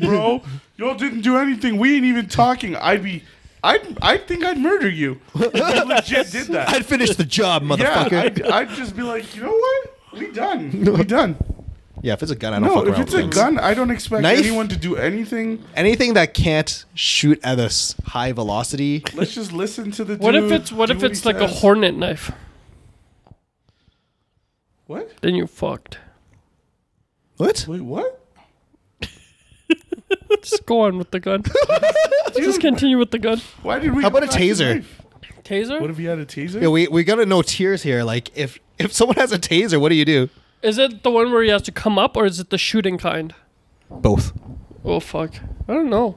Speaker 3: bro. Y'all didn't do anything. We ain't even talking. I'd be I'd I'd think I'd murder you. If I legit did that.
Speaker 1: I'd finish the job,
Speaker 3: yeah,
Speaker 1: motherfucker.
Speaker 3: I'd, I'd just be like, you know what? We done. We done.
Speaker 1: yeah, if it's a gun, I don't
Speaker 3: No,
Speaker 1: fuck
Speaker 3: if
Speaker 1: around
Speaker 3: it's
Speaker 1: with
Speaker 3: a
Speaker 1: things.
Speaker 3: gun, I don't expect
Speaker 1: Knife?
Speaker 3: anyone to do anything.
Speaker 1: Anything that can't shoot at a s- high velocity.
Speaker 3: Let's just listen to the
Speaker 2: What if
Speaker 3: dude,
Speaker 2: it's what
Speaker 3: do
Speaker 2: if it's
Speaker 3: he
Speaker 2: like a
Speaker 3: says.
Speaker 2: hornet knife?
Speaker 3: What?
Speaker 2: Then you fucked.
Speaker 1: What?
Speaker 3: Wait, what?
Speaker 2: Just go on with the gun. Just continue with the gun.
Speaker 3: Why did we?
Speaker 1: How
Speaker 3: go
Speaker 1: about a
Speaker 3: back to
Speaker 1: taser?
Speaker 3: knife?
Speaker 2: Taser?
Speaker 3: What if he had a taser?
Speaker 1: Yeah, we, we gotta know tiers here. Like, if if someone has a taser, what do you do?
Speaker 2: Is it the one where he has to come up, or is it the shooting kind?
Speaker 1: Both.
Speaker 2: Oh fuck! I don't know.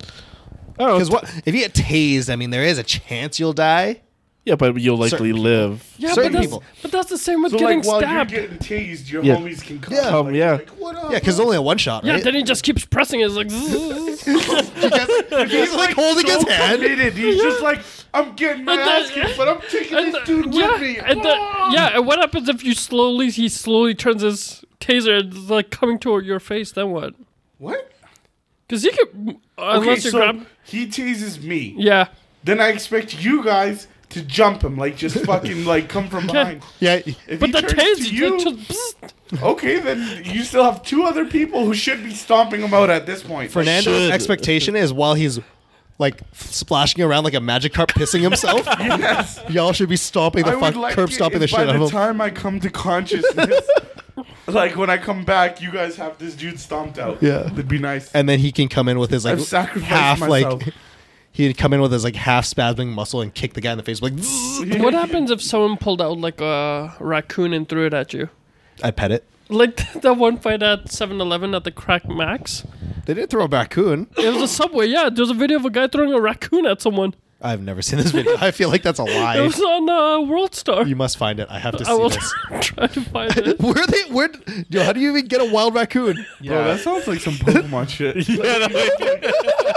Speaker 4: Oh.
Speaker 1: Because what if you get tased? I mean, there is a chance you'll die.
Speaker 4: Yeah, but you'll likely live.
Speaker 2: Yeah,
Speaker 1: Certain
Speaker 2: but that's,
Speaker 1: people.
Speaker 2: but that's the same with
Speaker 3: So
Speaker 2: getting
Speaker 3: like while
Speaker 2: stabbed.
Speaker 3: you're getting tased, your
Speaker 4: Yeah.
Speaker 3: homies can come.
Speaker 1: Yeah.
Speaker 3: like,
Speaker 4: Um, yeah.
Speaker 3: Like, what up?
Speaker 1: Yeah, because only a one shot,
Speaker 2: yeah,
Speaker 1: right?
Speaker 2: then he just keeps pressing. It. It's like zzz.
Speaker 1: Because he's like holding
Speaker 3: so
Speaker 1: his hand.
Speaker 3: committed. He's just like, I'm getting my
Speaker 2: And
Speaker 3: ass
Speaker 2: then-
Speaker 3: kicked, but I'm taking
Speaker 2: and
Speaker 3: this dude
Speaker 2: yeah,
Speaker 3: with me.
Speaker 2: and the-
Speaker 3: Ah!
Speaker 2: yeah. And what happens if you slowly he slowly turns his taser and it's like coming toward your face? Then what?
Speaker 3: What?
Speaker 2: Because he could uh,
Speaker 3: Okay,
Speaker 2: unless you
Speaker 3: so
Speaker 2: grab.
Speaker 3: he tases me.
Speaker 2: Yeah,
Speaker 3: Then I expect you guys to jump him, like just fucking like come from behind.
Speaker 1: Yeah,
Speaker 3: If
Speaker 2: but
Speaker 3: he
Speaker 2: the
Speaker 3: turns to
Speaker 2: taser
Speaker 3: you,
Speaker 2: just, bzzz.
Speaker 3: okay, then you still have two other people who should be stomping him out at this point.
Speaker 1: Fernando's
Speaker 4: Should.
Speaker 1: expectation is while he's like splashing around like a magic carp pissing himself,
Speaker 3: yes.
Speaker 1: y'all should be stomping the fuck, curb
Speaker 3: it
Speaker 1: stomping the
Speaker 3: if
Speaker 1: shit out
Speaker 3: By the
Speaker 1: of him.
Speaker 3: time I come to consciousness, like when I come back, you guys have this dude stomped out.
Speaker 1: Yeah.
Speaker 3: that'd be nice.
Speaker 1: And then he can come in with his like
Speaker 3: I've sacrificed
Speaker 1: half
Speaker 3: myself.
Speaker 1: like he'd come in with his like half spasming muscle and kick the guy in the face like "Zzz."
Speaker 2: What happens if someone pulled out like a raccoon and threw it at you?
Speaker 1: I pet it.
Speaker 2: Like that one fight at 7-Eleven at the Crack Max.
Speaker 1: They did throw a raccoon.
Speaker 2: It was a subway. Yeah, there's a video of a guy throwing a raccoon at someone.
Speaker 1: I've never seen this video. I feel like that's a
Speaker 2: It
Speaker 1: lie.
Speaker 2: was on uh, World Star.
Speaker 1: You must find it. I have to see
Speaker 2: I will
Speaker 1: this.
Speaker 2: try to find it.
Speaker 1: Where they where yo, how do you even get a wild raccoon?
Speaker 3: Bro, that sounds like some Pokemon shit.
Speaker 4: Yeah, no,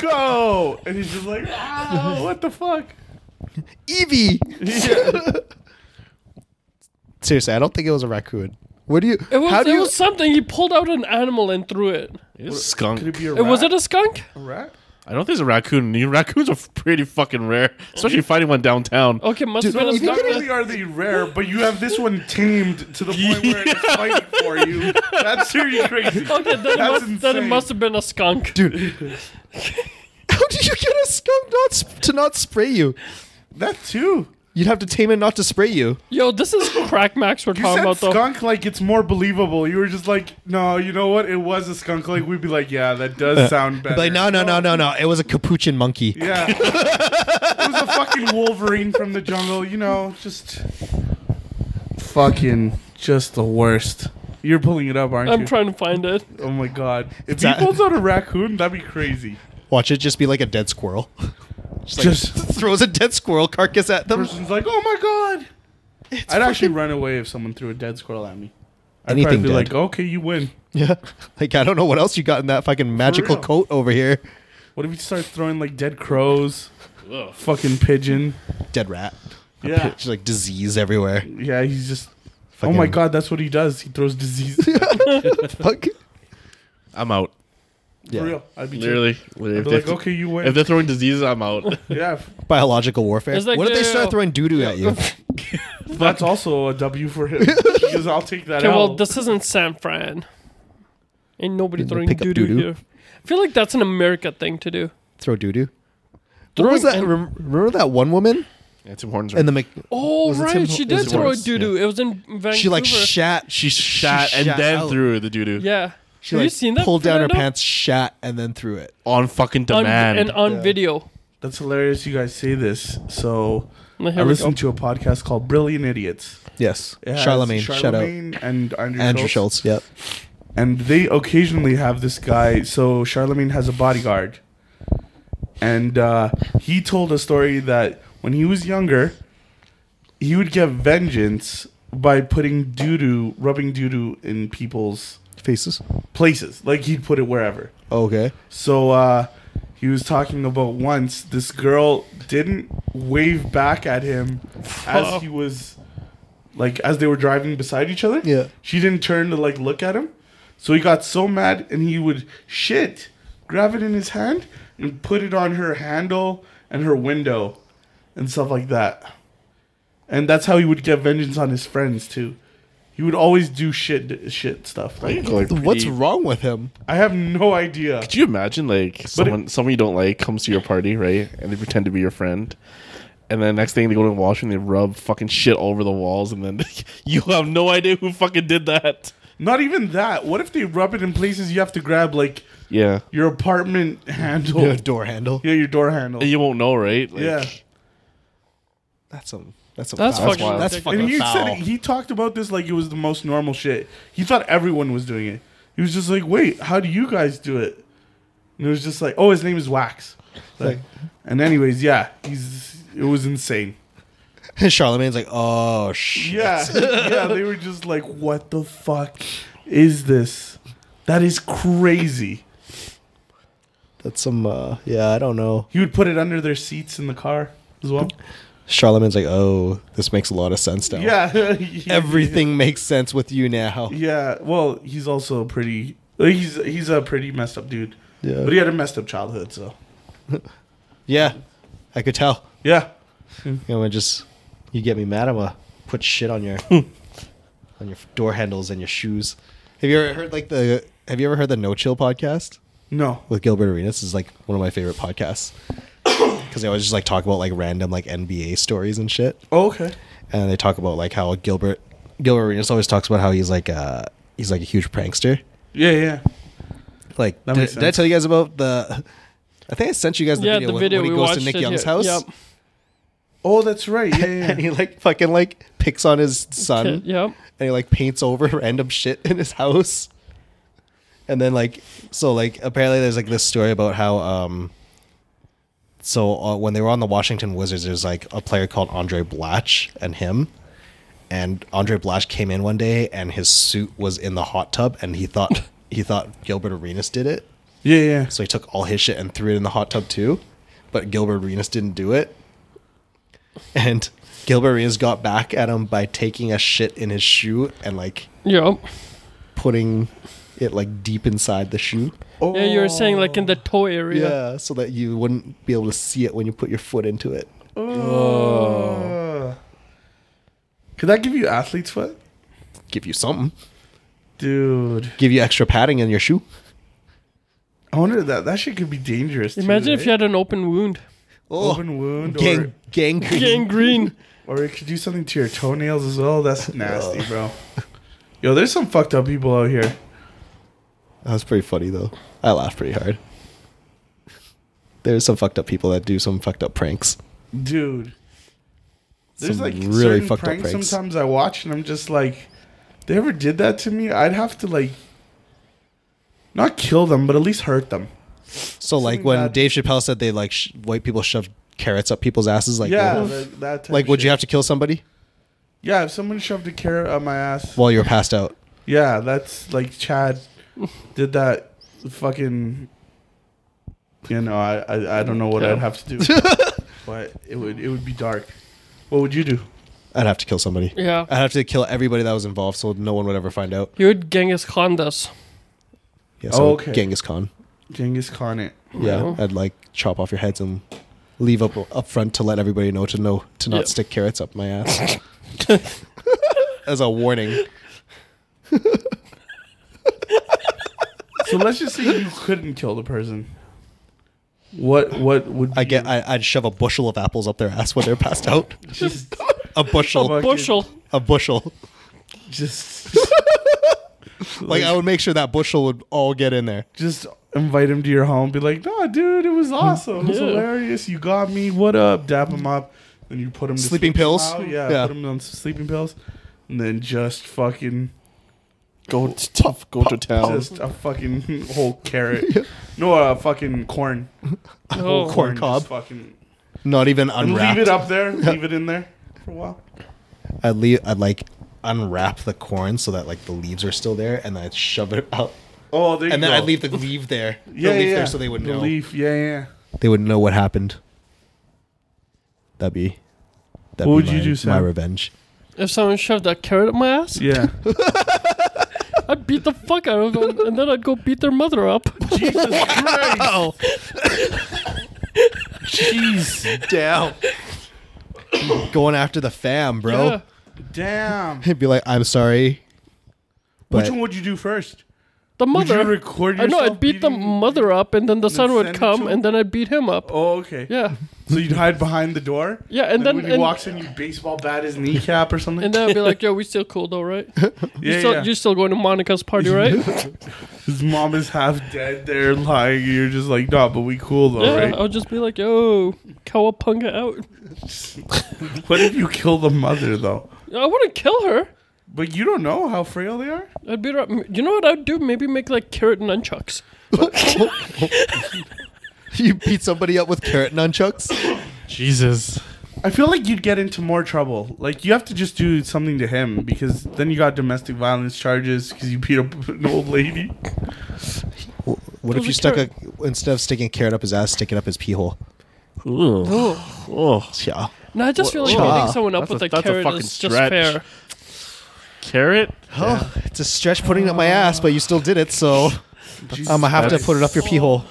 Speaker 3: Go! And he's just like, wow, what the fuck?
Speaker 1: Evie. Seriously, I don't think it was a raccoon. What do you
Speaker 2: It was,
Speaker 1: how do
Speaker 2: it
Speaker 1: you
Speaker 2: was something. He pulled out an animal and threw it.
Speaker 4: it's skunk.
Speaker 3: Could it be a
Speaker 2: it
Speaker 3: rat?
Speaker 2: was it a skunk?
Speaker 3: a rat?
Speaker 4: I don't think it's a raccoon. You- Raccoons are pretty fucking rare, especially finding one downtown.
Speaker 2: Okay, must
Speaker 1: Dude,
Speaker 2: have been a
Speaker 1: if you
Speaker 3: Not
Speaker 2: skunk.
Speaker 1: get
Speaker 3: only are they rare, but you have this one tamed to the point where it's fighting for you. That's pretty crazy.
Speaker 2: Okay, then it,
Speaker 3: That's
Speaker 2: must, then it
Speaker 3: insane.
Speaker 2: must have been a skunk.
Speaker 1: dude How do you get a skunk not sp- to not spray you?
Speaker 3: That too.
Speaker 1: You'd have to tame it not to spray you.
Speaker 2: Yo, this is crack max we're
Speaker 3: You
Speaker 2: talking
Speaker 3: said
Speaker 2: about though.
Speaker 3: skunk like it's more believable. You were just like, no, you know what? It was a skunk. Like we'd be like, yeah, that does sound better.
Speaker 1: Like no no no no no, it was a capuchin monkey.
Speaker 3: Yeah. it was a fucking Wolverine from the jungle, you know, just fucking just the worst. You're pulling it up, aren't
Speaker 2: I'm
Speaker 3: you?
Speaker 2: trying to find it.
Speaker 3: oh my god. If
Speaker 1: It's
Speaker 3: he
Speaker 1: a-
Speaker 3: pulls out a raccoon, that'd be crazy.
Speaker 1: Watch it just be like a dead squirrel. Just, like,
Speaker 3: Just-
Speaker 1: throws a dead squirrel carcass at them.
Speaker 3: Person's like, oh my god.
Speaker 1: It's
Speaker 3: I'd actually
Speaker 1: fucking-
Speaker 3: run away if someone threw a dead squirrel at me. I'd
Speaker 1: Anything
Speaker 3: probably be
Speaker 1: dead.
Speaker 3: like, okay, you win.
Speaker 1: Yeah. Like I don't know what else you got in that fucking magical
Speaker 3: real.
Speaker 1: coat over here.
Speaker 3: What if you start throwing like dead crows,
Speaker 4: Ugh.
Speaker 3: fucking pigeon?
Speaker 1: Dead rat.
Speaker 3: Yeah.
Speaker 1: Just like disease everywhere.
Speaker 3: Yeah, he's just.
Speaker 1: Fucking-
Speaker 3: Oh my god, that's what he does. He throws disease.
Speaker 1: Fuck.
Speaker 4: I'm out.
Speaker 1: Yeah.
Speaker 3: For real. I'd be,
Speaker 4: Literally, literally.
Speaker 3: I'd
Speaker 4: If,
Speaker 3: be
Speaker 4: they,
Speaker 3: like, okay, you win.
Speaker 4: if they're throwing diseases, I'm out.
Speaker 3: yeah.
Speaker 1: Biological warfare.
Speaker 2: It's like,
Speaker 1: what if they
Speaker 2: yeah,
Speaker 1: start
Speaker 2: yeah.
Speaker 1: throwing doo doo at you?
Speaker 3: That's also a W for him. because I'll take that
Speaker 2: Okay,
Speaker 3: out.
Speaker 2: well, this isn't San Fran. Ain't nobody
Speaker 1: Didn't they
Speaker 2: throwing
Speaker 1: pick up
Speaker 2: doo doo
Speaker 1: doo-doo?
Speaker 2: here. I feel like that's an America thing to do.
Speaker 1: Throw doo doo. What was that?
Speaker 2: Throwing-
Speaker 1: rem- Remember that one woman
Speaker 4: yeah, Tim Hortons.
Speaker 1: and the Mc-
Speaker 2: Oh,
Speaker 1: Was it
Speaker 2: right.
Speaker 1: Tim-
Speaker 2: She
Speaker 1: was
Speaker 2: did
Speaker 1: it
Speaker 2: throw a
Speaker 1: Hortons?
Speaker 2: doo doo. It was in Vancouver.
Speaker 1: she like shat.
Speaker 4: she shot and
Speaker 1: shot
Speaker 4: then
Speaker 1: out.
Speaker 4: threw the doo doo
Speaker 2: Yeah.
Speaker 1: She
Speaker 2: Have
Speaker 1: like
Speaker 2: you seen that?
Speaker 1: pulled down her
Speaker 2: Fernando?
Speaker 1: pants, shat, and then threw it.
Speaker 4: on fucking
Speaker 2: On,
Speaker 4: demand.
Speaker 2: and on
Speaker 1: Yeah.
Speaker 2: video.
Speaker 3: That's hilarious you guys say this. So,
Speaker 2: Now,
Speaker 3: I
Speaker 2: Here we go.
Speaker 3: listened to a podcast called Brilliant Idiots.
Speaker 1: Yes.
Speaker 3: It has
Speaker 1: Charlemagne, Shout out.
Speaker 3: Charlemagne And Andrew,
Speaker 1: Andrew
Speaker 3: Schultz.
Speaker 1: Schultz. Yep.
Speaker 3: and they occasionally have this guy. So Charlemagne has a bodyguard, and uh, he told a story that when he was younger, he would get vengeance by putting doo doo, rubbing doo doo in people's
Speaker 1: Faces.
Speaker 3: places. Like he'd put it wherever.
Speaker 1: Okay.
Speaker 3: So uh, he was talking about once this girl didn't wave back at him as he was like as they were driving beside each other.
Speaker 1: Yeah.
Speaker 3: She didn't turn to like look at him. So he got so mad and he would shit, grab it in his hand and put it on her handle and her window and stuff like that. And that's how he would get vengeance on his friends too. He would always do shit shit stuff. Like,
Speaker 1: What's wrong with him?
Speaker 3: I have no idea.
Speaker 4: Could you imagine like someone someone you don't like comes to your party, right? And they pretend to be your friend. And then next thing they go to the washroom, they rub fucking shit all over the walls, and then you have no idea who fucking did that.
Speaker 3: Not even that. What if they rub it in places you have to grab, like
Speaker 4: Yeah,
Speaker 3: your apartment handle?
Speaker 1: Yeah,
Speaker 3: Yeah,
Speaker 1: door handle.
Speaker 3: your door handle.
Speaker 4: And you won't know, right? Like,
Speaker 3: yeah.
Speaker 1: That's some. That's some.
Speaker 2: That's
Speaker 1: foul.
Speaker 2: fucking
Speaker 1: That's
Speaker 2: ridiculous.
Speaker 3: And
Speaker 1: fucking
Speaker 3: he
Speaker 1: foul.
Speaker 3: said it- he talked about this like it was the most normal shit. He thought everyone was doing it. He was just like, "Wait, how do you guys do it?" And it was just like, "Oh, his name is Wax." Like, and anyways, yeah, he's it was insane.
Speaker 1: Charlemagne's like, oh shit.
Speaker 3: Yeah, yeah, they were just like, "What the fuck is this? That is crazy."
Speaker 1: That's some. Uh, yeah, I don't know.
Speaker 3: He would put it under their seats in the car as well.
Speaker 1: Charlemagne's like, oh, this makes a lot of sense now.
Speaker 3: Yeah, he-
Speaker 1: Everything makes sense with you now.
Speaker 3: Yeah, well, he's also pretty. He's he's a pretty messed up dude.
Speaker 1: Yeah.
Speaker 3: but he had a messed up childhood, so
Speaker 1: Yeah, I could tell.
Speaker 3: yeah.
Speaker 1: You know, I just you get me mad. I'm gonna put shit on your on your door handles and your shoes. Have you ever heard like the Have you ever heard the No Chill podcast
Speaker 3: No,
Speaker 1: with Gilbert Arenas? Is like one of my favorite podcasts because they always just like talk about like random like NBA stories and shit.
Speaker 3: oh, okay.
Speaker 1: and they talk about like how Gilbert Gilbert Arenas always talks about how he's like uh he's like a huge prankster.
Speaker 3: Yeah, yeah.
Speaker 1: Like
Speaker 3: That
Speaker 1: did,
Speaker 3: makes
Speaker 1: did I
Speaker 3: sense.
Speaker 1: tell you guys about the I think I sent you guys the
Speaker 2: yeah,
Speaker 1: video,
Speaker 2: the
Speaker 1: when-
Speaker 2: video
Speaker 1: when he
Speaker 2: we
Speaker 1: goes
Speaker 2: watched
Speaker 1: to Nick
Speaker 2: it
Speaker 1: Young's
Speaker 2: here.
Speaker 1: house,
Speaker 2: Yep.
Speaker 3: Oh, that's right. Yeah, yeah,
Speaker 1: and he
Speaker 3: yeah.
Speaker 1: like fucking like picks on his son,
Speaker 2: Kid- Yep.
Speaker 1: and he like paints over random shit in his house. And then like so like apparently there's like this story about how um so uh, when they were on the Washington Wizards there's like a player called Andre Blatch and him and Andre Blatch came in one day and his suit was in the hot tub and he thought he thought Gilbert Arenas did it
Speaker 3: yeah, yeah.
Speaker 1: so he took all his shit and threw it in the hot tub too. But Gilbert Arenas didn't do it. And Gilbert Arenas got back at him by taking a shit in his shoe and like
Speaker 2: Yep.
Speaker 1: putting it like deep inside the shoe.
Speaker 3: Oh,
Speaker 2: Yeah, you were saying like
Speaker 1: Oh.
Speaker 2: in the toe area.
Speaker 1: Yeah, so that you wouldn't be able to see it when you put your foot into it.
Speaker 3: Oh. Could that give you athlete's foot?
Speaker 1: Give you something.
Speaker 3: Dude,
Speaker 1: Give you extra padding in your shoe.
Speaker 3: I wonder that that shit could be dangerous. too,
Speaker 2: Imagine if
Speaker 3: right?
Speaker 2: you had an open wound.
Speaker 3: open wound
Speaker 1: Oh. gang, gangrene.
Speaker 2: Gangrene.
Speaker 3: or or it could do something to your toenails as well. That's nasty, bro. Yo, there's some fucked up people out here.
Speaker 1: That was pretty funny though. I laughed pretty hard. There's some fucked up people that do some fucked up pranks.
Speaker 3: Dude. There's
Speaker 1: Some
Speaker 3: like
Speaker 1: really
Speaker 3: certain
Speaker 1: fucked up
Speaker 3: pranks,
Speaker 1: pranks.
Speaker 3: sometimes I watch and I'm just like they ever did that to me, I'd have to like not kill them, but at least hurt them.
Speaker 1: So like
Speaker 3: Something
Speaker 1: when
Speaker 3: bad.
Speaker 1: Dave Chappelle said they like sh- white people shove carrots up people's asses, like
Speaker 3: yeah,
Speaker 1: well,
Speaker 3: that, that type
Speaker 1: like
Speaker 3: of
Speaker 1: would you
Speaker 3: shit.
Speaker 1: have to kill somebody
Speaker 3: Yeah, if someone shoved a carrot up my ass.
Speaker 1: while you're passed out?
Speaker 3: Yeah, that's like Chad did that fucking you know, I I, I don't know what I'd have to do. but it would it would be dark. What would you do?
Speaker 1: I'd have to kill somebody.
Speaker 2: Yeah.
Speaker 1: I'd have to kill everybody that was involved, so no one would ever find out.
Speaker 2: You would Genghis Khan this.
Speaker 1: Yeah, so
Speaker 3: Oh, okay.
Speaker 1: Genghis Khan.
Speaker 3: Genghis Khan it.
Speaker 1: Yeah,
Speaker 2: Yeah.
Speaker 1: I'd like chop off your heads and leave up up front to let everybody know to know to not
Speaker 2: Yeah.
Speaker 1: stick carrots up my ass as a warning.
Speaker 3: So let's just say you couldn't kill the person. What what would
Speaker 1: I get
Speaker 3: you
Speaker 1: I, I'd shove a bushel of apples up their ass when they're passed out.
Speaker 3: just
Speaker 1: A bushel,
Speaker 3: Fuck.
Speaker 2: Bushel.
Speaker 1: a bushel.
Speaker 3: just
Speaker 1: Like I would make sure that bushel would all get in there.
Speaker 3: just invite him to your home, be like, nah, dude, it was
Speaker 1: Mm,
Speaker 3: awesome. It was
Speaker 2: Yeah.
Speaker 3: hilarious. You got me. What up? Dap him up. Then you put him to
Speaker 1: Sleeping
Speaker 3: sleep
Speaker 1: pills?
Speaker 3: somehow. Yeah,
Speaker 1: Yeah.
Speaker 3: put him on some sleeping pills. And then just fucking
Speaker 4: Go to tough. Go to
Speaker 1: Oh.
Speaker 4: town.
Speaker 3: just a fucking whole carrot. No, a fucking corn.
Speaker 2: Oh.
Speaker 1: Corn
Speaker 3: just
Speaker 1: cob.
Speaker 3: Fucking
Speaker 1: Not even
Speaker 3: and
Speaker 1: unwrapped.
Speaker 3: leave it up there. Leave it in there for a while.
Speaker 1: I'd leave. I'd like unwrap the corn so that like the leaves are still there, and then I'd shove it out,
Speaker 3: Oh, there you
Speaker 1: and then
Speaker 3: go.
Speaker 1: I'd leave the leaf there. The
Speaker 3: yeah,
Speaker 1: leaf
Speaker 3: yeah,
Speaker 1: there so they would
Speaker 3: the
Speaker 1: know.
Speaker 3: Leaf, yeah, yeah.
Speaker 1: They would know what happened. That'd be. That'd
Speaker 3: What
Speaker 1: be
Speaker 3: would you
Speaker 1: my,
Speaker 3: do,
Speaker 1: My
Speaker 3: Sam?
Speaker 1: revenge.
Speaker 2: If someone shoved a carrot up my ass,
Speaker 3: Yeah.
Speaker 2: I'd beat the fuck out of them and then I'd go beat their mother up.
Speaker 3: Jesus Christ.
Speaker 1: Oh
Speaker 3: Jeez.
Speaker 1: damn! Going after the fam, bro.
Speaker 2: Yeah.
Speaker 3: Damn.
Speaker 1: He'd be like, "I'm sorry." But
Speaker 3: Which one would you do first?
Speaker 2: The
Speaker 3: Would you
Speaker 2: mother.
Speaker 3: record
Speaker 2: I
Speaker 3: yourself?
Speaker 2: know, I'd beat the
Speaker 3: beating-
Speaker 2: mother up and then the son
Speaker 3: then
Speaker 2: would
Speaker 3: send it
Speaker 2: come
Speaker 3: to
Speaker 2: and then I'd beat him up.
Speaker 3: Oh, okay.
Speaker 2: Yeah.
Speaker 3: So you'd hide behind the door?
Speaker 2: Yeah, and then
Speaker 3: when he
Speaker 2: and,
Speaker 3: walks in, you baseball bat his kneecap or something?
Speaker 2: and then I'd be like, yo, we still cool though, right?
Speaker 3: yeah,
Speaker 2: you still,
Speaker 3: yeah.
Speaker 2: You're still going to Monica's party, right?
Speaker 3: His mom is half dead there lying. You're just like, nah, but we cool though,
Speaker 2: yeah,
Speaker 3: right?
Speaker 2: I'll just be like, yo, Kawapunga out.
Speaker 3: What if you kill the mother though?
Speaker 2: I wouldn't kill her.
Speaker 3: But you don't know how frail they are?
Speaker 2: I'd beat her up. You know what I'd do? Maybe make like carrot nunchucks.
Speaker 1: you beat somebody up with carrot nunchucks.
Speaker 4: Jesus.
Speaker 3: I feel like you'd get into more trouble. Like you have to just do something to him because then you got domestic violence charges because you beat up an old lady.
Speaker 1: What if
Speaker 2: Those
Speaker 1: you
Speaker 2: are
Speaker 1: stuck a instead of sticking a carrot up his ass, stick it up his pee hole?
Speaker 4: Ooh.
Speaker 2: Oh.
Speaker 4: Oh.
Speaker 1: Yeah.
Speaker 2: No, I just feel like
Speaker 1: Wow.
Speaker 2: beating someone up
Speaker 4: That's
Speaker 2: with
Speaker 4: a-
Speaker 2: a,
Speaker 4: that's a
Speaker 2: carrot
Speaker 4: fucking
Speaker 2: is
Speaker 4: stretch.
Speaker 2: just fair.
Speaker 4: Carrot.
Speaker 1: Oh, it's a stretch putting it up my ass, but you still did it, so
Speaker 3: Jesus
Speaker 1: I'm gonna have to
Speaker 3: Christ.
Speaker 1: put it up your pee hole.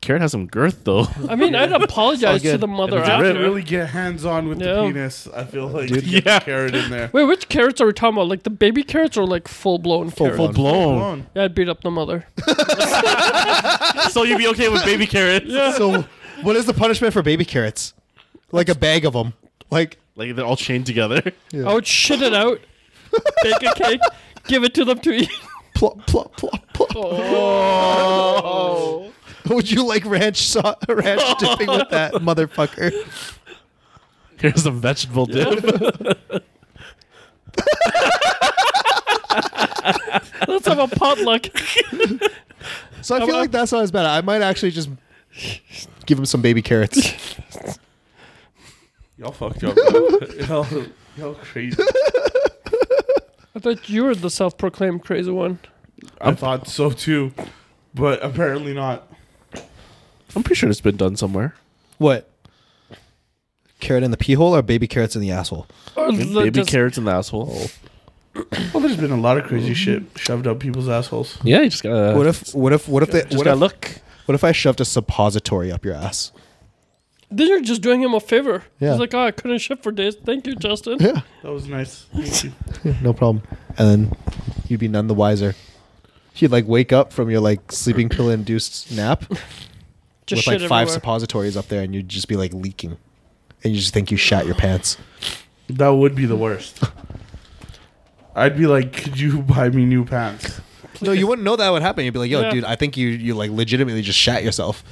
Speaker 4: Carrot has some girth though.
Speaker 2: I mean, I'd apologize to
Speaker 1: good.
Speaker 2: the mother
Speaker 4: It's a
Speaker 3: You have to
Speaker 2: after.
Speaker 3: really get hands on with
Speaker 2: Yeah.
Speaker 3: the penis. I feel like
Speaker 1: Dude.
Speaker 3: you get the
Speaker 4: Yeah.
Speaker 3: carrot in there.
Speaker 2: Wait, which carrots are we talking about? Like the baby carrots or like full blown
Speaker 1: Oh, Full blown.
Speaker 2: carrots?
Speaker 3: Come
Speaker 4: blown.
Speaker 3: on.
Speaker 2: Yeah, I'd beat up the mother.
Speaker 4: so you'd be okay with baby carrots?
Speaker 1: So, what is the punishment for baby carrots? Like a bag of them. Like
Speaker 4: Like they're all chained together.
Speaker 2: I would shit it out, bake a cake, give it to them to eat.
Speaker 4: Oh.
Speaker 1: plop, plop, plop, plop.
Speaker 2: Oh.
Speaker 1: Would you like ranch sau ranch dipping with that motherfucker?
Speaker 4: Here's a vegetable dip.
Speaker 2: Let's have a potluck.
Speaker 1: So I feel like that's not as bad. I might actually just give him some baby carrots.
Speaker 3: Y'all fucked up. bro. y'all, y'all crazy.
Speaker 2: I thought you were the self-proclaimed crazy one.
Speaker 3: I thought so too, but apparently not.
Speaker 4: I'm pretty sure it's been done somewhere.
Speaker 1: what? Carrot in the pee hole or baby carrots in the asshole?
Speaker 2: Or the-
Speaker 4: Baby
Speaker 2: just-
Speaker 4: carrots in the asshole.
Speaker 3: Well, there's been a lot of crazy shit shoved up people's assholes.
Speaker 4: Yeah, you just gotta.
Speaker 1: What if? What if? What if? They,
Speaker 4: Just
Speaker 1: what,
Speaker 4: gotta
Speaker 1: if
Speaker 4: look.
Speaker 1: what if I shoved a suppository up your ass?
Speaker 2: Then you're just doing him a favor.
Speaker 1: Yeah.
Speaker 2: He's like, oh, I couldn't ship for days. Thank you, Justin.
Speaker 1: Yeah,
Speaker 3: That was nice. Thank you.
Speaker 1: no problem. And then you'd be none the wiser. You'd like wake up from your like sleeping pill induced nap with
Speaker 2: Just
Speaker 1: like
Speaker 2: shit
Speaker 1: five
Speaker 2: everywhere.
Speaker 1: suppositories up there, and you'd just be like leaking, and you just think you shat your pants.
Speaker 3: That would be the worst. I'd be like, could you buy me new pants?
Speaker 1: No, you wouldn't know that would happen. You'd be like, "Yo,
Speaker 2: Yeah.
Speaker 1: dude, I think you you like legitimately just shat yourself,"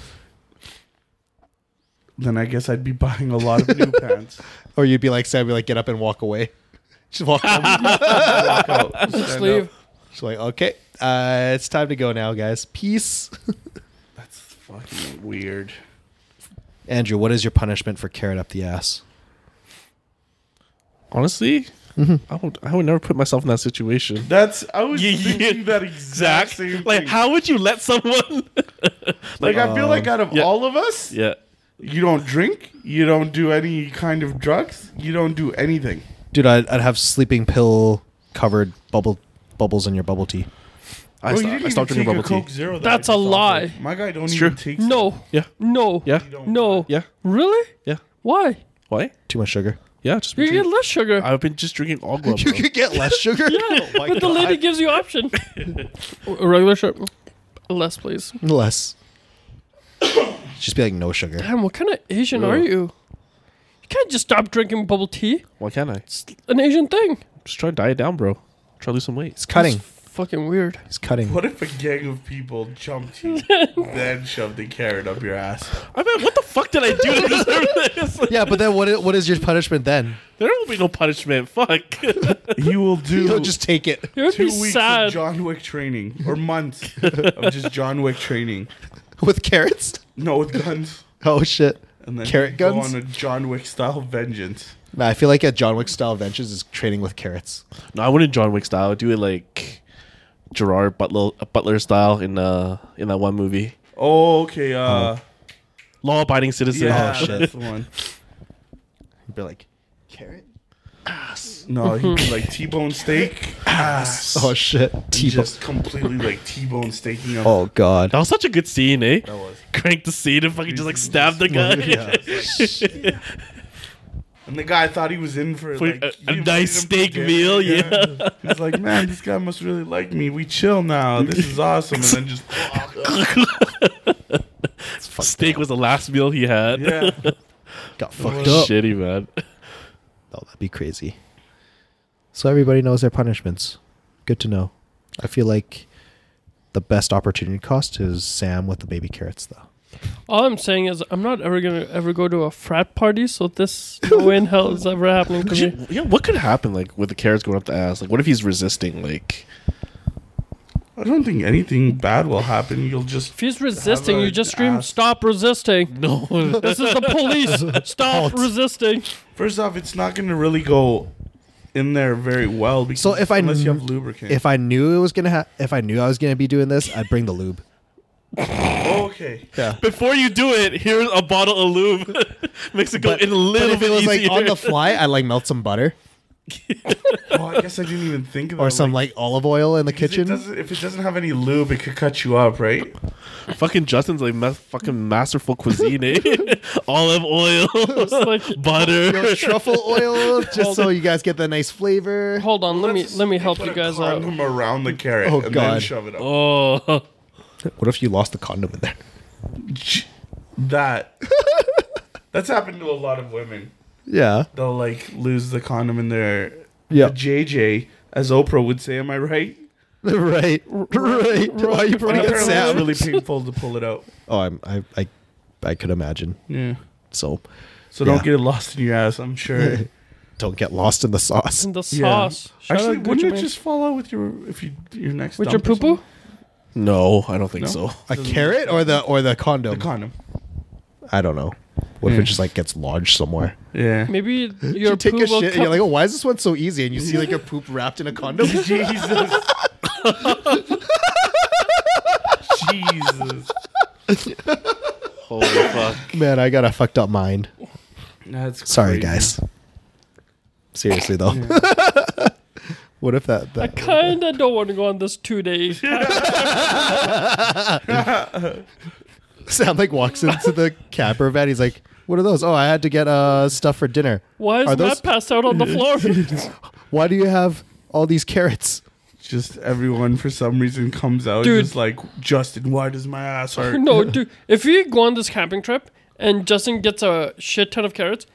Speaker 3: Then I guess I'd be buying a lot of new pants.
Speaker 1: or you'd be like, "Sam, be like, get up and walk away." Just walk. home.
Speaker 3: Walk out,
Speaker 2: Just
Speaker 3: stand
Speaker 2: leave.
Speaker 3: up.
Speaker 1: She's like, "Okay, uh, it's time to go now, guys. Peace."
Speaker 3: That's fucking weird.
Speaker 1: Andrew, what is your punishment for carrot up the ass?
Speaker 4: Honestly, Mm-hmm. I would. I would never put myself in that situation.
Speaker 3: That's I was
Speaker 4: Yeah, yeah.
Speaker 3: thinking that exact same
Speaker 4: Like,
Speaker 3: thing.
Speaker 4: how would you let someone?
Speaker 3: like
Speaker 4: Uh,
Speaker 3: I feel like out of
Speaker 4: yeah.
Speaker 3: all of us,
Speaker 4: yeah.
Speaker 3: you don't drink, you don't do any kind of drugs, you don't do anything.
Speaker 1: Dude, I'd, I'd have sleeping pill covered bubble bubbles in your bubble tea.
Speaker 4: I,
Speaker 3: Bro,
Speaker 4: sto-
Speaker 3: you didn't
Speaker 4: I stopped
Speaker 3: even
Speaker 4: drinking
Speaker 3: take
Speaker 4: bubble
Speaker 3: a
Speaker 4: tea.
Speaker 3: Coke Zero that
Speaker 2: That's
Speaker 3: I
Speaker 2: a
Speaker 3: just
Speaker 2: lie.
Speaker 3: offered. My guy don't
Speaker 4: It's
Speaker 3: even
Speaker 4: true.
Speaker 3: take
Speaker 2: No.
Speaker 4: Yeah.
Speaker 2: No.
Speaker 4: Yeah.
Speaker 3: You don't
Speaker 2: No.
Speaker 4: Yeah.
Speaker 2: Really?
Speaker 4: Yeah.
Speaker 2: Why?
Speaker 4: Why?
Speaker 1: Too much sugar.
Speaker 4: Yeah. Just.
Speaker 2: You
Speaker 4: drink-
Speaker 2: get less sugar.
Speaker 4: I've been just drinking agua. Bro.
Speaker 1: get less sugar.
Speaker 2: yeah, but the lady gives you option. A Regular shirt, less please.
Speaker 1: Less. just be like no sugar.
Speaker 2: Damn, what kind of Asian are
Speaker 4: Ew.
Speaker 2: you? You can't just stop drinking bubble tea.
Speaker 4: Why can't I?
Speaker 2: It's an Asian thing.
Speaker 4: Just try to diet down, bro. Try to lose some weight.
Speaker 1: It's cutting.
Speaker 2: Fucking weird.
Speaker 1: It's cutting.
Speaker 3: What if a gang of people jumped you, then shoved a carrot up your ass?
Speaker 4: I mean, what the fuck did I do to deserve this?
Speaker 1: Yeah, but then what? i- What is your punishment then?
Speaker 4: There will be no punishment. Fuck.
Speaker 3: You will do
Speaker 1: You'll just take it.
Speaker 2: It would
Speaker 3: two
Speaker 2: be
Speaker 3: weeks of
Speaker 2: sad.
Speaker 3: John Wick training, or months of just John Wick training.
Speaker 1: with carrots.
Speaker 3: No, with guns.
Speaker 1: Oh shit!
Speaker 3: And then
Speaker 1: Carrot
Speaker 3: go
Speaker 1: guns?
Speaker 3: on a John Wick style vengeance.
Speaker 1: Nah, I feel like at John Wick style adventures is training with carrots.
Speaker 4: no, I wouldn't John Wick style. I'd do it like Gerard Butler, Butler style in uh in that one movie,
Speaker 3: Oh, okay. Uh,
Speaker 4: Law Abiding Citizen.
Speaker 3: yeah,
Speaker 1: Oh, shit.
Speaker 3: that's the one.
Speaker 1: You'd be like, carrot.
Speaker 3: No, he was like T-bone steak. Ass.
Speaker 1: Oh shit! T-
Speaker 3: Just completely like T-bone steaking up.
Speaker 1: oh god.
Speaker 4: That was such a good scene, eh?
Speaker 3: That was.
Speaker 4: Crank the scene and fucking just like stab the guy.
Speaker 3: And the guy thought he was in for,
Speaker 4: For
Speaker 3: like,
Speaker 4: a- a
Speaker 3: you invited
Speaker 4: nice
Speaker 3: him for
Speaker 4: steak
Speaker 3: dinner,
Speaker 4: meal,
Speaker 3: He's like, man, this guy must really like me. We chill now. This is awesome. And then just,
Speaker 4: Steak was the last meal he had.
Speaker 3: yeah.
Speaker 1: Got fucked up.
Speaker 4: Shitty man.
Speaker 1: Oh, that'd be crazy. So everybody knows their punishments. Good to know. I feel like the best opportunity cost is Sam with the baby carrots, though.
Speaker 2: All I'm saying is I'm not ever gonna ever go to a frat party, so this no way in hell is ever happening to me.
Speaker 4: Yeah, what could happen like with the carrots going up the ass? Like, what if he's resisting? Like,
Speaker 3: I don't think anything bad will happen. You'll just
Speaker 2: If he's resisting, you
Speaker 3: a
Speaker 2: just scream,
Speaker 3: ass.
Speaker 2: "Stop resisting!"
Speaker 4: no,
Speaker 2: This is the police. Stop resisting.
Speaker 3: First off, it's not going to really go in there very well because
Speaker 1: So if I
Speaker 3: unless you have
Speaker 1: kn-
Speaker 3: lubricant.
Speaker 1: If I knew it was gonna, ha- if I knew I was gonna be doing this, I'd bring the lube.
Speaker 3: Oh, okay,
Speaker 1: Yeah.
Speaker 4: before you do it, here's a bottle of lube. Makes it go
Speaker 1: But-
Speaker 4: in a little
Speaker 1: But if
Speaker 4: bit
Speaker 1: it was like
Speaker 4: easier.
Speaker 1: on the fly, I'd like melt some butter
Speaker 3: oh, I guess I didn't even think of that.
Speaker 1: or some like olive oil in the
Speaker 3: 'cause it
Speaker 1: kitchen.
Speaker 3: doesn't- if it doesn't have any lube, it could cut you up, right?
Speaker 4: fucking Justin's like ma- fucking masterful cuisine. eh? Olive oil,
Speaker 2: It's like,
Speaker 4: butter.
Speaker 1: truffle oil, just so you guys get that nice flavor.
Speaker 2: hold on, let me
Speaker 3: Let's-
Speaker 2: let me help
Speaker 3: put
Speaker 2: you
Speaker 3: a
Speaker 2: guys out.
Speaker 3: condom around the carrot
Speaker 1: Oh,
Speaker 3: and then
Speaker 1: God.
Speaker 3: shove it up.
Speaker 4: Oh,
Speaker 1: What if you lost the condom in there?
Speaker 3: Ch- That that's happened to a lot of women.
Speaker 1: Yeah.
Speaker 3: They'll like lose the condom in their
Speaker 1: Yeah.
Speaker 3: the JJ, as Oprah would say. Am I right?
Speaker 1: right, right. Why are you pointing at
Speaker 3: Apparently it's
Speaker 1: Sam?
Speaker 3: really painful to pull it out.
Speaker 1: Oh, I'm, I, I, I could imagine.
Speaker 3: Yeah.
Speaker 1: So
Speaker 3: So don't
Speaker 1: Yeah.
Speaker 3: get it lost in your ass. I'm sure.
Speaker 1: don't get lost in the sauce.
Speaker 2: in the sauce. Shout
Speaker 3: Actually,
Speaker 2: out
Speaker 3: wouldn't
Speaker 2: Gucci
Speaker 3: it
Speaker 2: Mane.
Speaker 3: just fall out with your if you your next
Speaker 2: with your
Speaker 3: dump or
Speaker 2: poo poo?
Speaker 4: No, I don't think
Speaker 3: No?
Speaker 4: so.
Speaker 1: A carrot or the or the condom?
Speaker 3: something? The condom.
Speaker 1: I don't know. What if
Speaker 3: Yeah.
Speaker 1: it just like gets lodged somewhere?
Speaker 3: Yeah.
Speaker 2: Maybe
Speaker 1: Hmm. You
Speaker 2: your
Speaker 1: take
Speaker 2: poo
Speaker 1: a
Speaker 2: will
Speaker 1: shit. And you're
Speaker 2: come.
Speaker 1: like, oh, why is this one so easy? And you see like your poop wrapped in a condom.
Speaker 3: Jesus. Jesus.
Speaker 4: Holy fuck.
Speaker 1: Man, I got a fucked up mind.
Speaker 3: That's
Speaker 1: Sorry,
Speaker 3: crazy.
Speaker 1: guys. Seriously though. what if that?
Speaker 2: I
Speaker 1: that
Speaker 2: kind of don't want to go on this two day.
Speaker 1: Sam like walks into the camper van. He's like, "What are those? Oh, I had to get uh stuff for dinner.
Speaker 2: Why is
Speaker 1: Are those-
Speaker 2: Matt passed out on the floor?
Speaker 1: Why do you have all these carrots?"
Speaker 3: Just everyone for some reason comes out
Speaker 2: Dude.
Speaker 3: just like Justin. Why does my ass hurt?
Speaker 2: no, dude. If we go on this camping trip and Justin gets a shit ton of carrots,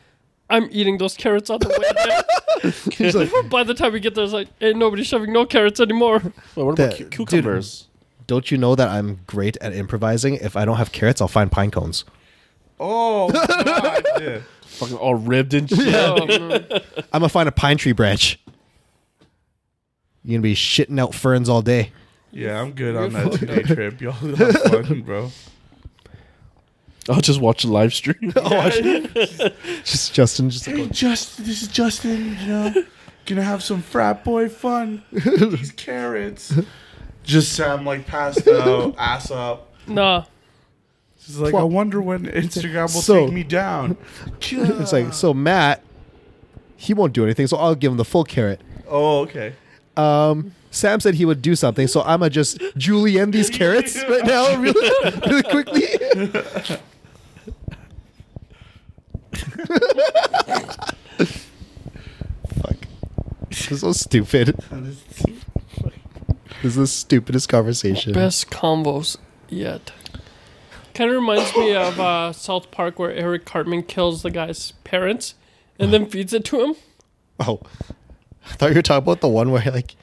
Speaker 2: I'm eating those carrots on the way there.
Speaker 1: He's like,
Speaker 2: By the time we get there, it's like, ain't nobody shoving no carrots anymore.
Speaker 4: Well, what about
Speaker 1: The-
Speaker 4: cu-
Speaker 1: dude.
Speaker 4: cucumbers?
Speaker 1: "Don't you know that I'm great at improvising? If I don't have carrots, I'll find pine cones."
Speaker 3: Oh, God. Yeah.
Speaker 4: Fucking all ribbed and shit.
Speaker 2: Oh, man.
Speaker 1: I'm gonna find a pine tree branch. You're gonna be shitting out ferns all day.
Speaker 3: yeah, I'm good on that two day trip. Y'all have fun, bro.
Speaker 4: I'll just watch the live stream.
Speaker 1: Just Justin, just like,
Speaker 3: Hey, Justin, this is Justin. You know, gonna have some frat boy fun. These carrots. Just Sam like passed out, ass up.
Speaker 2: nah.
Speaker 3: She's like, I wonder when Instagram will
Speaker 1: So-
Speaker 3: take me down.
Speaker 1: it's like so Matt, he won't do anything, so I'll give him the full carrot.
Speaker 3: oh, okay.
Speaker 1: Sam said he would do something, so I'ma just julienne these carrots right now, really, really quickly. Fuck, this is so stupid. This is the stupidest conversation.
Speaker 2: Best combos yet. Kind of reminds me of uh, South Park where Eric Cartman kills the guy's parents and then feeds it to him.
Speaker 1: Oh, I thought you were talking about the one where like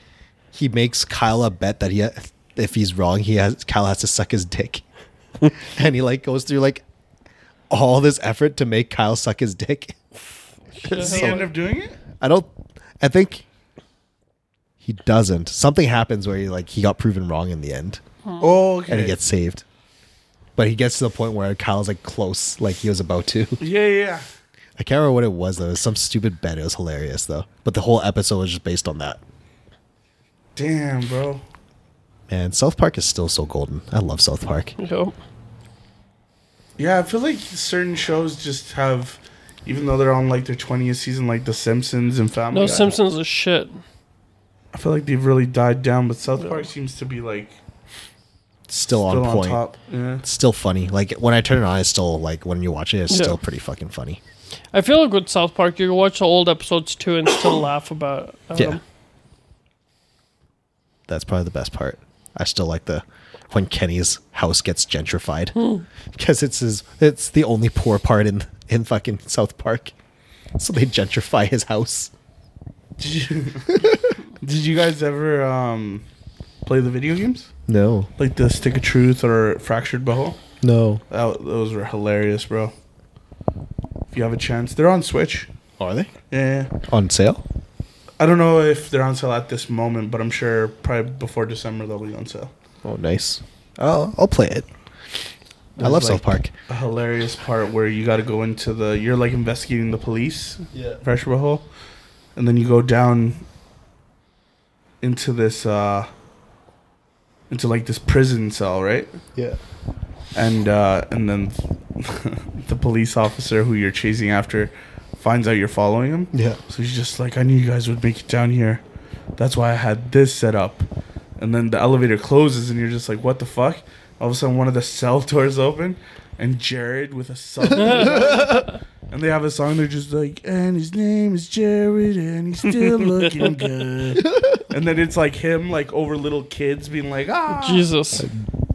Speaker 1: he makes Kyle a bet that he, ha- if he's wrong, he has Kyle has to suck his dick, and he like goes through like all this effort to make Kyle suck his dick.
Speaker 3: Does he
Speaker 1: So-
Speaker 3: end up doing it?
Speaker 1: I don't. I think he doesn't. Something happens where he like he got proven wrong in the end,
Speaker 3: Oh, okay.
Speaker 1: and he gets saved. But he gets to the point where Kyle's like close, like he was about to.
Speaker 3: yeah, yeah.
Speaker 1: I can't remember what it was though. It was some stupid bet. It was hilarious though. But the whole episode was just based on that.
Speaker 3: Damn, bro.
Speaker 1: Man, South Park is still so golden. I love South Park.
Speaker 2: Yep.
Speaker 3: Yeah, I feel like certain shows just have, even though they're on like their twentieth season, like The Simpsons and Family.
Speaker 2: No
Speaker 3: Guy,
Speaker 2: Simpsons is shit.
Speaker 3: I feel like they've really died down, but South
Speaker 2: Yeah.
Speaker 3: Park seems to be like
Speaker 1: Still,
Speaker 3: still
Speaker 1: on
Speaker 3: on,
Speaker 1: point.
Speaker 3: top. Yeah.
Speaker 1: Still funny. Like when I turn it on, it's still like when you watch it, it's
Speaker 2: Yeah.
Speaker 1: still pretty fucking funny.
Speaker 2: I feel like with South Park, you can watch the old episodes too and still laugh about um,
Speaker 1: Yeah. That's probably the best part. I still like the when Kenny's house gets gentrified because it's his. It's the only poor part in in fucking South Park. So they gentrify his house.
Speaker 3: Did you, did you guys ever um, play the video games?
Speaker 1: No,
Speaker 3: Like the Stick of Truth or Fractured Boho?
Speaker 1: no.
Speaker 3: That, those were hilarious, bro. If you have a chance, they're on Switch.
Speaker 1: Are they
Speaker 3: Yeah. yeah.
Speaker 1: on sale?
Speaker 3: I don't know if they're on sale at this moment, but I'm sure probably before December they'll be on sale.
Speaker 1: Oh, nice. Oh, I'll play it. I
Speaker 3: There's,
Speaker 1: love
Speaker 3: like,
Speaker 1: South Park.
Speaker 3: A hilarious part where you got to go into the you're like investigating the police
Speaker 1: Yeah.
Speaker 3: pressure hole, and then you go down into this uh into like this prison cell, right?
Speaker 1: Yeah.
Speaker 3: And uh and then the police officer who you're chasing after finds out you're following him.
Speaker 1: Yeah.
Speaker 3: So he's just like, I knew you guys would make it down here. That's why I had this set up. And then the elevator closes, and you're just like, what the fuck? All of a sudden, one of the cell doors open, and Jared with a sub. and they have a song, they're just like, and his name is Jared, and he's still looking good. and then it's like him, like over little kids, being like, ah.
Speaker 2: Jesus.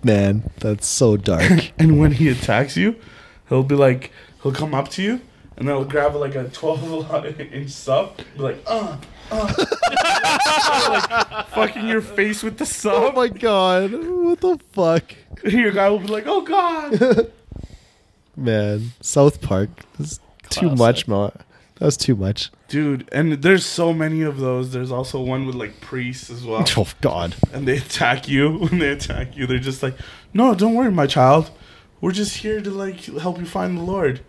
Speaker 1: Man, that's so dark.
Speaker 3: And when he attacks you, he'll be like, he'll come up to you, and then he'll grab like a 12 inch sub, be like, uh, uh, fucking your face with the
Speaker 1: Oh
Speaker 3: sub.
Speaker 1: my god. What the fuck?
Speaker 3: your guy will be like, "Oh God!"
Speaker 1: Man. South Park. That's too much, man. That was too much.
Speaker 3: Dude, and there's so many of those. There's also one with like priests as well,
Speaker 1: Oh god.
Speaker 3: and they attack you. When they attack you, they're just like, "No, don't worry, my child. We're just here to like help you find the Lord."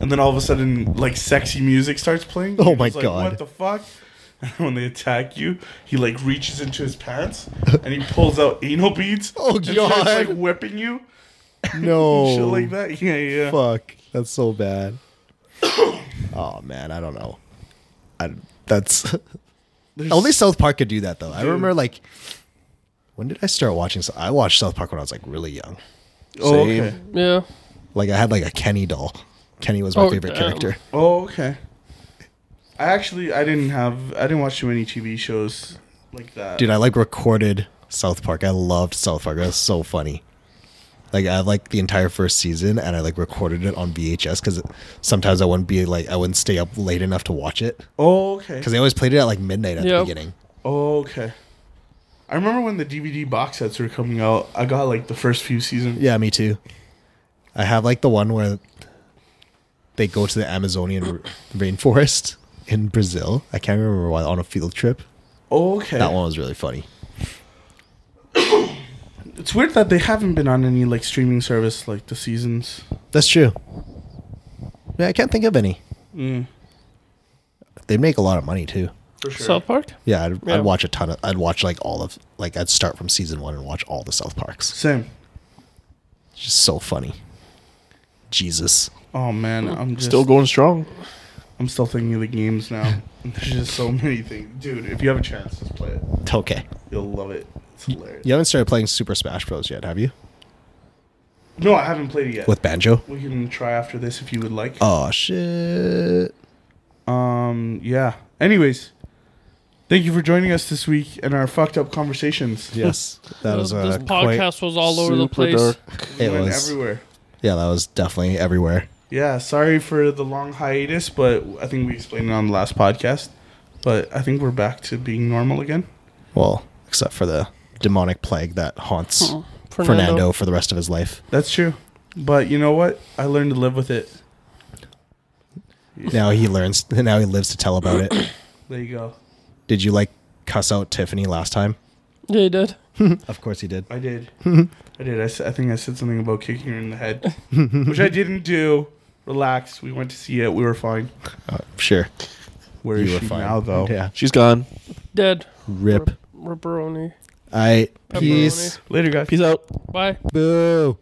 Speaker 3: And then all of a sudden, like sexy music starts playing.
Speaker 1: Oh
Speaker 3: You're
Speaker 1: my
Speaker 3: just like,
Speaker 1: God.
Speaker 3: What the fuck? And when they attack you, he like reaches into his pants and he pulls out anal beads.
Speaker 1: Oh,
Speaker 3: and starts, like
Speaker 1: God.
Speaker 3: whipping you.
Speaker 1: No.
Speaker 3: Shit like that. Yeah, yeah.
Speaker 1: Fuck. That's so bad. oh man, I don't know. I that's
Speaker 3: There's-
Speaker 1: only South Park could do that though. I
Speaker 3: Dude.
Speaker 1: remember like when did I start watching? So I watched South Park when I was like really young.
Speaker 3: Oh, okay.
Speaker 1: Same.
Speaker 2: Yeah.
Speaker 1: Like I had like a Kenny doll. Kenny was my
Speaker 2: Oh,
Speaker 1: favorite
Speaker 2: damn.
Speaker 1: character.
Speaker 3: Oh, okay. I actually I didn't have I didn't watch too many TV shows like that.
Speaker 1: Dude, I like recorded South Park. I loved South Park. That was so funny. Like I like the entire first season, and I like recorded it on VHS because sometimes I wouldn't be like I wouldn't stay up late enough to watch it
Speaker 3: oh, okay.
Speaker 1: because they always played it at like midnight at the
Speaker 2: Yep.
Speaker 1: beginning.
Speaker 3: Oh, okay. I remember when the DVD box sets were coming out. I got like the first few seasons.
Speaker 1: Yeah, me too. I have like the one where they go to the Amazonian r- rainforest in Brazil. I can't remember why on a field trip.
Speaker 3: Oh, okay.
Speaker 1: That one was really funny.
Speaker 3: It's weird that they haven't been on any like streaming service like the seasons.
Speaker 1: That's true. Yeah, I can't think of any.
Speaker 3: Mm,
Speaker 1: They make a lot of money too.
Speaker 3: for sure.
Speaker 2: South Park.
Speaker 1: Yeah, I'd,
Speaker 2: Yeah.
Speaker 1: I'd watch a ton of. I'd watch like all of like I'd start from season one and watch all the South Parks.
Speaker 3: Same.
Speaker 1: It's just so funny. Jesus,
Speaker 3: Oh man, I'm just
Speaker 4: Still going strong.
Speaker 3: I'm still thinking of the games now. There's just so many things, dude. If you have a chance, just play it.
Speaker 1: okay.
Speaker 3: You'll love it. It's hilarious.
Speaker 1: You haven't started playing Super Smash Bros. yet, have you?
Speaker 3: No, I haven't played it yet.
Speaker 1: With banjo.
Speaker 3: We can try after this if you would like.
Speaker 1: Oh shit!
Speaker 3: Um, yeah. Anyways, thank you for joining us this week and our fucked up conversations.
Speaker 1: Yes, that was
Speaker 2: this
Speaker 1: uh, quite.
Speaker 2: podcast was all over the
Speaker 4: Super
Speaker 2: place.
Speaker 4: dark.
Speaker 3: We
Speaker 1: It
Speaker 3: went
Speaker 1: was.
Speaker 3: everywhere.
Speaker 1: Yeah, that was definitely everywhere.
Speaker 3: Yeah, sorry for the long hiatus, but I think we explained it on the last podcast. But I think we're back to being normal again.
Speaker 1: Well, except for the demonic plague that haunts
Speaker 2: Oh,
Speaker 1: Fernando. for the rest of his life.
Speaker 3: That's true. But you know what? I learned to live with it.
Speaker 1: Now he learns. Now he lives to tell about it.
Speaker 3: There you go.
Speaker 1: Did you like cuss out Tiffany last time?
Speaker 2: Yeah, he did.
Speaker 1: Of course he did.
Speaker 3: I did. I did. I, s- I think I said something about kicking her in the head, which I didn't do. Relax. We went to see it. We were fine.
Speaker 1: Uh, sure.
Speaker 3: Where is
Speaker 1: you were
Speaker 3: she
Speaker 1: fine
Speaker 3: now, though?
Speaker 1: Yeah.
Speaker 4: She's gone.
Speaker 2: Dead.
Speaker 1: Rip.
Speaker 2: Ripperoni.
Speaker 1: I peace.
Speaker 3: Later, guys.
Speaker 4: Peace out.
Speaker 2: Bye.
Speaker 1: Boo.